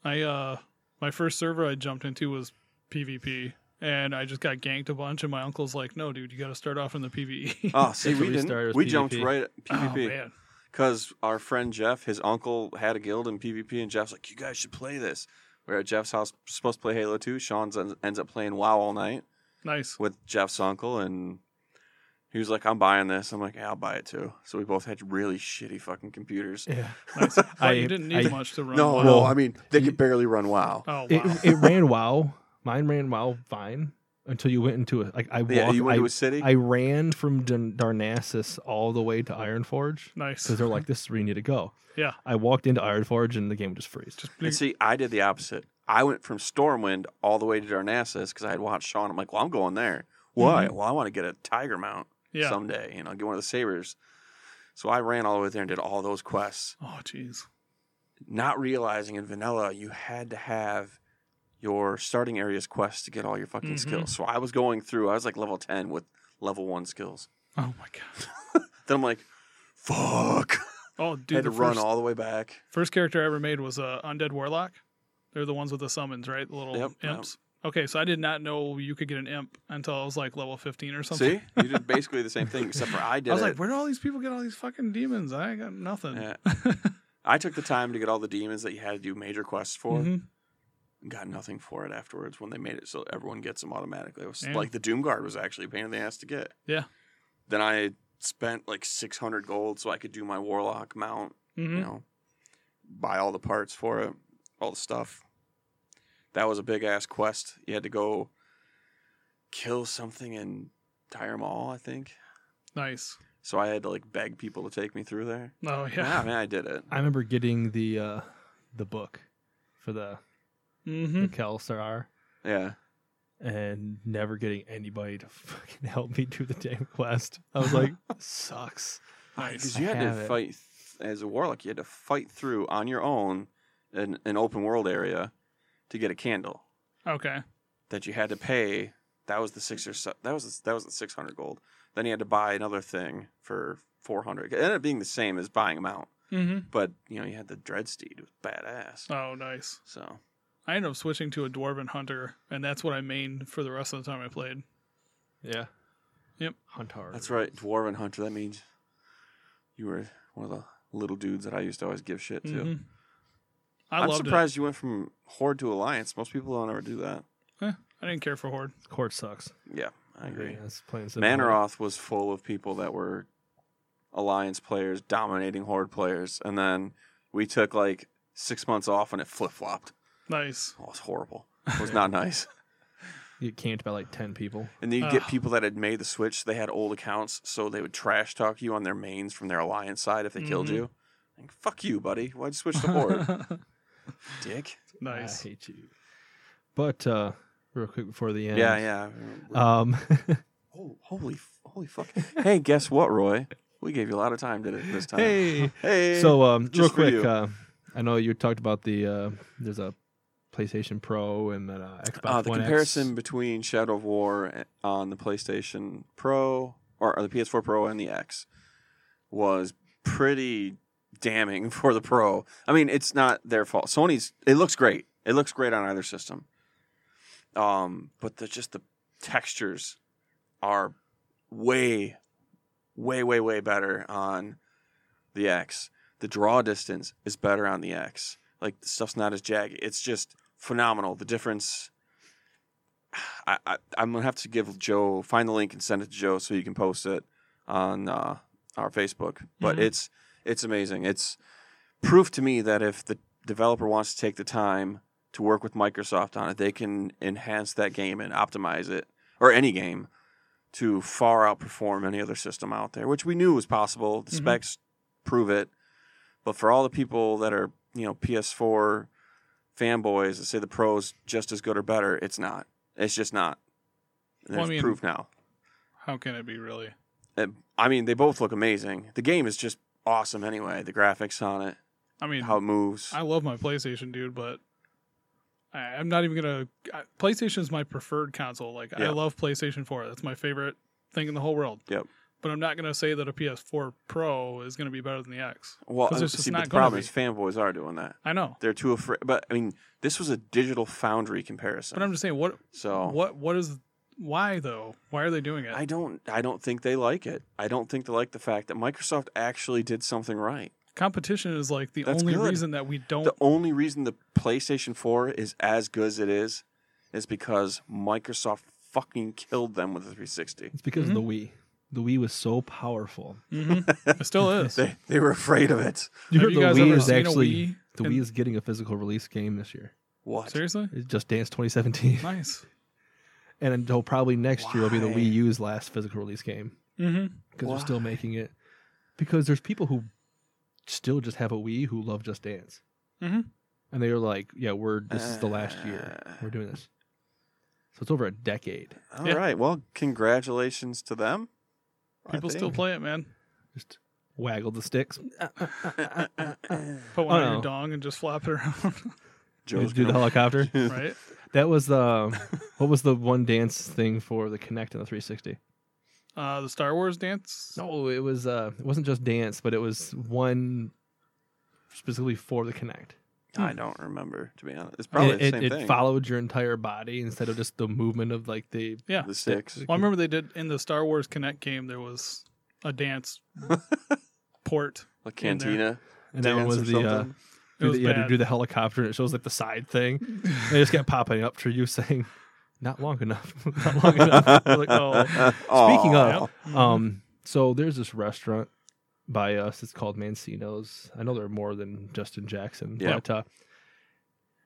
Speaker 2: I uh my first server I jumped into was PvP and I just got ganked a bunch and my uncle's like, "No, dude, you got to start off in the PvE." *laughs*
Speaker 3: Oh, see,
Speaker 1: That's
Speaker 3: we
Speaker 1: what we started
Speaker 3: didn't.
Speaker 1: with
Speaker 3: We jumped
Speaker 1: PvP.
Speaker 3: right at
Speaker 2: Oh,
Speaker 3: PvP
Speaker 2: man.
Speaker 3: because our friend Jeff, his uncle had a guild in PvP, and Jeff's like, "You guys should play this." We We're at Jeff's house, supposed to play Halo 2. Sean ends up playing WoW all night
Speaker 2: Nice.
Speaker 3: with Jeff's uncle, and he was like, "I'm buying this." I'm like, "Yeah, I'll buy it too." So we both had really shitty fucking computers.
Speaker 1: yeah
Speaker 2: nice.
Speaker 1: I-
Speaker 3: *laughs*
Speaker 2: But you didn't need
Speaker 1: I-
Speaker 2: much to run.
Speaker 3: No,
Speaker 2: WoW.
Speaker 3: no,
Speaker 1: Wow.
Speaker 3: I mean they
Speaker 1: You-
Speaker 3: could barely run WoW.
Speaker 1: Uh,
Speaker 2: Oh wow.
Speaker 1: it, it
Speaker 3: *laughs*
Speaker 1: ran wow mine ran wow fine until you went into it like i walked
Speaker 3: Yeah, you went
Speaker 1: I,
Speaker 3: to a city.
Speaker 1: I ran from Dan- darnassus all the way to ironforge
Speaker 2: nice.
Speaker 1: because they're
Speaker 3: *laughs*
Speaker 1: like this is where you need to go
Speaker 2: Yeah.
Speaker 1: i walked into ironforge and the game would just freeze
Speaker 2: Just
Speaker 3: and see, I did the opposite. I went from Stormwind all the way to Darnassus because I had watched Sean. I'm like, well, I'm going there.
Speaker 1: Mm-hmm.
Speaker 3: Why? Well, I want to get a tiger mount
Speaker 2: yeah.
Speaker 3: someday. You know, get one of the sabers. So I ran all the way there and did all those quests,
Speaker 2: Oh jeez.
Speaker 3: not realizing in vanilla you had to have your starting area's quest to get all your fucking
Speaker 2: Mhm.
Speaker 3: skills. So I was going through. I was like level ten with level one skills.
Speaker 2: Oh my god.
Speaker 3: Then I'm like, fuck.
Speaker 2: Oh
Speaker 3: I
Speaker 2: dude,
Speaker 3: had
Speaker 2: the
Speaker 3: to run
Speaker 2: first-
Speaker 3: all the way back.
Speaker 2: First character I ever made was uh, Undead Warlock. They're the ones with the summons, right? The little
Speaker 3: Yep, yep.
Speaker 2: imps. Okay, so I did not know you could get an imp until I was like level 15 or something.
Speaker 3: See,
Speaker 2: *laughs*
Speaker 3: you did basically the same thing, except for I did
Speaker 2: I was
Speaker 3: it.
Speaker 2: like, where do all these people get all these fucking demons? I ain't got nothing.
Speaker 3: Yeah.
Speaker 2: *laughs*
Speaker 3: I took the time to get all the demons that you had to do major quests for.
Speaker 2: Mhm.
Speaker 3: and Got nothing for it afterwards when they made it so everyone gets them automatically. It was
Speaker 2: Yeah.
Speaker 3: like the Doom Guard was actually a pain in the ass to get.
Speaker 2: Yeah.
Speaker 3: Then I spent like 600 gold so I could do my Warlock mount, you
Speaker 2: Mhm.
Speaker 3: know, buy all the parts for it, all the stuff. That was a big ass quest. You had to go kill something in Tire Mall, I think.
Speaker 2: Nice.
Speaker 3: So I had to like beg people to take me through there.
Speaker 2: Oh,
Speaker 3: Yeah,
Speaker 2: yeah.
Speaker 3: man, I did it.
Speaker 1: I remember getting the uh the book for the,
Speaker 2: hmm
Speaker 1: the Kelsar
Speaker 3: Yeah.
Speaker 1: and never getting anybody to fucking *laughs* help me do the damn quest. I was
Speaker 3: *laughs*
Speaker 1: like, sucks.
Speaker 2: Nice.
Speaker 3: Because you
Speaker 1: I
Speaker 3: had
Speaker 1: have
Speaker 3: to
Speaker 1: it.
Speaker 3: fight th- as a warlock. You had to fight through on your own an, an open world area to get a candle
Speaker 2: Okay.
Speaker 3: that you had to pay. That was the six or se- that was the, that was the six hundred gold. Then you had to buy another thing for four hundred. It ended up being the same as buying them out,
Speaker 2: hmm
Speaker 3: but you know you had the dreadsteed. It was badass.
Speaker 2: Oh, nice.
Speaker 3: So
Speaker 2: I ended up switching to a Dwarven Hunter, and that's what I mained for the rest of the time I played.
Speaker 1: Yeah.
Speaker 2: Yep.
Speaker 1: Huntar.
Speaker 3: that's right, dwarven hunter. That means You were one of the little dudes that I used to always give shit to.
Speaker 2: Mhm. Mm-hmm. I
Speaker 3: I'm
Speaker 2: loved
Speaker 3: surprised you went from Horde to Alliance. Most people don't ever do that.
Speaker 2: it. I didn't care for Horde.
Speaker 1: Court sucks.
Speaker 3: Yeah, I agree.
Speaker 1: Yeah, it's plain and simple.
Speaker 3: Manoroth was full of people that were Alliance players dominating Horde players, and then we took like six months off and it flip flopped.
Speaker 2: Nice.
Speaker 3: Oh, it was horrible. It was not nice.
Speaker 1: You camped by like ten people.
Speaker 3: And then you get
Speaker 2: Ugh.
Speaker 3: people that had made the switch. They had old accounts, so they would trash talk you on their mains from their Alliance side if they killed
Speaker 2: Mhm.
Speaker 3: you. Like, fuck you, buddy. Why'd you switch to
Speaker 2: *laughs*
Speaker 3: Horde, dick?
Speaker 2: nice.
Speaker 1: I hate you. But uh, real quick before the end.
Speaker 3: Yeah, yeah.
Speaker 1: Um,
Speaker 3: oh, holy, f- holy fuck. hey, guess what, Roy? We gave you a lot of time did it this
Speaker 1: *laughs*
Speaker 3: time.
Speaker 1: hey.
Speaker 3: Hey.
Speaker 1: So um, real
Speaker 3: Just for
Speaker 1: quick,
Speaker 3: you.
Speaker 1: uh, I know you talked about the uh, there's a PlayStation Pro and then uh, Xbox
Speaker 3: Uh, the
Speaker 1: One X.
Speaker 3: comparison between Shadow of War eh, on the PlayStation Pro or, or the PS4 Pro and the X was pretty damning *laughs* for the Pro. I mean, it's not their fault. Sony's it looks great. It looks great on either system. Um, but the, just the textures are way, way, way, way better on the X. The draw distance is better on the X. Like the stuff's not as jagged. It's just phenomenal. The difference. I, I I'm gonna have to give Joe find the link and send it to Joe so you can post it on uh, our Facebook. But
Speaker 2: Mhm.
Speaker 3: it's it's amazing. It's proof to me that if the developer wants to take the time to work with Microsoft on it, they can enhance that game and optimize it or any game to far outperform any other system out there, which we knew was possible. The
Speaker 2: Mhm.
Speaker 3: specs prove it. But for all the people that are, you know, PS4 fanboys that say the pros just as good or better, it's not. It's just not. And
Speaker 2: Well,
Speaker 3: There's
Speaker 2: I mean-
Speaker 3: proof now.
Speaker 2: How can it be really?
Speaker 3: I mean, they both look amazing. The game is just awesome anyway. The graphics on it,
Speaker 2: I mean,
Speaker 3: how it moves.
Speaker 2: I love my PlayStation, dude, but I, I'm not even gonna. I, PlayStation is my preferred console. Like, I
Speaker 3: Yeah.
Speaker 2: love PlayStation 4. That's my favorite thing in the whole world.
Speaker 3: Yep.
Speaker 2: But I'm not gonna say that a PS4 Pro is gonna be better than the X.
Speaker 3: well, uh,
Speaker 2: 'cause it's just
Speaker 3: see, but
Speaker 2: not
Speaker 3: the
Speaker 2: gonna
Speaker 3: problem
Speaker 2: be.
Speaker 3: is fanboys are doing that.
Speaker 2: I know,
Speaker 3: They're too afraid. But I mean, this was a digital foundry comparison.
Speaker 2: but I'm just saying, what,
Speaker 3: so
Speaker 2: what, what is, why though? Why are they doing it?
Speaker 3: Oh. I don't. I don't think they like it. I don't think they like the fact that Microsoft actually did something right.
Speaker 2: Competition is like the
Speaker 3: That's
Speaker 2: only
Speaker 3: good.
Speaker 2: reason that we don't. *laughs*
Speaker 3: The only reason the PlayStation 4 is as good as it is is because Microsoft fucking killed them with the 360.
Speaker 1: It's because of the
Speaker 2: Mm-hmm.
Speaker 1: Wii. The Wii was so powerful.
Speaker 2: Mhm. It
Speaker 1: *laughs*
Speaker 2: still is.
Speaker 3: They they were afraid of it.
Speaker 2: Have
Speaker 1: heard
Speaker 2: you guys ever seen a Wii
Speaker 1: the
Speaker 2: in-
Speaker 1: Wii is getting a physical release game this year.
Speaker 3: What?
Speaker 2: Seriously?
Speaker 1: It's Just Dance 2017,
Speaker 2: Nice.
Speaker 1: *laughs* and until probably next year will be the
Speaker 3: Why?
Speaker 1: Wii U's last physical release game
Speaker 2: hmm
Speaker 1: because they're still
Speaker 3: Why?
Speaker 1: making it. Because there's people who still just have a Wii who love Just Dance,
Speaker 2: Mhm.
Speaker 1: and they're like, "Yeah, we're this is the last year
Speaker 3: Mm-hmm. Uh.
Speaker 1: we're doing this." So it's over a decade.
Speaker 3: All right.
Speaker 2: Yeah.
Speaker 3: Well, congratulations to them. I
Speaker 2: People still *laughs*
Speaker 3: think. *laughs*
Speaker 2: play it, man.
Speaker 1: Just waggle the sticks.
Speaker 2: Put one
Speaker 1: Oh,
Speaker 2: on
Speaker 1: no.
Speaker 2: your dong and just flap it around, *laughs*
Speaker 3: Joe's
Speaker 1: do the
Speaker 3: gonna- *laughs*
Speaker 1: helicopter.
Speaker 2: right?
Speaker 1: That was the um, what was the one dance thing for the Connect and the 360?
Speaker 2: Uh, the Star Wars dance.
Speaker 1: No, it was uh it wasn't just dance, but it was one specifically for the Connect.
Speaker 3: I don't remember to be honest. It's probably
Speaker 1: Hmm. it,
Speaker 3: the
Speaker 1: it-
Speaker 3: same
Speaker 1: it
Speaker 3: thing.
Speaker 1: followed your entire body instead of just the movement of like the
Speaker 2: Yeah.
Speaker 3: the six.
Speaker 2: Well, I remember they did in the Star Wars Connect game. There was a
Speaker 3: *laughs*
Speaker 2: dance port.
Speaker 3: Like
Speaker 2: in there.
Speaker 3: cantina.
Speaker 1: and that one
Speaker 3: dance
Speaker 1: was
Speaker 3: or
Speaker 1: the uh, *laughs*
Speaker 3: something.
Speaker 2: It
Speaker 1: do
Speaker 2: was
Speaker 1: the, yeah, to
Speaker 2: bad.
Speaker 1: do the helicopter and it shows like the
Speaker 2: *laughs*
Speaker 1: side thing. And it just kept popping up for you saying, "Not long enough, *laughs* not long enough." *laughs* You're like, oh.
Speaker 3: *laughs*
Speaker 1: Speaking
Speaker 3: Aw.
Speaker 1: of, Um, so there's this restaurant by us. It's called Mancino's. I know they're more than Justin Jackson,
Speaker 3: Yeah.
Speaker 1: but uh,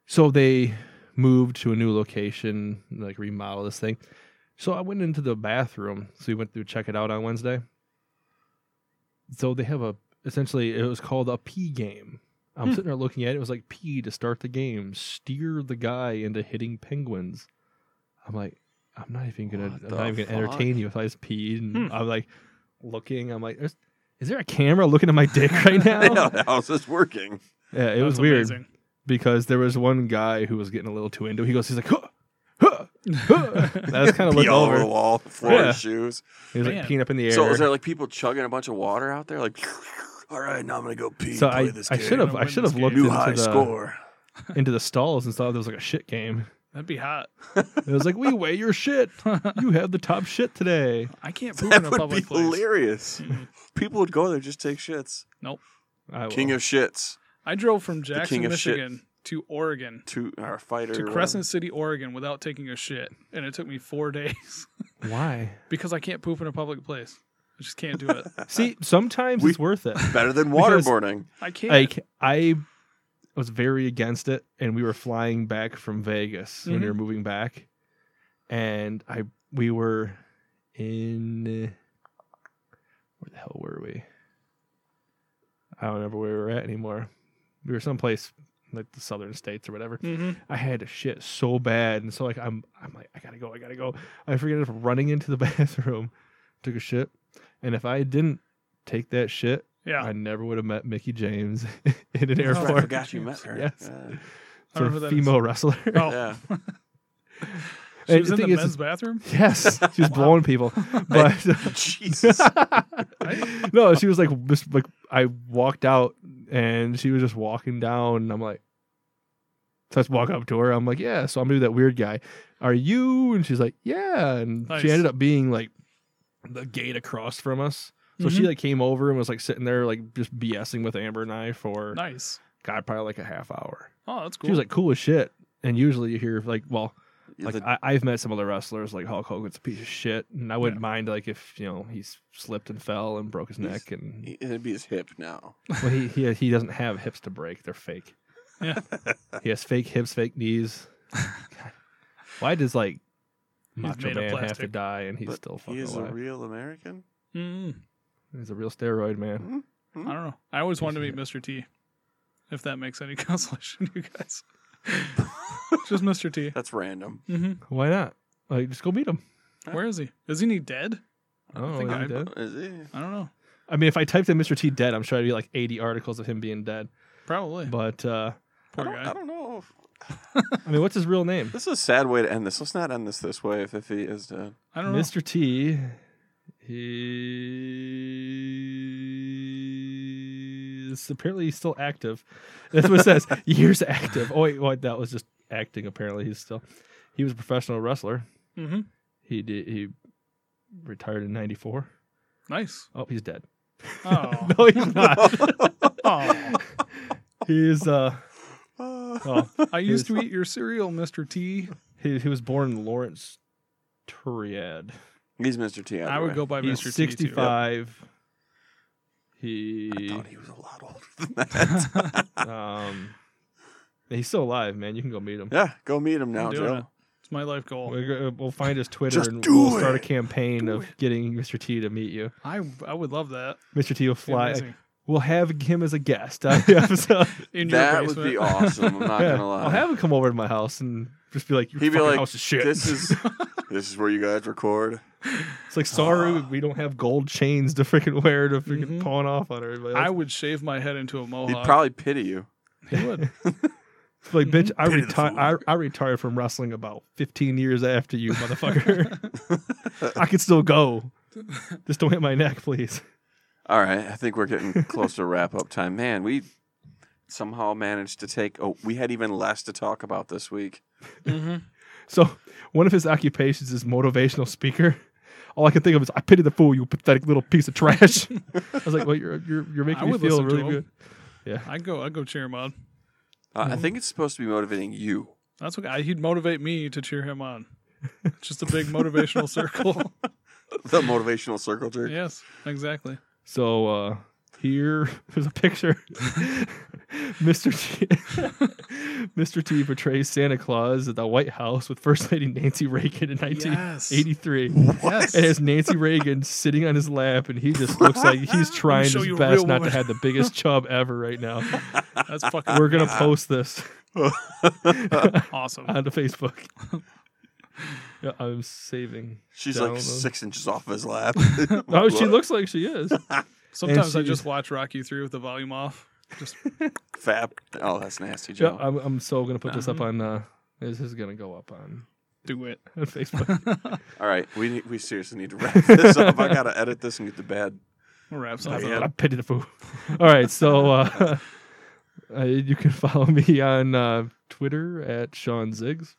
Speaker 1: so they moved to a new location, like remodel this thing. So I went into the bathroom. So we went through check it out on Wednesday. So they have a essentially it was called a P game. I'm
Speaker 2: Hmm.
Speaker 1: sitting there looking at it. It was like P to start the game, steer the guy into hitting penguins. I'm like, I'm not even gonna,
Speaker 3: What
Speaker 1: I'm
Speaker 3: the
Speaker 1: not even gonna
Speaker 3: fuck?
Speaker 1: entertain you if I just peed. And
Speaker 2: Hmm.
Speaker 1: I'm like looking. I'm like, is, is there a camera looking at my
Speaker 3: *laughs*
Speaker 1: dick right now?
Speaker 3: yeah,
Speaker 1: yeah,
Speaker 3: how's this
Speaker 1: *laughs*
Speaker 3: working?
Speaker 1: it was
Speaker 2: That's
Speaker 1: weird *laughs*
Speaker 2: amazing.
Speaker 1: because there was one guy who was getting a little too into. it. He goes, he's like, huh, huh,
Speaker 3: *laughs*
Speaker 1: huh. And I was kind of
Speaker 3: Pee
Speaker 1: looking
Speaker 3: all over
Speaker 1: over.
Speaker 3: the wall, floor,
Speaker 1: Yeah.
Speaker 3: and shoes.
Speaker 1: He was like
Speaker 2: Man.
Speaker 1: peeing up in the air.
Speaker 3: So is there like people chugging a bunch of water out there? Like, *laughs* all right, now I'm gonna go pee.
Speaker 1: So
Speaker 3: play
Speaker 1: I,
Speaker 3: this
Speaker 1: I
Speaker 3: game.
Speaker 1: should have
Speaker 2: Gonna
Speaker 1: I
Speaker 2: win
Speaker 1: should have
Speaker 2: this
Speaker 1: looked *laughs*
Speaker 2: game.
Speaker 3: new
Speaker 1: into
Speaker 3: high
Speaker 1: the,
Speaker 3: score.
Speaker 1: into the stalls and saw there was like a shit game.
Speaker 2: *laughs* That'd be hot.
Speaker 1: It was like, we weigh your shit. You have the top shit today.
Speaker 2: I can't poop in
Speaker 3: That
Speaker 2: a
Speaker 3: would be
Speaker 2: public place.
Speaker 1: *laughs*
Speaker 3: hilarious.
Speaker 2: Mm-mm.
Speaker 3: People would go there just take shits.
Speaker 1: Mm-hmm. I
Speaker 3: King
Speaker 1: will.
Speaker 3: of shits
Speaker 2: I drove from
Speaker 3: king
Speaker 2: Jackson,
Speaker 3: of shit.
Speaker 2: Michigan to Oregon
Speaker 3: to our fighter
Speaker 2: to
Speaker 3: uh,
Speaker 2: Crescent City, Oregon without taking a shit. And it took me four *laughs* days
Speaker 1: Why?
Speaker 2: because I can't poop in a public place. I just can't do it.
Speaker 1: See, sometimes
Speaker 3: We-
Speaker 1: it's worth it.
Speaker 3: Better
Speaker 1: *laughs*
Speaker 3: than
Speaker 1: Because-
Speaker 3: waterboarding.
Speaker 1: *laughs*
Speaker 2: I can't.
Speaker 1: Like, I was very against it, and we were flying back from Vegas when we
Speaker 2: Mhm.
Speaker 1: were moving back, and I we were in where the hell were we? I don't remember where we were at anymore. We were someplace like the southern states or whatever.
Speaker 2: hmm
Speaker 1: I had to shit so bad, and so like I'm, I'm like, I gotta go, I gotta go. I forget if running into the *laughs* bathroom, took a shit, and if I didn't take that shit,
Speaker 2: Yeah.
Speaker 1: I never would have met Mickey James *laughs* in an
Speaker 2: Oh,
Speaker 3: I
Speaker 1: airport.
Speaker 3: forgot you met her.
Speaker 1: Yes.
Speaker 3: Yeah.
Speaker 2: I
Speaker 1: for
Speaker 2: remember
Speaker 1: a
Speaker 2: that
Speaker 1: female wrestler.
Speaker 2: Oh.
Speaker 1: *laughs*
Speaker 3: Yeah.
Speaker 2: She
Speaker 1: And
Speaker 2: was
Speaker 1: the
Speaker 2: in the
Speaker 1: thing is-
Speaker 2: men's bathroom.
Speaker 1: Yes, she
Speaker 2: *laughs*
Speaker 1: was
Speaker 2: Wow.
Speaker 1: blowing people, *laughs* but *laughs*
Speaker 3: Jesus.
Speaker 1: no, she was like, just like I walked out and she was just walking down. And I'm like, so I just walk up to her. I'm like, yeah. So I'm gonna be that weird guy. Are you? And she's like, yeah. And
Speaker 2: Nice.
Speaker 1: she ended up being like the gate across from us. So she
Speaker 2: Mhm.
Speaker 1: like came over and was like sitting there like just BSing with Amber and I for
Speaker 2: nice.
Speaker 1: God probably like a half hour.
Speaker 2: Oh, that's cool.
Speaker 1: She was like cool as shit. And usually you hear like, well,
Speaker 3: Yeah,
Speaker 1: like
Speaker 3: the-
Speaker 1: I, I've met some other wrestlers like Hulk Hogan's a piece of shit, and I wouldn't
Speaker 2: Yeah.
Speaker 1: mind like if you know he s- slipped and fell and broke his
Speaker 3: He's-
Speaker 1: neck, and
Speaker 3: it'd be his hip now.
Speaker 1: *laughs* well, he, he he doesn't have hips to break; they're fake.
Speaker 2: Yeah.
Speaker 1: he has fake hips, fake
Speaker 3: *laughs*
Speaker 1: knees. Why does like Macho
Speaker 2: made of
Speaker 1: Man have to
Speaker 2: plastic.
Speaker 1: die and he's
Speaker 3: But
Speaker 1: still fucking
Speaker 3: He is
Speaker 1: alive?
Speaker 3: a real American.
Speaker 2: Mm,
Speaker 1: "Hmm?" he's a real steroid man.
Speaker 2: I don't know. I always wanted to meet Mr. T. If that makes any *laughs* consolation, to you guys. *laughs* Just Mr. T.
Speaker 3: That's random.
Speaker 2: hmm
Speaker 1: Why not? Like, just go meet him.
Speaker 2: Where is he? Isn't he dead?
Speaker 1: I don't know,
Speaker 2: think
Speaker 1: is he
Speaker 2: I- *laughs*
Speaker 1: dead?
Speaker 3: Is he?
Speaker 2: I don't know.
Speaker 1: I mean, if I typed in Mr. T dead, I'm sure I'd be like 80 articles of him being dead.
Speaker 2: Probably.
Speaker 1: But uh
Speaker 3: I
Speaker 2: Poor
Speaker 3: don't, I
Speaker 2: guy.
Speaker 3: don't know. If,
Speaker 1: I mean, what's his real name?
Speaker 3: this is a sad way to end this. Let's not end this this way. If, if he is dead,
Speaker 2: I don't know.
Speaker 1: Mr. T, he's apparently still active. *laughs* That's what it says. *laughs* Years active. Oh wait, wait, that was just acting. Apparently, he's still. He was a professional wrestler.
Speaker 2: hmm
Speaker 1: He did. He retired in '94. *laughs*
Speaker 2: Nice.
Speaker 1: Oh, he's dead.
Speaker 2: Oh.
Speaker 1: no, he's not. *laughs*
Speaker 2: oh.
Speaker 1: he's uh.
Speaker 3: Uh,
Speaker 1: Oh,
Speaker 2: I used to eat your cereal, Mr. T.
Speaker 1: he he was born in Lawrence, Turiad.
Speaker 3: *laughs* he's Mr. T. either
Speaker 2: I would
Speaker 3: way.
Speaker 2: go by
Speaker 1: He's
Speaker 2: Mr. T. *laughs* too.
Speaker 1: 65. He.
Speaker 3: I thought he was a lot older than that. *laughs*
Speaker 1: Um, he's still alive, man. You can go meet him.
Speaker 3: yeah, go meet him
Speaker 2: I'm
Speaker 3: now,
Speaker 2: doing
Speaker 3: Joe.
Speaker 2: it. It's my life goal.
Speaker 1: We're go- We'll find his Twitter
Speaker 3: Just
Speaker 1: and
Speaker 3: do
Speaker 1: we'll start a
Speaker 3: it.
Speaker 1: campaign
Speaker 3: Do
Speaker 1: of getting Mr. T to meet you.
Speaker 2: I I would love that.
Speaker 1: Mr. T will
Speaker 2: It'd be
Speaker 1: fly.
Speaker 2: amazing.
Speaker 1: We'll have him as a guest on the *laughs* episode.
Speaker 2: In your
Speaker 3: That would be
Speaker 2: basement. *laughs*
Speaker 3: awesome. I'm not
Speaker 1: Yeah.
Speaker 3: gonna lie.
Speaker 1: I'll have him come over to my house and just be like, "Your
Speaker 3: He'd be
Speaker 1: fucking
Speaker 3: like,
Speaker 1: house is shit."
Speaker 2: *laughs*
Speaker 3: This is this is where you guys record.
Speaker 1: it's like, sorry,
Speaker 3: "Ah."
Speaker 1: we don't have gold chains to freaking wear to freaking
Speaker 2: Mhm.
Speaker 1: pawn off on everybody.
Speaker 2: I
Speaker 1: Else.
Speaker 2: would shave my head into a mohawk.
Speaker 3: He'd probably pity you.
Speaker 2: he
Speaker 3: *laughs*
Speaker 2: would.
Speaker 1: It's like, bitch,
Speaker 2: Mm-hmm.
Speaker 1: I
Speaker 3: Pity the
Speaker 1: retired. I, I retired from wrestling about 15 years after you, motherfucker.
Speaker 3: *laughs*
Speaker 1: I could
Speaker 2: *laughs*
Speaker 1: still go. Just don't hit my neck, please.
Speaker 3: All right, I think we're getting close to wrap up time. Man, we somehow managed to take. Oh, we had even less to talk about this week.
Speaker 2: Mhm.
Speaker 3: Mm-hmm.
Speaker 1: So one of his occupations is motivational speaker. All I can think of is, "I pity the fool, you pathetic little piece of trash." *laughs* I was like, "Well, you're you're, you're
Speaker 2: I
Speaker 1: making me
Speaker 2: would
Speaker 1: feel
Speaker 2: listen to
Speaker 1: really
Speaker 2: him.
Speaker 1: good." Yeah,
Speaker 2: I'd go. I'd go cheer him on.
Speaker 3: Uh,
Speaker 2: Mm-hmm.
Speaker 3: I think it's supposed to be motivating you. *laughs*
Speaker 2: That's what I, he'd motivate me to cheer him on. It's just a big motivational circle.
Speaker 3: The motivational circle jerk.
Speaker 2: yes, exactly.
Speaker 1: So uh here *laughs* there's a picture. Mr. T *laughs* Mr. T portrays Santa Claus at the White House with First Lady Nancy Reagan in 1983.
Speaker 2: Yes.
Speaker 1: And it's Nancy Reagan sitting on his lap, and he just looks
Speaker 2: *laughs*
Speaker 1: like he's trying
Speaker 2: show
Speaker 1: his
Speaker 2: you a real
Speaker 1: best not to
Speaker 2: woman.
Speaker 1: have the biggest chub ever right now.
Speaker 2: That's
Speaker 3: *laughs*
Speaker 2: fucking
Speaker 1: We're gonna post this
Speaker 2: awesome.
Speaker 1: onto Facebook. Yeah, I'm saving.
Speaker 3: She's
Speaker 1: Download.
Speaker 3: like six inches off his
Speaker 2: *laughs*
Speaker 3: lap.
Speaker 1: Oh,
Speaker 3: *laughs*
Speaker 1: she looks like she is.
Speaker 2: Sometimes I
Speaker 1: she-
Speaker 2: just watch Rocky 3 with the volume off. Just
Speaker 3: fab. Oh, that's nasty,
Speaker 1: Yeah,
Speaker 3: Joe.
Speaker 1: I'm, I'm so gonna put this up
Speaker 3: Uh-huh.
Speaker 1: on. uh This is gonna go up on *laughs*
Speaker 2: do it.
Speaker 1: on
Speaker 3: *laughs*
Speaker 1: Facebook.
Speaker 3: All right, we need, we seriously need to
Speaker 2: *laughs*
Speaker 3: wrap this up. I gotta edit this and get to bed.
Speaker 2: We'll wrap
Speaker 1: I,
Speaker 2: something
Speaker 3: Oh, yeah.
Speaker 1: I
Speaker 2: up.
Speaker 1: pity the fool. All right, so uh, *laughs* uh, you can follow me on uh, Twitter at Sean Ziggs.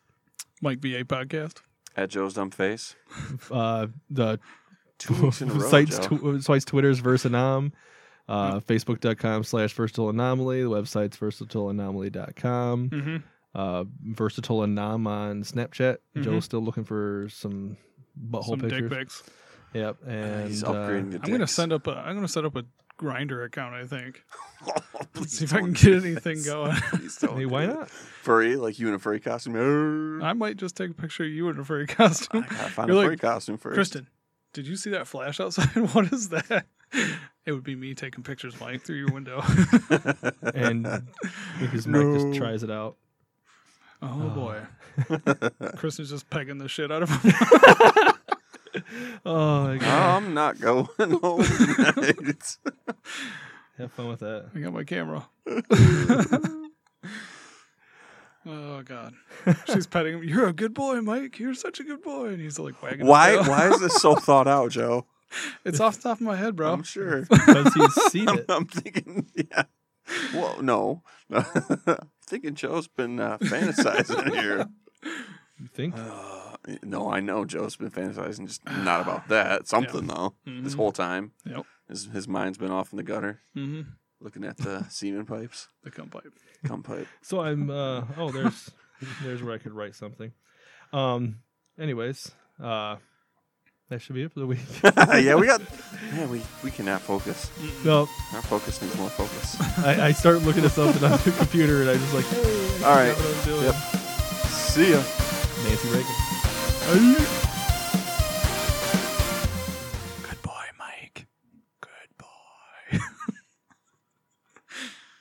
Speaker 2: Mike VA podcast.
Speaker 3: At Joe's Dumb Face.
Speaker 1: Uh, the
Speaker 2: *laughs*
Speaker 3: Two weeks in a row.
Speaker 1: sites,
Speaker 3: Joe. Hmm.
Speaker 1: tw- sites Twitter's Versanom, uh, Facebook.com slash Versatile Anomaly. The website's versatilanomaly.com.
Speaker 2: Mm-hmm.
Speaker 1: Uh, Versatile Anom on Snapchat.
Speaker 2: Mhm.
Speaker 1: Joe's still looking for some butthole
Speaker 2: Some
Speaker 1: pictures.
Speaker 2: dick pics.
Speaker 1: Yep. And
Speaker 3: He's
Speaker 1: uh,
Speaker 3: upgrading the
Speaker 2: I'm gonna
Speaker 3: dicks. *laughs*
Speaker 2: send up a. I'm gonna set up a grinder account. I think.
Speaker 3: Oh, Please
Speaker 2: See if I can
Speaker 3: don't
Speaker 2: get
Speaker 3: do
Speaker 2: anything
Speaker 3: this.
Speaker 2: going.
Speaker 3: Please don't
Speaker 1: Hey,
Speaker 3: do
Speaker 1: why
Speaker 3: it.
Speaker 1: not?
Speaker 3: Furry, like you in a furry costume. Err.
Speaker 2: I might just take a picture of you in a furry
Speaker 3: I
Speaker 2: costume. *laughs*
Speaker 3: gotta find
Speaker 2: You're
Speaker 3: a furry
Speaker 2: like,
Speaker 3: costume first. *laughs*
Speaker 2: Kristen, did you see that flash outside? *laughs* What is that? It would be me taking pictures, Mike, through your window. *laughs* oh
Speaker 3: *laughs*
Speaker 1: And because Mike
Speaker 3: No.
Speaker 1: just tries it out.
Speaker 3: Oh,
Speaker 2: *laughs* boy,
Speaker 3: I'm
Speaker 2: Kristen's Uh, just pegging the shit out of
Speaker 3: *laughs*
Speaker 2: him.
Speaker 1: Oh, my God.
Speaker 3: not going *laughs*
Speaker 2: *laughs*
Speaker 3: home tonight.
Speaker 1: Have fun with that.
Speaker 2: I got my
Speaker 3: *laughs*
Speaker 2: camera. oh God, she's petting him. You're a good boy, Mike. You're such a good boy, and he's like wagging. his
Speaker 3: why?
Speaker 2: tail.
Speaker 3: Why is this so thought out, Joe?
Speaker 2: *laughs* It's off the top of my head, bro.
Speaker 3: I'm sure.
Speaker 1: Because he's seen
Speaker 3: I'm,
Speaker 1: it.
Speaker 3: *laughs* I'm thinking. Yeah. Well, no. *laughs* I'm thinking Joe's been
Speaker 2: *laughs*
Speaker 3: uh, fantasizing here.
Speaker 1: You think?
Speaker 3: Uh, no, I know Joe's been fantasizing, just not
Speaker 2: *sighs*
Speaker 3: about that. Something though. This
Speaker 2: Mhm.
Speaker 3: whole time,
Speaker 2: Yep.
Speaker 3: his his mind's been off in the gutter,
Speaker 2: hmm
Speaker 3: looking
Speaker 2: *laughs*
Speaker 3: at the semen pipes,
Speaker 2: The cum pipe.
Speaker 3: cum
Speaker 2: *laughs*
Speaker 3: pipe. *laughs*
Speaker 1: So I'm uh oh there's there's where I could write something. Um anyways, uh that should be it for
Speaker 3: *laughs*
Speaker 1: the week.
Speaker 3: yeah, we got. Man, we we cannot focus.
Speaker 2: Mm.
Speaker 1: No,
Speaker 3: Our focus needs
Speaker 2: *laughs*
Speaker 3: more focus.
Speaker 1: I, I start looking at something on the computer and I just like
Speaker 3: All right.
Speaker 1: what I'm doing.
Speaker 3: Yep. See ya.
Speaker 1: Nancy Reagan.
Speaker 2: Mm.